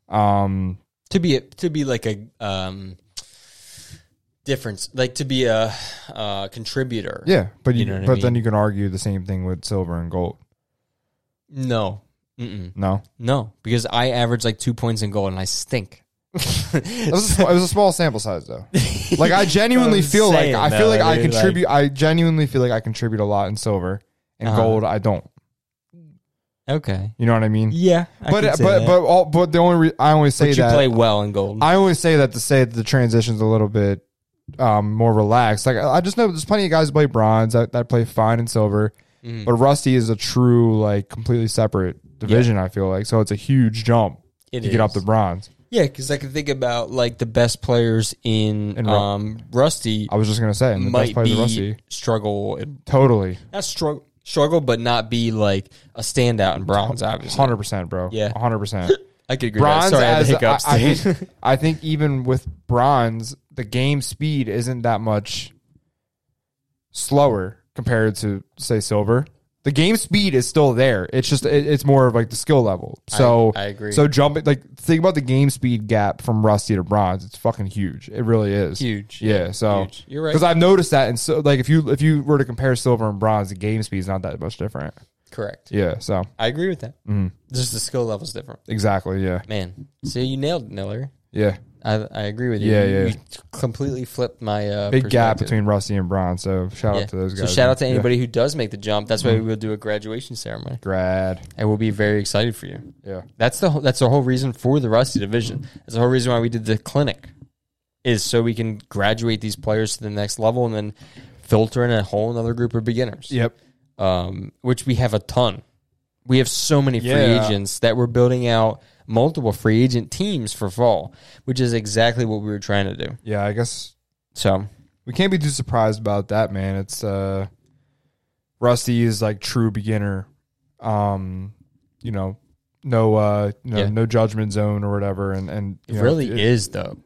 Speaker 2: Um,
Speaker 1: to be to be like a um difference like to be a uh contributor
Speaker 2: yeah, but you,
Speaker 1: You know what I
Speaker 2: but
Speaker 1: mean?
Speaker 2: then you can argue the same thing with silver and gold.
Speaker 1: no Mm-mm.
Speaker 2: No,
Speaker 1: no because i average like two points in goal and i stink
Speaker 2: it was a, sm- it was a small sample size though. Like I genuinely
Speaker 1: I'm
Speaker 2: feel
Speaker 1: saying,
Speaker 2: like I feel like
Speaker 1: though,
Speaker 2: I
Speaker 1: dude, like-
Speaker 2: contribute. I genuinely feel like I contribute a lot in silver and
Speaker 1: Uh-huh.
Speaker 2: gold. I don't.
Speaker 1: okay
Speaker 2: You know what I mean?
Speaker 1: yeah I
Speaker 2: but uh,
Speaker 1: can say
Speaker 2: but
Speaker 1: that.
Speaker 2: but all, but the only re- I only say
Speaker 1: But you
Speaker 2: that
Speaker 1: play well in gold
Speaker 2: I always say that to say that the transition's a little bit um, more relaxed. Like I I just know there's plenty of guys who play bronze that, that play fine and silver,
Speaker 1: Mhm.
Speaker 2: but rusty is a true like completely separate division. I feel like so it's a huge jump
Speaker 1: It
Speaker 2: to get up
Speaker 1: is.
Speaker 2: to bronze.
Speaker 1: yeah because i can think about like the best players in,
Speaker 2: In Ru-
Speaker 1: um rusty
Speaker 2: I was just gonna say, and the best
Speaker 1: might
Speaker 2: players
Speaker 1: be
Speaker 2: are rusty.
Speaker 1: struggle
Speaker 2: Totally,
Speaker 1: not struggle struggle but not be like a standout in bronze obviously
Speaker 2: hundred percent, bro.
Speaker 1: Yeah.
Speaker 2: hundred percent.
Speaker 1: i could agree with that.
Speaker 2: Bronze
Speaker 1: sorry i had
Speaker 2: as
Speaker 1: the hiccups
Speaker 2: I, I
Speaker 1: dude.
Speaker 2: think, I think even with bronze, the game speed isn't that much slower compared to say silver. The game speed is still there. It's just it, it's more of like the skill level. So
Speaker 1: I agree.
Speaker 2: So jumping like think about the game speed gap from Rusty to Bronze. It's fucking huge. It really is
Speaker 1: Huge.
Speaker 2: Yeah. So
Speaker 1: Huge. You're right.
Speaker 2: Because I've noticed that, and so like if you if you were to compare silver and bronze, the game speed is not that much different.
Speaker 1: Correct.
Speaker 2: Yeah. So
Speaker 1: I agree with that.
Speaker 2: Mm-hmm.
Speaker 1: Just the skill level's different.
Speaker 2: exactly. Yeah.
Speaker 1: Man, so you nailed it, Niller.
Speaker 2: Yeah.
Speaker 1: I, I agree with you.
Speaker 2: Yeah,
Speaker 1: you,
Speaker 2: yeah.
Speaker 1: you completely flipped my uh,
Speaker 2: Big gap
Speaker 1: perspective.
Speaker 2: between Rusty and bronze. So shout
Speaker 1: Yeah.
Speaker 2: out to those
Speaker 1: So
Speaker 2: guys.
Speaker 1: shout out to
Speaker 2: Yeah. Mm-hmm.
Speaker 1: anybody who does make the jump. That's why we will do a graduation ceremony,
Speaker 2: Grad.
Speaker 1: and we'll be very excited for you.
Speaker 2: Yeah.
Speaker 1: That's the whole- that's the whole reason for the Rusty division. That's the whole reason why we did the clinic, is so we can graduate these players to the next level and then filter in a whole another group of beginners.
Speaker 2: Yep.
Speaker 1: Um, which we have a ton. We have so many free
Speaker 2: Yeah.
Speaker 1: agents that we're building out multiple free agent teams for fall, which is exactly what we were trying to do.
Speaker 2: Yeah. I guess
Speaker 1: So
Speaker 2: we can't be too surprised about that, man. It's uh Rusty is like true beginner. Um, you know, no uh you know,
Speaker 1: Yeah.
Speaker 2: no judgment zone or whatever and and
Speaker 1: it
Speaker 2: you know,
Speaker 1: really
Speaker 2: it-
Speaker 1: is though.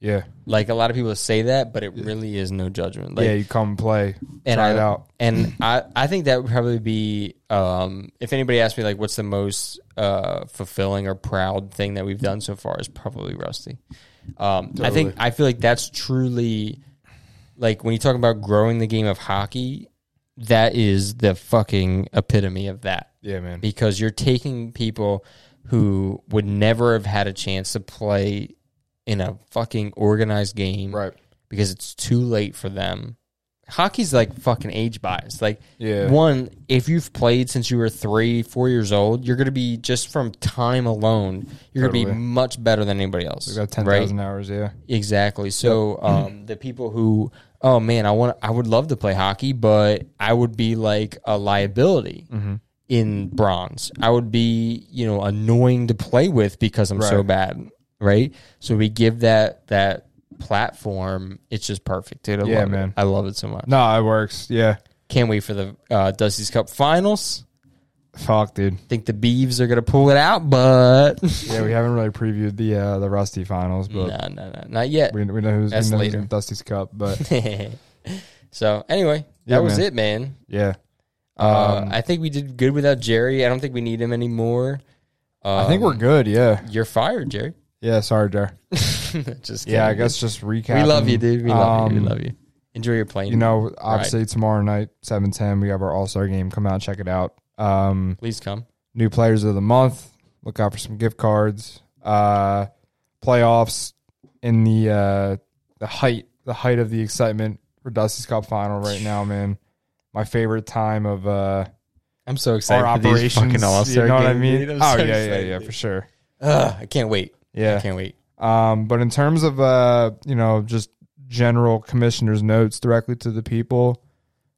Speaker 2: Yeah.
Speaker 1: Like a lot of people say that, but it really is no judgment. Like
Speaker 2: yeah, you come play,
Speaker 1: and
Speaker 2: try
Speaker 1: I,
Speaker 2: it out.
Speaker 1: And I, I think that would probably be um, if anybody asked me like what's the most uh, fulfilling or proud thing that we've done so far is probably Rusty. Um, I think I feel like that's truly like when you talk about growing the game of hockey, that is the fucking epitome of that
Speaker 2: Yeah, man.
Speaker 1: because you're taking people who would never have had a chance to play in a fucking organized game
Speaker 2: Right.
Speaker 1: because it's too late for them. Hockey's like fucking age bias. Like,
Speaker 2: Yeah.
Speaker 1: one, if you've played since you were three, four years old, you're going to be just from time alone, you're going to
Speaker 2: Totally.
Speaker 1: be much better than anybody else.
Speaker 2: We got ten thousand hours, yeah.
Speaker 1: Exactly. So, um, the people who, oh man, I want, I would love to play hockey, but I would be like a liability
Speaker 2: Mm-hmm.
Speaker 1: in bronze. I would be, you know, annoying to play with because I'm so
Speaker 2: Right.
Speaker 1: bad, right? So we give that that platform. It's just perfect, dude. I
Speaker 2: Yeah,
Speaker 1: love
Speaker 2: man.
Speaker 1: It. I love it so much.
Speaker 2: No, it works. Yeah.
Speaker 1: Can't wait for the uh, Dusty's Cup finals.
Speaker 2: Fuck, dude.
Speaker 1: Think the Beeves are gonna pull it out, but
Speaker 2: Yeah, we haven't really previewed the uh, the Rusty finals, but
Speaker 1: no, no, no, not yet.
Speaker 2: we, we know who's, we
Speaker 1: That's
Speaker 2: know who's
Speaker 1: later.
Speaker 2: in Dusty's cup. But
Speaker 1: so anyway, that
Speaker 2: Yeah,
Speaker 1: was
Speaker 2: man.
Speaker 1: it, man.
Speaker 2: yeah,
Speaker 1: Uh,
Speaker 2: Um,
Speaker 1: I think we did good without Jerry. I don't think we need him anymore.
Speaker 2: I think
Speaker 1: Um,
Speaker 2: we're good. Yeah,
Speaker 1: You're fired, Jerry.
Speaker 2: yeah. Sorry, Dar.
Speaker 1: Just
Speaker 2: Yeah, I
Speaker 1: kidding.
Speaker 2: guess just recap.
Speaker 1: We love you, dude. We love you.
Speaker 2: Um,
Speaker 1: We love you. Enjoy your plane.
Speaker 2: You know, obviously tomorrow night, seven ten, we have our All Star game. Come out, check it out. Um,
Speaker 1: please come.
Speaker 2: new players of the month. Look out for some gift cards. Uh, playoffs in the uh, the height the height of the excitement for Dusty's Cup final right now, man. My favorite time of uh,
Speaker 1: I'm so excited
Speaker 2: our
Speaker 1: for these
Speaker 2: operations.
Speaker 1: fucking all
Speaker 2: You
Speaker 1: star.
Speaker 2: know what I mean? Oh yeah, yeah, yeah, for sure.
Speaker 1: I can't wait. I
Speaker 2: Yeah,
Speaker 1: can't wait.
Speaker 2: Um, but in terms of uh, you know, just general commissioner's notes directly to the people,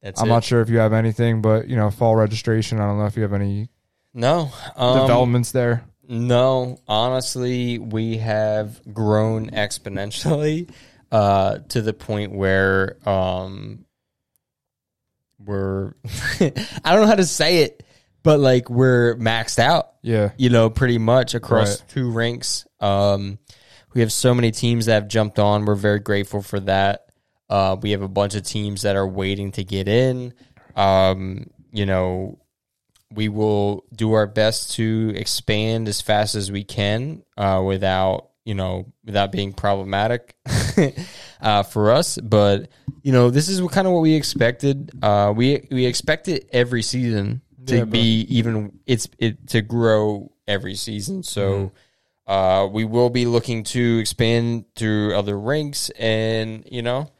Speaker 1: That's
Speaker 2: I'm
Speaker 1: it.
Speaker 2: not sure if you have anything, but you know, fall registration. I don't know if you have any
Speaker 1: no um,
Speaker 2: developments there.
Speaker 1: No, honestly, we have grown exponentially uh, to the point where um, we're I don't know how to say it, but like we're maxed out.
Speaker 2: Yeah,
Speaker 1: you know, pretty much across two ranks. Um, we have so many teams that have jumped on. We're very grateful for that. Uh, we have a bunch of teams that are waiting to get in. Um, you know, we will do our best to expand as fast as we can uh, without you know without being problematic uh, for us but you know this is what kind of what we expected uh, we we expect it every season to
Speaker 2: Yeah, bro.
Speaker 1: be even it's it to grow every season so uh, we will be looking to expand to other ranks and you know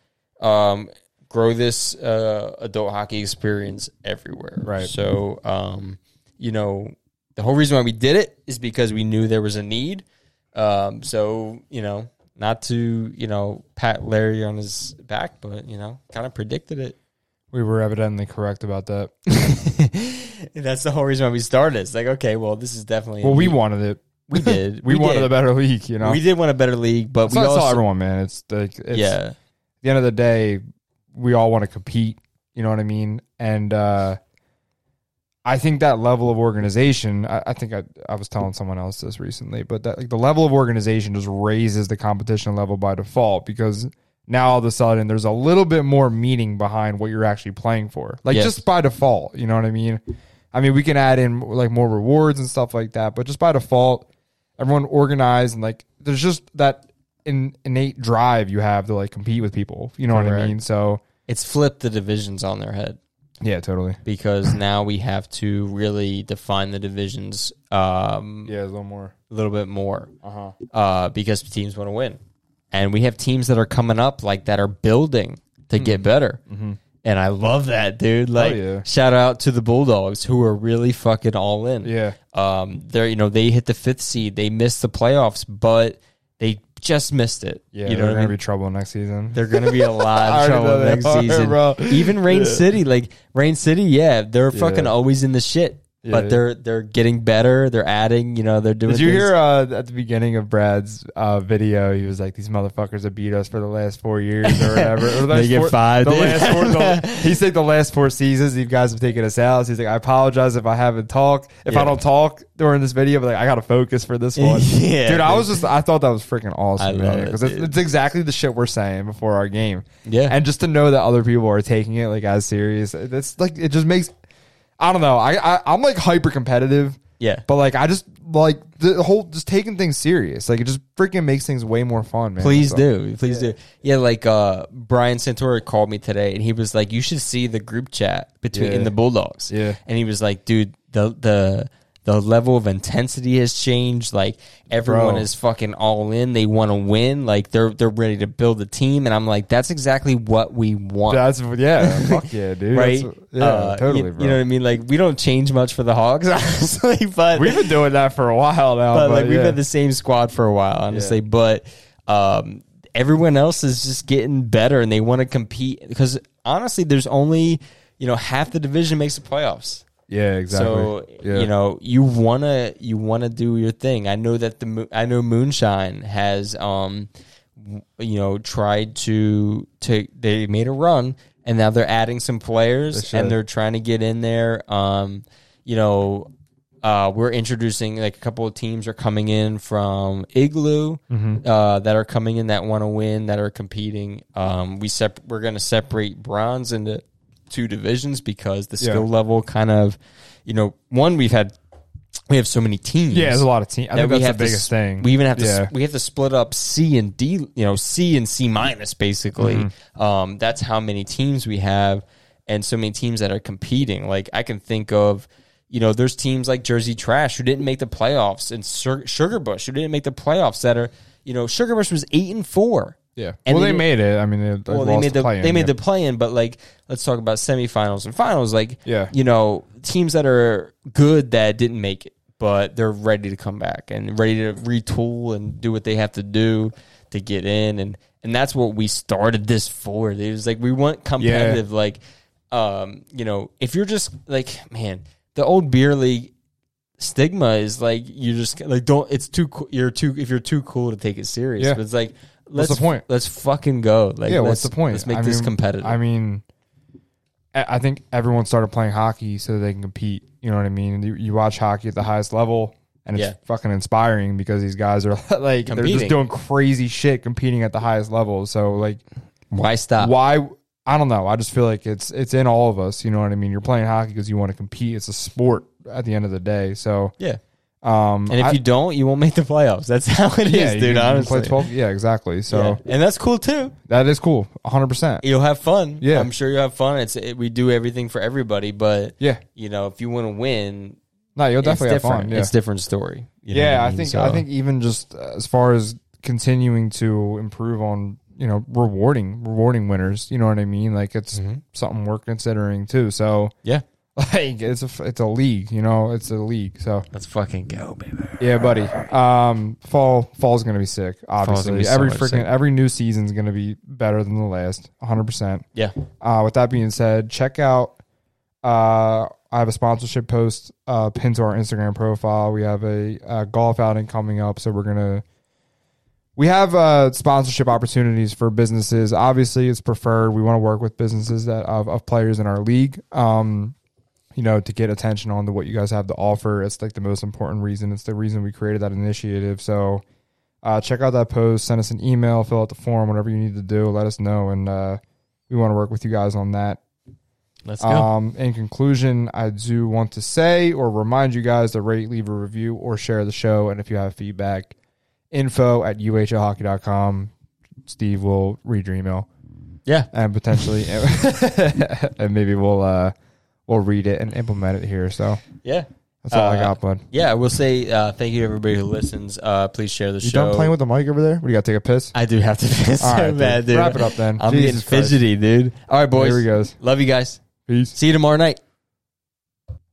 Speaker 1: um, grow this uh, adult hockey experience everywhere.
Speaker 2: Right.
Speaker 1: So, um, you know, the whole reason why we did it is because we knew there was a need. Um, so, you know, not to you know pat Larry on his back, but you know, kind of predicted it.
Speaker 2: we were evidently correct about that.
Speaker 1: That's the whole reason why we started. It's like, okay, well, this is definitely a
Speaker 2: Well, we
Speaker 1: need.
Speaker 2: wanted it.
Speaker 1: we did
Speaker 2: We, wanted
Speaker 1: did.
Speaker 2: a better league. You know,
Speaker 1: we did want a better league, but
Speaker 2: That's
Speaker 1: we
Speaker 2: what I saw
Speaker 1: also
Speaker 2: everyone, man. It's like it's, yeah. At
Speaker 1: yeah
Speaker 2: the end of the day, we all want to compete. You know what I mean? And uh, I think that level of organization. I, I think I, I was telling someone else this recently, but that like the level of organization just raises the competition level by default because now all of a sudden there's a little bit more meaning behind what you're actually playing for. Like
Speaker 1: Yes.
Speaker 2: just by default, you know what I mean? I mean, we can add in like more rewards and stuff like that, but just by default, everyone organized and like there's just that in, innate drive you have to like compete with people. You know what I
Speaker 1: Correct.
Speaker 2: mean? So
Speaker 1: It's flipped the divisions on their head
Speaker 2: yeah, totally.
Speaker 1: because now we have to really define the divisions um,
Speaker 2: Yeah, a little more.
Speaker 1: a little bit more
Speaker 2: Uh huh.
Speaker 1: uh, because teams want to win. And we have teams that are coming up like that are building to get better. And I love that, dude. Like,
Speaker 2: Mm-hmm. yeah.
Speaker 1: shout out to the Bulldogs who are really fucking all in.
Speaker 2: Yeah.
Speaker 1: Um, they're you know they hit the fifth seed, they missed the playoffs, but they just missed it.
Speaker 2: Yeah,
Speaker 1: you
Speaker 2: they're
Speaker 1: know what
Speaker 2: gonna
Speaker 1: I mean.
Speaker 2: be trouble next season.
Speaker 1: they're gonna be a lot
Speaker 2: I
Speaker 1: of
Speaker 2: already know
Speaker 1: trouble
Speaker 2: they
Speaker 1: next
Speaker 2: are,
Speaker 1: season,
Speaker 2: bro.
Speaker 1: Even Rain City, like Rain City, yeah, they're fucking always in the shit.
Speaker 2: Yeah.
Speaker 1: But they're they're getting better. They're adding. You know, they're doing.
Speaker 2: Did you
Speaker 1: things.
Speaker 2: hear uh, at the beginning of Brad's uh, video? He was like, "These motherfuckers have beat us for the last four years or whatever." Or the last
Speaker 1: get
Speaker 2: four-
Speaker 1: five,
Speaker 2: The
Speaker 1: dude.
Speaker 2: last four, the, he said the last four seasons, you guys have taken us out. So he's like, "I apologize if I haven't talked. If I
Speaker 1: Yeah.
Speaker 2: don't talk during this video, but like, I gotta focus for this one."
Speaker 1: Yeah,
Speaker 2: dude, I
Speaker 1: dude.
Speaker 2: was just, I thought that was freaking awesome.
Speaker 1: I love it,
Speaker 2: because it's,
Speaker 1: dude.
Speaker 2: it's exactly the shit we're saying before our game.
Speaker 1: Yeah.
Speaker 2: and just to know that other people are taking it like as serious, that's like it just makes. I don't know. I, I I'm like hyper competitive.
Speaker 1: Yeah.
Speaker 2: But like I just like the whole just taking things serious. Like it just freaking makes things way more fun, man.
Speaker 1: Please
Speaker 2: So-
Speaker 1: do, please do. Yeah, like uh, Brian Santora called me today, and he was like, "You should see the group chat between
Speaker 2: Yeah.
Speaker 1: in the Bulldogs."
Speaker 2: Yeah.
Speaker 1: and he was like, "Dude, the the the level of intensity has changed. Like everyone
Speaker 2: Bro.
Speaker 1: is fucking all in. They want to win. Like they're they're ready to build a team." And I'm like, "That's exactly what we want."
Speaker 2: That's yeah, fuck yeah, dude.
Speaker 1: Right,
Speaker 2: That's- yeah,
Speaker 1: Uh, you-
Speaker 2: totally,
Speaker 1: You,
Speaker 2: bro.
Speaker 1: know what I mean? Like we don't change much for the Hogs, honestly. But
Speaker 2: We've been doing that for a while now.
Speaker 1: but
Speaker 2: But,
Speaker 1: like we've
Speaker 2: yeah.
Speaker 1: had the same squad for a while, honestly. But um, everyone else is just getting better, and they want to compete because honestly, there's only you know half the division makes the playoffs.
Speaker 2: yeah, exactly.
Speaker 1: So
Speaker 2: yeah.
Speaker 1: you know you wanna you wanna do your thing. I know that the mo- I know Moonshine has um w- you know tried to to they made a run and now they're adding some players
Speaker 2: should.
Speaker 1: and they're trying to get in there. Um, you know. Uh, we're introducing like a couple of teams are coming in from Igloo
Speaker 2: Mm-hmm.
Speaker 1: uh, that are coming in that want to win that are competing. Um, we sep- we're going to separate bronze into two divisions because the
Speaker 2: Yeah.
Speaker 1: skill level kind of you know one we've had we have so many teams
Speaker 2: yeah, there's a lot of team. I
Speaker 1: that we
Speaker 2: think that's the
Speaker 1: have to
Speaker 2: biggest
Speaker 1: s-
Speaker 2: thing.
Speaker 1: we even have to s-
Speaker 2: Yeah.
Speaker 1: we have to split up c and d you know c and c minus basically
Speaker 2: Mm-hmm.
Speaker 1: um, that's how many teams we have and so many teams that are competing like i can think of you know there's teams like jersey trash who didn't make the playoffs and Sur- sugarbush who didn't make the playoffs that are you know sugarbush was eight and four
Speaker 2: Yeah.
Speaker 1: And
Speaker 2: well,
Speaker 1: they-
Speaker 2: they made it. I mean, they, like,
Speaker 1: well, they
Speaker 2: lost
Speaker 1: made the
Speaker 2: play-in,
Speaker 1: they made
Speaker 2: yeah.
Speaker 1: the play in, but like let's talk about semifinals and finals. Like
Speaker 2: Yeah.
Speaker 1: you know, teams that are good that didn't make it, but they're ready to come back and ready to retool and do what they have to do to get in, and and that's what we started this for. It was like we want competitive, like um, you know, if you're just like man, the old beer league stigma is like you just like don't it's too cool you're too if you're too cool to take it serious
Speaker 2: Yeah.
Speaker 1: but it's like
Speaker 2: What's
Speaker 1: let's
Speaker 2: the point?
Speaker 1: let's fucking go like
Speaker 2: yeah,
Speaker 1: let's-
Speaker 2: what's the point?
Speaker 1: let's make
Speaker 2: I
Speaker 1: this
Speaker 2: mean-
Speaker 1: competitive
Speaker 2: I mean, I I think everyone started playing hockey so they can compete. You know what I mean? You, you watch hockey at the highest level, and it's
Speaker 1: Yeah.
Speaker 2: fucking inspiring because these guys are like they're just
Speaker 1: Competing.
Speaker 2: doing crazy shit competing at the highest level. So like,
Speaker 1: why stop
Speaker 2: why? I don't know. I just feel like it's it's in all of us. You know what I mean? You're playing hockey because you want to compete. It's a sport at the end of the day. So
Speaker 1: yeah
Speaker 2: um,
Speaker 1: and if
Speaker 2: I-
Speaker 1: you don't you won't make the playoffs that's how it is,
Speaker 2: yeah,
Speaker 1: dude
Speaker 2: you can- you can
Speaker 1: honestly
Speaker 2: play 12 yeah, exactly. So
Speaker 1: Yeah. and that's cool too
Speaker 2: that is cool, 100. percent
Speaker 1: you'll have fun
Speaker 2: Yeah.
Speaker 1: i'm sure you'll have fun it's it, we do everything for everybody but
Speaker 2: Yeah,
Speaker 1: you know if you want to win
Speaker 2: no, you'll
Speaker 1: it's
Speaker 2: definitely have
Speaker 1: different
Speaker 2: fun. Yeah.
Speaker 1: it's different story you know
Speaker 2: yeah,
Speaker 1: what
Speaker 2: I
Speaker 1: mean?
Speaker 2: think
Speaker 1: So-
Speaker 2: I think even just as far as continuing to improve on you know rewarding rewarding winners, you know what I mean? Like it's
Speaker 1: Mm-hmm.
Speaker 2: something we're considering too. So
Speaker 1: yeah
Speaker 2: like it's a it's a league, you know, it's a league. So
Speaker 1: let's fucking go baby
Speaker 2: yeah, buddy. Um, fall fall's gonna be sick.
Speaker 1: gonna
Speaker 2: Obviously,
Speaker 1: be so
Speaker 2: every
Speaker 1: much
Speaker 2: freaking
Speaker 1: sick.
Speaker 2: every new season's gonna be better than the last, 100. percent
Speaker 1: yeah
Speaker 2: uh, with that being said, check out. Uh, I have a sponsorship post uh, pinned to our Instagram profile. We have a, uh golf outing coming up, so we're gonna. We have uh, sponsorship opportunities for businesses. Obviously, it's preferred. We want to work with businesses that of, of players in our league. Um, you know, to get attention on to what you guys have to offer. It's like the most important reason. It's the reason we created that initiative. So Uh, check out that post. Send us an email. Fill out the form. Whatever you need to do, let us know, and uh, we want to work with you guys on that.
Speaker 1: Let's go.
Speaker 2: Um, in conclusion, I do want to say or remind you guys to rate, leave a review, or share the show. And if you have feedback, info at uhlhockey.com. Steve will read your email
Speaker 1: yeah.
Speaker 2: and potentially, and maybe we'll uh, we'll read it and implement it here. So
Speaker 1: Yeah.
Speaker 2: that's all I
Speaker 1: Uh,
Speaker 2: got, bud.
Speaker 1: Yeah. I will say uh, thank you to everybody who listens. Uh, please share the
Speaker 2: You
Speaker 1: show.
Speaker 2: done playing with the mic over there? What do you got? Take a piss.
Speaker 1: I do have to piss so
Speaker 2: All right, dude.
Speaker 1: bad, dude.
Speaker 2: Wrap it up then.
Speaker 1: I'm
Speaker 2: Jesus
Speaker 1: getting fidgety, dude. All right,
Speaker 2: Christ.
Speaker 1: boys.
Speaker 2: Here he goes.
Speaker 1: Love you guys.
Speaker 2: Peace.
Speaker 1: See you tomorrow night.